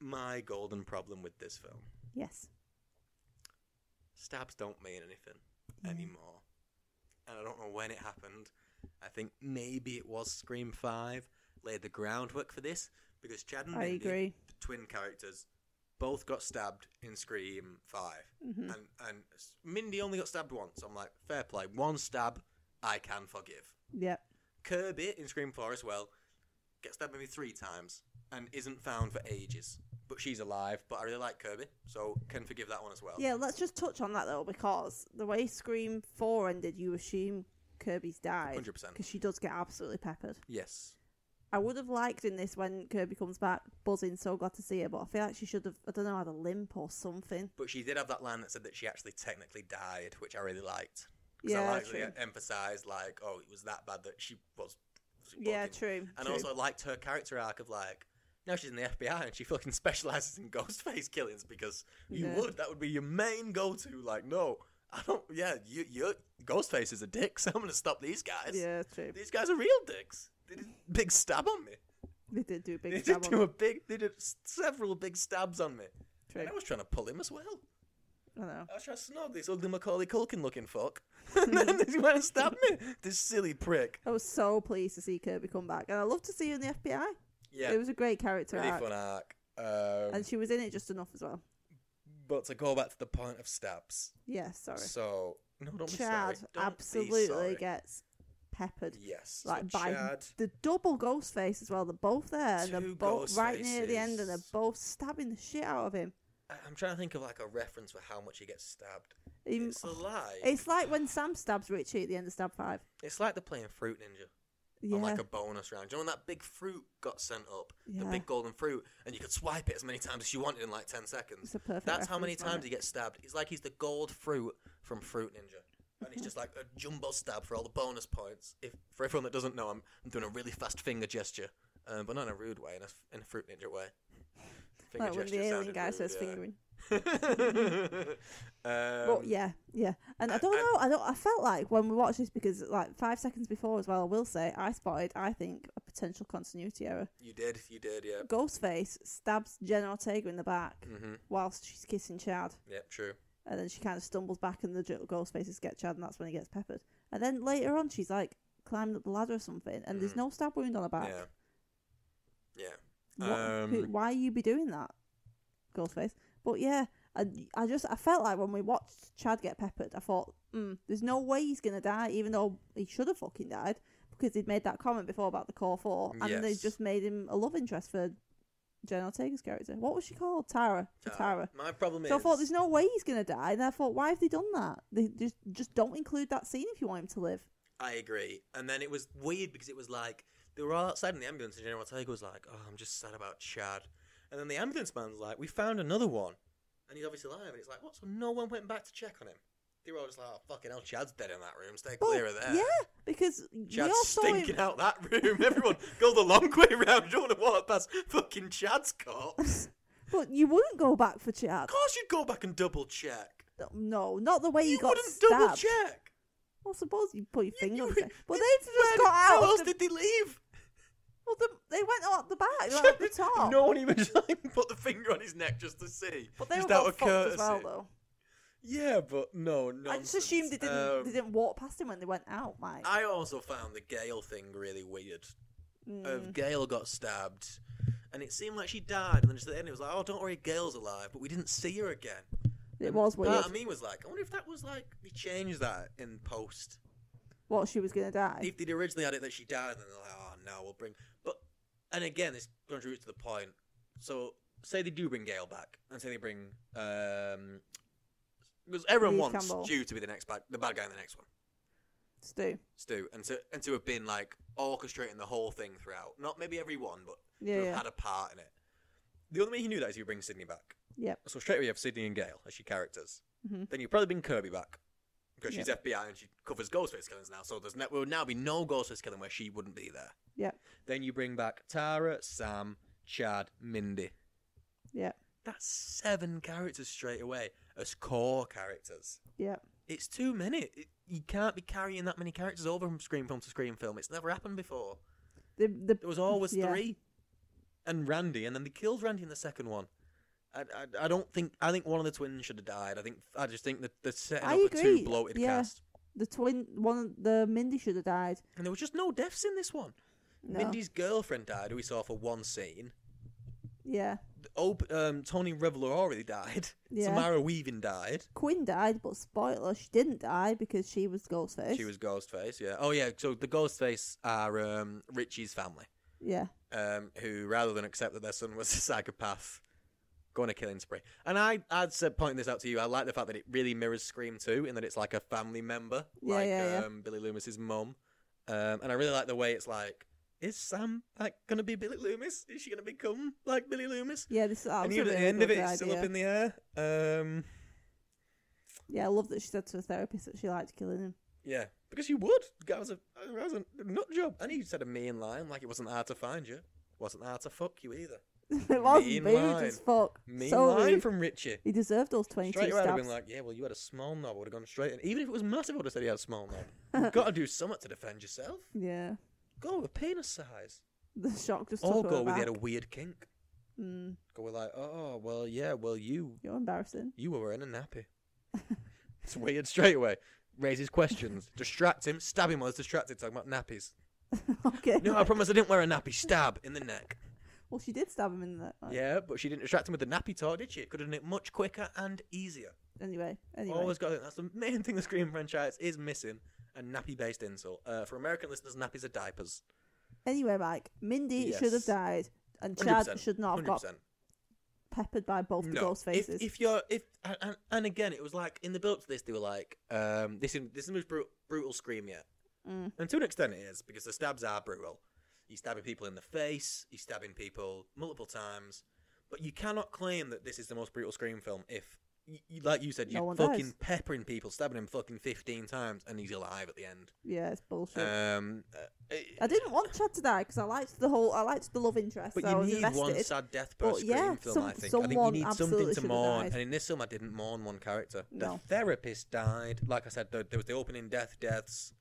S1: my golden problem with this film?
S2: Yes.
S1: Stabs don't mean anything
S2: Yeah.
S1: anymore. And I don't know when it happened. I think maybe it was Scream 5 laid the groundwork for this because Chad and
S2: I
S1: Mindy,
S2: agree.
S1: the twin characters, both got stabbed in Scream 5.
S2: Mhm.
S1: And, and Mindy only got stabbed once. I'm like, fair play. One stab, I can forgive.
S2: Yep.
S1: Kirby in Scream 4 as well gets stabbed maybe three times and isn't found for ages. But she's alive, but I really like Kirby, so can forgive that one as well.
S2: Yeah, let's just touch on that though, because the way Scream 4 ended, you assume Kirby's died.
S1: 100%.
S2: Because she does get absolutely peppered.
S1: Yes.
S2: I would have liked in this when Kirby comes back, buzzing, so glad to see her, but I feel like she should have, I don't know, had a limp or something.
S1: But she did have that line that said that she actually technically died, which I really liked. 'Cause I
S2: Yeah,
S1: liked
S2: true.
S1: that it emphasised, like, oh, it was that bad that she was. she
S2: Yeah,
S1: fucking-
S2: true.
S1: And
S2: true.
S1: also, I liked her character arc of, like, now she's in the FBI and she fucking specialises in ghostface killings because you
S2: Yeah.
S1: would. That would be your main go to. Like, no, I don't. Yeah, you, you, Ghostface is a dick, so I'm going to stop these guys.
S2: yeah, true.
S1: These guys are real dicks. They did a big stab on me.
S2: They did do a big
S1: they
S2: stab
S1: did
S2: on
S1: do a big. They did s- several big stabs on me.
S2: True.
S1: And I was trying to pull him as well.
S2: I know.
S1: I was trying to snog this ugly Macaulay Culkin looking fuck. and then he went and stabbed me. This silly prick.
S2: I was so pleased to see Kirby come back, and I love to see her in the FBI.
S1: Yeah,
S2: It was a great character
S1: really
S2: arc,
S1: fun arc. Um,
S2: and she was in it just enough as well.
S1: but to go back to the point of stabs.
S2: Yeah, sorry.
S1: So no, don't be sorry.
S2: Chad
S1: Don't
S2: absolutely
S1: be sorry.
S2: gets peppered.
S1: Yes, so
S2: Like by
S1: Chad.
S2: the double ghost face as well. They're both there and they're
S1: Two
S2: both
S1: ghost
S2: right near the end and they're
S1: faces.
S2: both stabbing the shit out of him.
S1: I- I'm trying to think of like a reference for how much he gets stabbed.
S2: He-
S1: It's a lie.
S2: Mm, oh, it's like when Sam stabs Richie at the end of Stab Five.
S1: It's like they're playing Fruit Ninja.
S2: Yeah.
S1: on like a bonus round. Do you know when that big fruit got sent up? The
S2: Yeah.
S1: big golden fruit, and you could swipe it as many times as you wanted in like 10 seconds.
S2: It's a perfect
S1: That's how many
S2: reference, wasn't
S1: times
S2: it?
S1: he gets stabbed. It's like he's the gold fruit from Fruit Ninja. and it's just like a jumbo stab for all the bonus points. If for everyone that doesn't know, I'm, I'm doing a really fast finger gesture, um, but not in a rude way, in a, in a fruit ninja way. Finger
S2: like when the
S1: gesture
S2: alien
S1: sounded
S2: guy
S1: rude,
S2: says
S1: yeah.
S2: fingering.
S1: um,
S2: But yeah, yeah. And I, don't
S1: I-
S2: know. I don't. I felt like when we watched this because like five seconds before as well. I will say I spotted. I think a potential continuity error.
S1: You did, you did, yeah.
S2: Ghostface stabs Jen Ortega in the back
S1: Mm-hmm.
S2: whilst she's kissing Chad,
S1: Yep, true.
S2: and then she kind of stumbles back, and the j- Ghostfaces get Chad, and that's when he gets peppered. And then later on, she's like climbing up the ladder or something, and there's
S1: Mhm.
S2: no stab wound on her back.
S1: Yeah. Yeah.
S2: What, who,
S1: Um,
S2: why you be doing that, Ghostface? But yeah, I, I just I felt like when we watched Chad get peppered, I thought, mm, there's no way he's gonna die, even though he should have fucking died because he'd made that comment before about the core four, and they
S1: Yes.
S2: just made him a love interest for Jen Ortega's character. What was she called? Tara. For
S1: Uh,
S2: Tara.
S1: My problem is.
S2: So I thought, there's no way he's gonna die, and I thought, why have they done that? They just just don't include that scene if you want him to live.
S1: I agree. And then it was weird because it was like they were all outside in the ambulance, and General Ortega was like, "Oh, I'm just sad about Chad." And then the ambulance man's like, "We found another one, and he's obviously alive." And it's like, "What?" So no one went back to check on him. They were all just like, "Oh, fucking hell, Chad's dead in that room. Stay
S2: But,
S1: clear of there."
S2: yeah, because we all
S1: Chad's
S2: saw him.
S1: stinking out that room. Everyone, go the long way round. You don't want to walk past fucking Chad's corpse.
S2: But you wouldn't go back for Chad.
S1: of course, you'd go back and double check.
S2: No, not the way you,
S1: You
S2: got
S1: wouldn't
S2: stabbed.
S1: double check.
S2: Well, suppose you put your
S1: You-
S2: finger.
S1: you-
S2: on it. Well,
S1: you-
S2: they've just
S1: where-
S2: got out.
S1: How else
S2: of the,
S1: did they leave?
S2: well, the, they went out the back, they went out the top.
S1: No one even like, put the finger on his neck just to see.
S2: but they
S1: just
S2: were
S1: out
S2: both
S1: of
S2: fucked as well,
S1: courtesy.
S2: though.
S1: Yeah, but no, no.
S2: I just assumed they didn't. they didn't walk past him when they went out, Mike.
S1: Um, I also found the Gale thing really weird.
S2: Mm.
S1: Of Gale got stabbed, and it seemed like she died, and then just at the end it was like, "Oh, don't worry, Gale's alive," but we didn't see her again.
S2: it was
S1: Part
S2: weird.
S1: of me was like, "I wonder if that was like they changed that in post.
S2: what she was gonna die.
S1: If they'd originally had it that she died, and then they're like, "Oh no, we'll bring," but and again, this contributes to the point. So say they do bring Gale back, and say they bring um. Because everyone
S2: Lee
S1: wants
S2: Campbell.
S1: Stu to be the next bad, the bad guy in the next one.
S2: Stu.
S1: Stu, and to and to have been like orchestrating the whole thing throughout. Not maybe everyone, but
S2: Yeah,
S1: to have
S2: yeah.
S1: had a part in it. The only way you knew that is you bring Sydney back.
S2: Yep.
S1: So straight away you have Sydney and Gail as your characters.
S2: Mhm.
S1: Then you probably bring Kirby back because she's FBI and she covers Ghostface killings now. So there's ne- will now be no Ghostface killing where she wouldn't be there.
S2: Yep.
S1: Then you bring back Tara, Sam, Chad, Mindy.
S2: Yep.
S1: That's seven characters straight away as core characters.
S2: Yep.
S1: It's too many. It, you can't be carrying that many characters over from screen film to screen film. It's never happened before.
S2: The, the,
S1: There was always
S2: yeah.
S1: three, and Randy, and then they killed Randy in the second one. I, I, I don't think I think one of the twins should have died. I think I just think that they're setting
S2: I
S1: up a
S2: agree,
S1: too bloated
S2: yeah.
S1: cast,
S2: the twin one. of The Mindy should have died.
S1: and there was just no deaths in this one.
S2: No.
S1: Mindy's girlfriend died, who we saw for one scene.
S2: Yeah.
S1: The Op- um, Tony Reveler already died.
S2: Yeah.
S1: Samara Weaving died.
S2: Quinn died, but spoiler, she didn't die because she was Ghostface.
S1: She was Ghostface. Yeah. Oh yeah. So the Ghostface are um, Richie's family.
S2: Yeah.
S1: um, who, rather than accept that their son was a psychopath, go on a killing spree. And I, I'd said, point this out to you, I like the fact that it really mirrors Scream 2 in that it's like a family member,
S2: Yeah,
S1: like
S2: yeah, yeah.
S1: um, Billy Loomis's mum. Um, and I really like the way it's like, is Sam like gonna be Billy Loomis? Is she gonna become like Billy Loomis?
S2: Yeah. This. That
S1: and
S2: was
S1: even
S2: a
S1: at the
S2: really
S1: end of it,
S2: good
S1: it's still
S2: idea.
S1: up in the air. Um,
S2: Yeah, I love that she said to a therapist that she liked killing him.
S1: yeah, because you would. The guy was a, I was a nut job, and he said a mean line like it wasn't hard to find you, wasn't hard to fuck you either.
S2: it was
S1: Mean
S2: rude
S1: line.
S2: as fuck.
S1: Mean
S2: so
S1: line
S2: rude.
S1: from Richie.
S2: He deserved those twenty two
S1: Straight away, I'd have
S2: stabs.
S1: been like, yeah, well, you had a small knob. I would have gone straight in. Even if it was massive, I would have said he had a small knob. You've got to do something to defend yourself.
S2: yeah,
S1: Go with penis size.
S2: the shock just
S1: Or
S2: took
S1: go
S2: her
S1: with he had
S2: back.
S1: a weird kink.
S2: Mm,
S1: Go with like, oh, well, yeah, well, you
S2: you're embarrassing.
S1: you were wearing a nappy. it's weird straight away. Raises questions. distract him. Stab him while he's distracted talking about nappies.
S2: okay.
S1: No, I promise I didn't wear a nappy. Stab in the neck.
S2: Well, she did stab him in the. Like,
S1: Yeah, but she didn't distract him with the nappy talk, did she? Could have done it much quicker and easier.
S2: Anyway. Anyway.
S1: Always got it. That's the main thing the Scream franchise is missing a nappy based insult. Uh, for American listeners, nappies are diapers.
S2: Anyway, Mike. Mindy should have
S1: Yes.
S2: died, and Chad
S1: 100%,
S2: should not have got
S1: 100%.
S2: peppered by both the
S1: No.
S2: ghost
S1: If,
S2: faces.
S1: if you're if and- and, and again, it was like in the build to this, they were like, um, this is this is the most brutal, brutal Scream yet,
S2: Mm.
S1: and to an extent it is because the stabs are brutal. He's stabbing people in the face. He's stabbing people multiple times. But you cannot claim that this is the most brutal Scream film if y- y- like you said,
S2: No
S1: you're
S2: one
S1: fucking
S2: dies.
S1: peppering people, stabbing him fucking 15 times, and he's alive at the end.
S2: Yeah, it's bullshit.
S1: Um, uh, it-
S2: I didn't want Chad to die because I liked the whole, I liked the love interest.
S1: but
S2: so I
S1: you
S2: was
S1: need
S2: invested.
S1: one sad death per
S2: Well,
S1: screen
S2: yeah,
S1: film,
S2: some-
S1: I think. I think you
S2: someone
S1: need
S2: absolutely
S1: something to
S2: should've
S1: mourn.
S2: died.
S1: And in this film, I didn't mourn one character.
S2: No.
S1: The therapist died. Like I said, there, there was the opening death, deaths,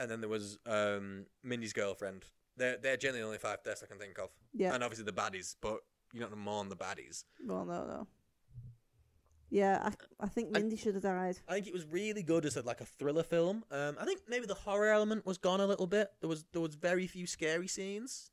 S1: and then there was um, Mindy's girlfriend. They're, they're generally the only five deaths I can think of.
S2: Yeah.
S1: And obviously the baddies, but you're not going to mourn the baddies.
S2: Well, no, no. Yeah, I, I think
S1: I-
S2: Mindy should have died.
S1: I think it was really good as a, like a thriller film. Um, I think maybe the horror element was gone a little bit. There was there was very few scary scenes.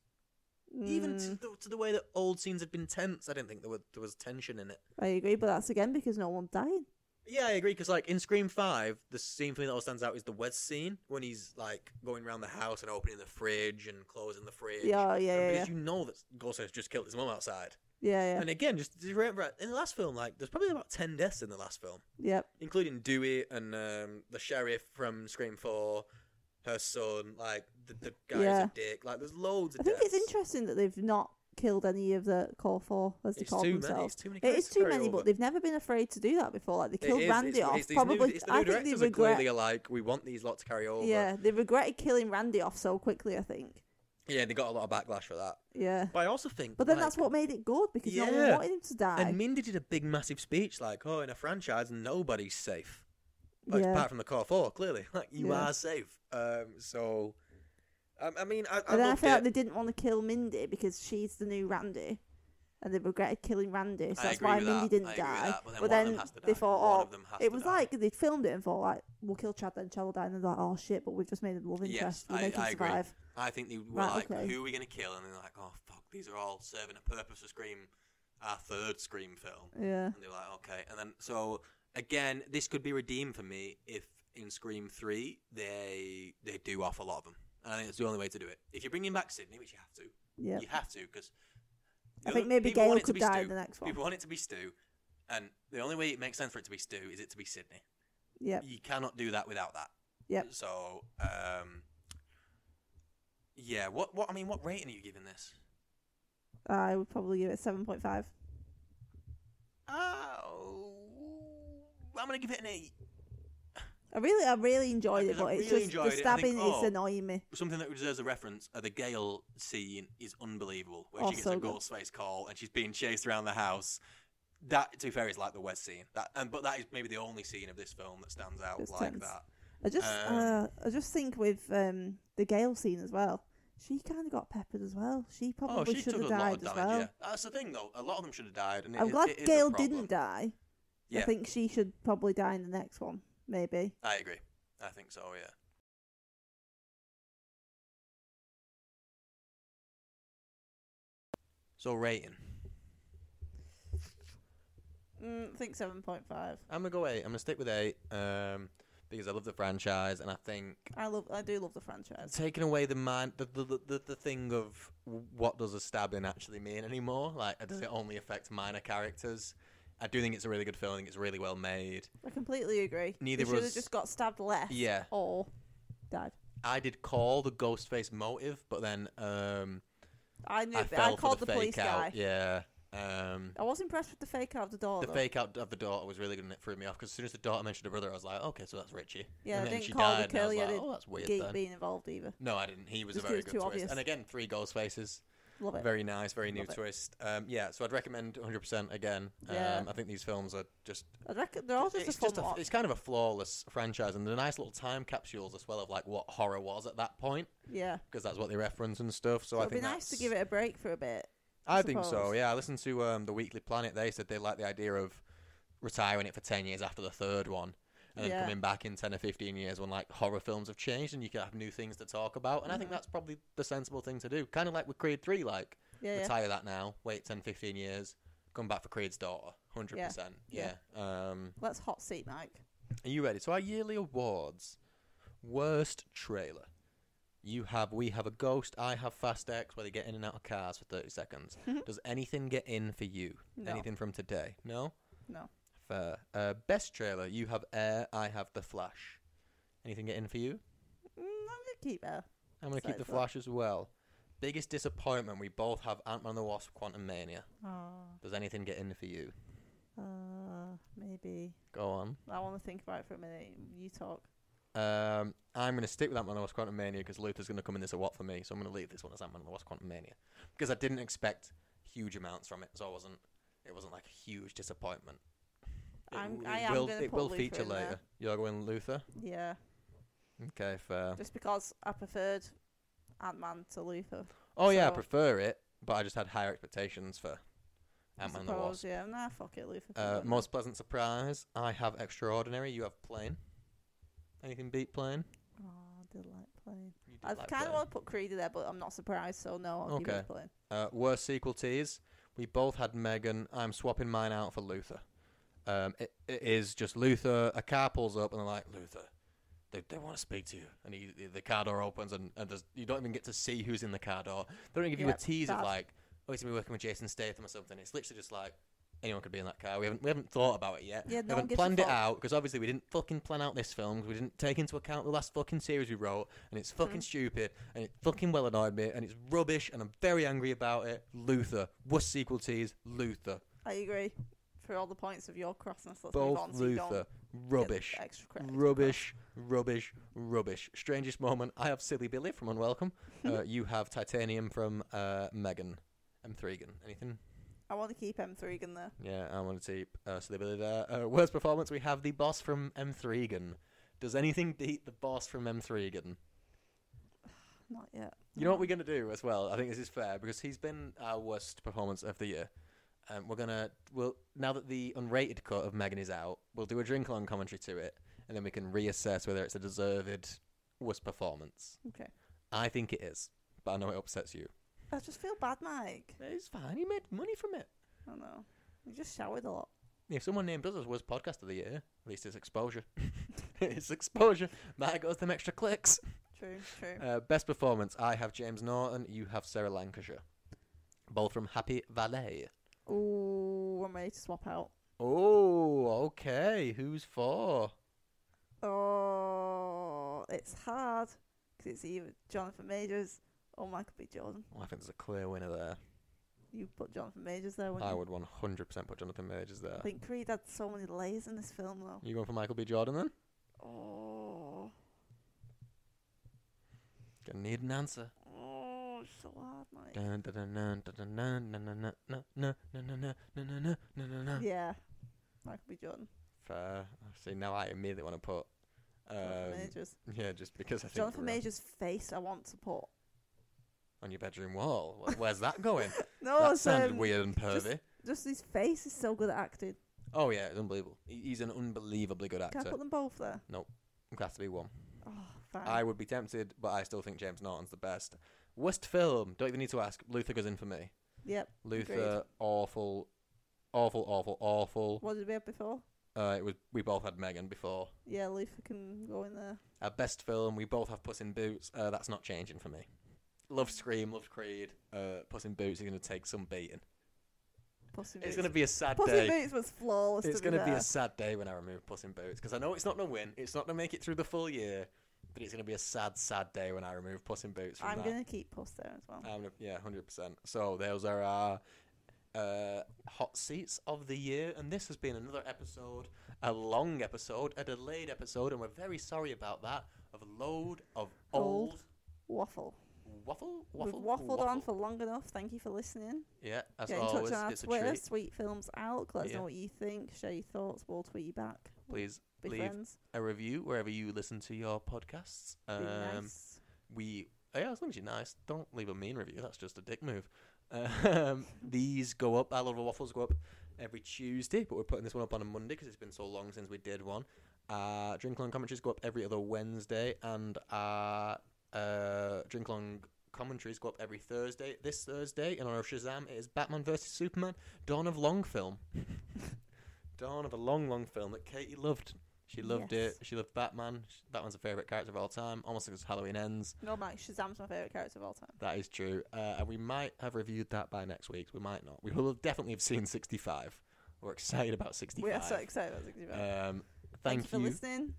S1: Even to
S2: Mm,
S1: the, to the way that old scenes had been tense, I didn't think there was there was tension in it.
S2: I agree, but that's again because no one died.
S1: Yeah, I agree. Because like in Scream Five, the scene for me that always stands out is the Wes scene when he's like going around the house and opening the fridge and closing the fridge.
S2: Yeah, yeah,
S1: And
S2: yeah, yeah.
S1: because you know that Ghostface just killed his mum outside.
S2: Yeah, yeah.
S1: And again, just just remember in the last film, like there's probably about ten deaths in the last film.
S2: Yep.
S1: including Dewey and um, the sheriff from Scream Four, her son. Like the, the guy's
S2: Yeah.
S1: a dick. Like there's loads of.
S2: I think it's
S1: deaths.
S2: interesting that they've not killed any of the core four as they
S1: It's
S2: call
S1: too many,
S2: themselves.
S1: it's too many
S2: It is
S1: characters
S2: too
S1: to carry
S2: many,
S1: over.
S2: but they've never been afraid to do that before. Like they
S1: It
S2: killed
S1: is, it's-
S2: Randy
S1: it's
S2: off.
S1: these new-
S2: probably,
S1: it's the new
S2: I think they
S1: directors are clearly
S2: regret.
S1: like we want these lot to carry over.
S2: Yeah, they regretted killing Randy off so quickly. I think.
S1: yeah, they got a lot of backlash for that.
S2: Yeah,
S1: But I also think,
S2: but then
S1: like-
S2: that's what made it good because no one
S1: Yeah.
S2: wanted him to die.
S1: And Mindy did a big, massive speech like, "Oh, in a franchise, nobody's safe." Like,
S2: Yeah.
S1: Apart from the core four, clearly, like you
S2: Yeah.
S1: are safe. Um, so, um, I, I mean, I, I
S2: and then I
S1: loved
S2: feel
S1: it.
S2: like they didn't want to kill Mindy because she's the new Randy, and they regretted killing Randy. So
S1: I
S2: that's
S1: agree
S2: why
S1: with
S2: Mindy
S1: that.
S2: didn't
S1: I agree with
S2: die.
S1: that, but then one of them has to
S2: they
S1: die.
S2: thought,
S1: One
S2: oh,
S1: of them has
S2: it
S1: to
S2: was
S1: die.
S2: like they filmed it and thought, like, we'll kill Chad, then Chad will die, and they're like, oh shit, but we've just made him love interest. we'll make him survive.
S1: I think they were
S2: Right,
S1: like,
S2: okay.
S1: who are we going to kill? And they're like, oh, fuck, these are all serving a purpose for Scream, our third Scream film.
S2: Yeah,
S1: And they're like, okay. And then, so again, this could be redeemed for me if in Scream 3 they they do off a lot of them. And I think it's the only way to do it. If you're bringing back Sydney, which you have to,
S2: yeah.
S1: you have to, because.
S2: I think maybe Gail could die
S1: Stu.
S2: in the next one.
S1: People want it to be Stu, and the only way it makes sense for it to be Stu is it to be Sydney.
S2: Yep.
S1: You cannot do that without that.
S2: Yep.
S1: So, um, yeah. What? What? I mean, what rating are you giving this?
S2: I would probably give it seven point five.
S1: Oh, I'm gonna give it an eight.
S2: I really, I really enjoyed it,
S1: Because I
S2: but it's
S1: really
S2: just
S1: enjoyed
S2: the
S1: it, I think,
S2: stabbing
S1: oh,
S2: is annoying me.
S1: Something that deserves a reference. Uh, the Gale scene is unbelievable, where
S2: Oh,
S1: she gets
S2: so
S1: a
S2: good.
S1: ghost face call and she's being chased around the house. That, to be fair, is like the West scene. That, and but that is maybe the only scene of this film that stands out
S2: It's
S1: like
S2: tense.
S1: that.
S2: I just,
S1: Um,
S2: uh, I just think with um, the Gale scene as well, she kind of got peppered as well. She
S1: Oh,
S2: probably
S1: she
S2: should
S1: took a lot
S2: have died
S1: of
S2: as
S1: damage.
S2: well.
S1: Yeah, that's the thing though. A lot of them should have died. And it
S2: I'm
S1: is-
S2: glad
S1: it is a
S2: Gail
S1: problem.
S2: didn't die. I
S1: Yeah,
S2: think she should probably die in the next one, maybe.
S1: I agree. I think so. Yeah. So rating.
S2: Mm, I think seven point five.
S1: I'm gonna go eight. I'm gonna stick with eight um, because I love the franchise, and I think
S2: I love, I do love the franchise.
S1: taking away the mind, the the, the- the the thing of what does a stabbing actually mean anymore? Like, does it only affect minor characters? I do think it's a really good film. I think it's really well made.
S2: I completely agree.
S1: Neither
S2: should have
S1: was-
S2: just got stabbed left.
S1: Yeah.
S2: Or died.
S1: I did call the Ghostface motive, but then um,
S2: I knew.
S1: I
S2: I,
S1: fell
S2: called
S1: for the,
S2: the
S1: fake
S2: police
S1: out.
S2: guy.
S1: Yeah. Um,
S2: I was impressed with the fake out of the door.
S1: the
S2: though.
S1: fake out of the daughter was really good and it threw me off because as soon as the daughter mentioned her brother, I was like, okay, so that's Richie.
S2: Yeah,
S1: and
S2: I
S1: then
S2: didn't
S1: she
S2: call
S1: died, and
S2: the
S1: I
S2: kill.
S1: was
S2: yeah,
S1: like,
S2: I
S1: oh, that's
S2: didn't
S1: weird.
S2: geek
S1: Then.
S2: being involved either.
S1: No, I didn't. He was
S2: Just
S1: a
S2: 'cause
S1: very
S2: it's
S1: good
S2: too
S1: twist.
S2: obvious.
S1: And again, three ghost faces.
S2: Love it.
S1: Very nice, very new
S2: Love it.
S1: twist. Um, yeah, so I'd recommend 100% again.
S2: Yeah.
S1: Um, I think these films are just.
S2: I reckon they're all just
S1: it's,
S2: a fun
S1: just
S2: watch.
S1: it's kind of a flawless franchise and they're nice little time capsules as well of like what horror was at that point
S2: yeah.
S1: because that's what they reference and stuff. So I
S2: It'd be
S1: think
S2: nice to
S1: that's-
S2: give it a break for a bit. I
S1: I think so.
S2: suppose.
S1: Yeah, I listened to um, the Weekly Planet. They said they like the idea of retiring it for ten years after the third one, and then
S2: Yeah.
S1: coming back in ten or fifteen years when like horror films have changed and you can have new things to talk about. And I think that's probably the sensible thing to do. Kind of like with Creed Three, like
S2: Yeah, yeah.
S1: retire that now, wait 10, 15 years, come back for Creed's daughter. Hundred percent. Yeah.
S2: Yeah.
S1: Um,
S2: Let's hot seat Mike.
S1: are you ready? So our yearly awards, worst trailer. You have we have a ghost. I have Fast X, where they get in and out of cars for thirty seconds. Does anything get in for you?
S2: No.
S1: Anything from today? No.
S2: No.
S1: Fair. Uh, best trailer. You have Air. I have The Flash. Anything get in for you?
S2: Mm, I'm gonna keep her.
S1: I'm gonna keep
S2: Besides
S1: The
S2: that.
S1: Flash as well. Biggest disappointment. We both have Ant Man and the Wasp: Quantum Mania.
S2: Oh.
S1: Does anything get in for you?
S2: Uh, maybe
S1: Go on.
S2: I want to think about it for a minute. You talk.
S1: Um, I'm going to stick with Ant Man and the Wasp Quantum Mania because Luther's going to come in as a what for me, so I'm going to leave this one as Ant Man and the Wasp Quantum Mania because I didn't expect huge amounts from it, so I wasn't. It wasn't like a huge disappointment. It
S2: I'm-
S1: w-
S2: I
S1: it
S2: am
S1: will,
S2: gonna
S1: It
S2: put
S1: will
S2: Luther
S1: feature
S2: in there.
S1: later. You're going Luther.
S2: Yeah,
S1: Okay, fair.
S2: just because I preferred Ant Man to Luther.
S1: Oh yeah, I
S2: so-
S1: prefer it, but I just had higher expectations for
S2: I
S1: Ant Man and the Wasp.
S2: suppose, Yeah, nah, fuck it, Luther. can
S1: Uh,
S2: win.
S1: most pleasant surprise. I have extraordinary. You have plain. Anything beat plain?
S2: Oh, I did like playing.
S1: You did
S2: I
S1: like
S2: kind
S1: Plain.
S2: of want to put Creedy there, but I'm not surprised, so no, I'll give
S1: Okay.
S2: it playing.
S1: Uh, worst sequel tease. We both had Megan. I'm swapping mine out for Luther. Um, it, it is just Luther. A car pulls up and they're like, Luther, they, they want to speak to you. And he, the- the car door opens and, and there's, you don't even get to see who's in the car door. They don't give you a
S2: Yep,
S1: tease of
S2: bad.
S1: like, oh, he's going to be working with Jason Statham or something. It's literally just like, anyone could be in that car. We haven't, we haven't thought about it yet.
S2: Yeah,
S1: we
S2: no one
S1: haven't
S2: gives a
S1: planned it
S2: fuck.
S1: out because obviously we didn't fucking plan out this film 'cause we didn't take into account the last fucking series we wrote and it's
S2: Mm.
S1: fucking stupid and it fucking well annoyed me and it's rubbish and I'm very angry about it. Luther. Worst sequel tease, Luther.
S2: I agree. For all the points of your crossness, let's move on
S1: Both
S2: so you don't
S1: Luther.
S2: get
S1: Rubbish.
S2: Extra credit.
S1: Rubbish, rubbish, rubbish. Strangest moment. I have Silly Billy from Unwelcome. uh, you have Titanium from uh, Megan. M3 gun. Anything?
S2: I want to keep M3 gun there.
S1: Yeah, I want to keep uh, Silly Billy there. Uh, worst performance. We have the boss from M3 gun. Does anything beat the boss from M3 gun?
S2: Not yet.
S1: You know what
S2: No.
S1: we're going to do as well? I think this is fair because he's been our worst performance of the year. Um, we're going to, we'll, now that the unrated cut of Megan is out, we'll do a drink along commentary to it and then we can reassess whether it's a deserved worst performance.
S2: Okay.
S1: I think it is, but I know it upsets you.
S2: I just feel bad, Mike.
S1: It's fine. He made money from it.
S2: I don't know. You just showered a lot.
S1: If someone named us as worst podcast of the year, at least it's exposure. it's exposure. That goes them extra clicks.
S2: True, true.
S1: Uh, best performance. I have James Norton. You have Sarah Lancashire. Both from Happy Valley.
S2: Uh, Ooh, I'm ready to swap out.
S1: Oh, okay. Who's for?
S2: Oh, it's hard because it's either Jonathan Majors or Michael B. Jordan.
S1: Well, I think there's a clear winner there.
S2: You put Jonathan Majors there, wouldn't
S1: I
S2: you?
S1: would 100% put Jonathan Majors there.
S2: I think Creed had so many layers in this film, though.
S1: You going for Michael B. Jordan then?
S2: Oh,
S1: Gonna need an answer.
S2: oh, it's so hard, Mike.
S1: Dun, dun, dun, dun, dun, dun, dun, dun, dun, dun, dun, dun, dun, dun, dun, dun, dun, dun, dun.
S2: Yeah, Michael B. Jordan,
S1: Fair. See, now I immediately want to put.
S2: Jonathan
S1: Um,
S2: Majors.
S1: yeah, just because I think
S2: Jonathan
S1: we're on-
S2: Majors' face, I want to put.
S1: on your bedroom wall. Wh- Where's that going?
S2: No,
S1: that
S2: it's,
S1: sounded
S2: um,
S1: weird and pervy.
S2: just- Just his face is so good at acting.
S1: Oh yeah, it's unbelievable. He- He's an unbelievably good
S2: Can I
S1: actor.
S2: put them both there?
S1: Has to be one.
S2: Oh, fine.
S1: I would be tempted, but I still think James Norton's the best. Worst film? Don't even need to ask. Luther goes in for me.
S2: Yep.
S1: Luther,
S2: Agreed.
S1: awful, awful, awful, awful.
S2: What did we have before?
S1: Uh, it was we both had Megan before.
S2: Yeah, Luther can go in there.
S1: Our best film, we both have Puss in Boots. Uh, that's not changing for me. Love Scream, love Creed. Uh, Puss in Boots is going to take some beating.
S2: Puss in
S1: It's
S2: Boots.
S1: going to be a sad
S2: Puss
S1: day.
S2: in Boots was flawless.
S1: It's
S2: to
S1: going to be
S2: fair.
S1: a sad day when I remove Puss in Boots because I know it's not going to win. It's not going to make it through the full year, but it's going to be a sad, sad day when I remove Puss in Boots from
S2: I'm
S1: that.
S2: gonna keep Puss there as well.
S1: Um, yeah, hundred percent. So those are our uh, hot seats of the year, and this has been another episode, a long episode, a delayed episode, and we're very sorry about that. Of a load of
S2: Old
S1: old
S2: Waffle.
S1: waffle, waffle,
S2: We've waffled on
S1: waffle.
S2: for long enough. Thank you for listening.
S1: yeah, as
S2: Get in
S1: always,
S2: touch on our
S1: it's a
S2: Twitter,
S1: treat.
S2: Sweet Films Out. Let us
S1: Yeah.
S2: know what you think. Share your thoughts. We'll tweet you back.
S1: Please
S2: Be
S1: leave
S2: friends.
S1: a review wherever you listen to your podcasts.
S2: Be
S1: Um,
S2: nice.
S1: we yeah, as long as you're nice, don't leave a mean review. That's just a dick move. Um, these go up. Our little waffles go up every Tuesday, but we're putting this one up on a Monday because it's been so long since we did one. Uh, drink along commentaries go up every other Wednesday, and our uh, drink along commentaries go up every Thursday. This Thursday, in honor of Shazam, it is Batman versus Superman: Dawn of Long Film. Dawn of a long, long film that Katie loved. She loved
S2: Yes.
S1: it. She loved Batman. Sh- Batman's her favorite character of all time, almost as Halloween ends.
S2: No, Mike. Shazam's my favorite character of all time.
S1: That is true. Uh, and we might have reviewed that by next week. We might not. We will have definitely have seen 65. We're excited about 65.
S2: We are so excited. About 65.
S1: Um,
S2: Thank
S1: thank,
S2: you for
S1: you.
S2: listening.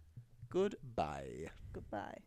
S1: Goodbye.
S2: Goodbye.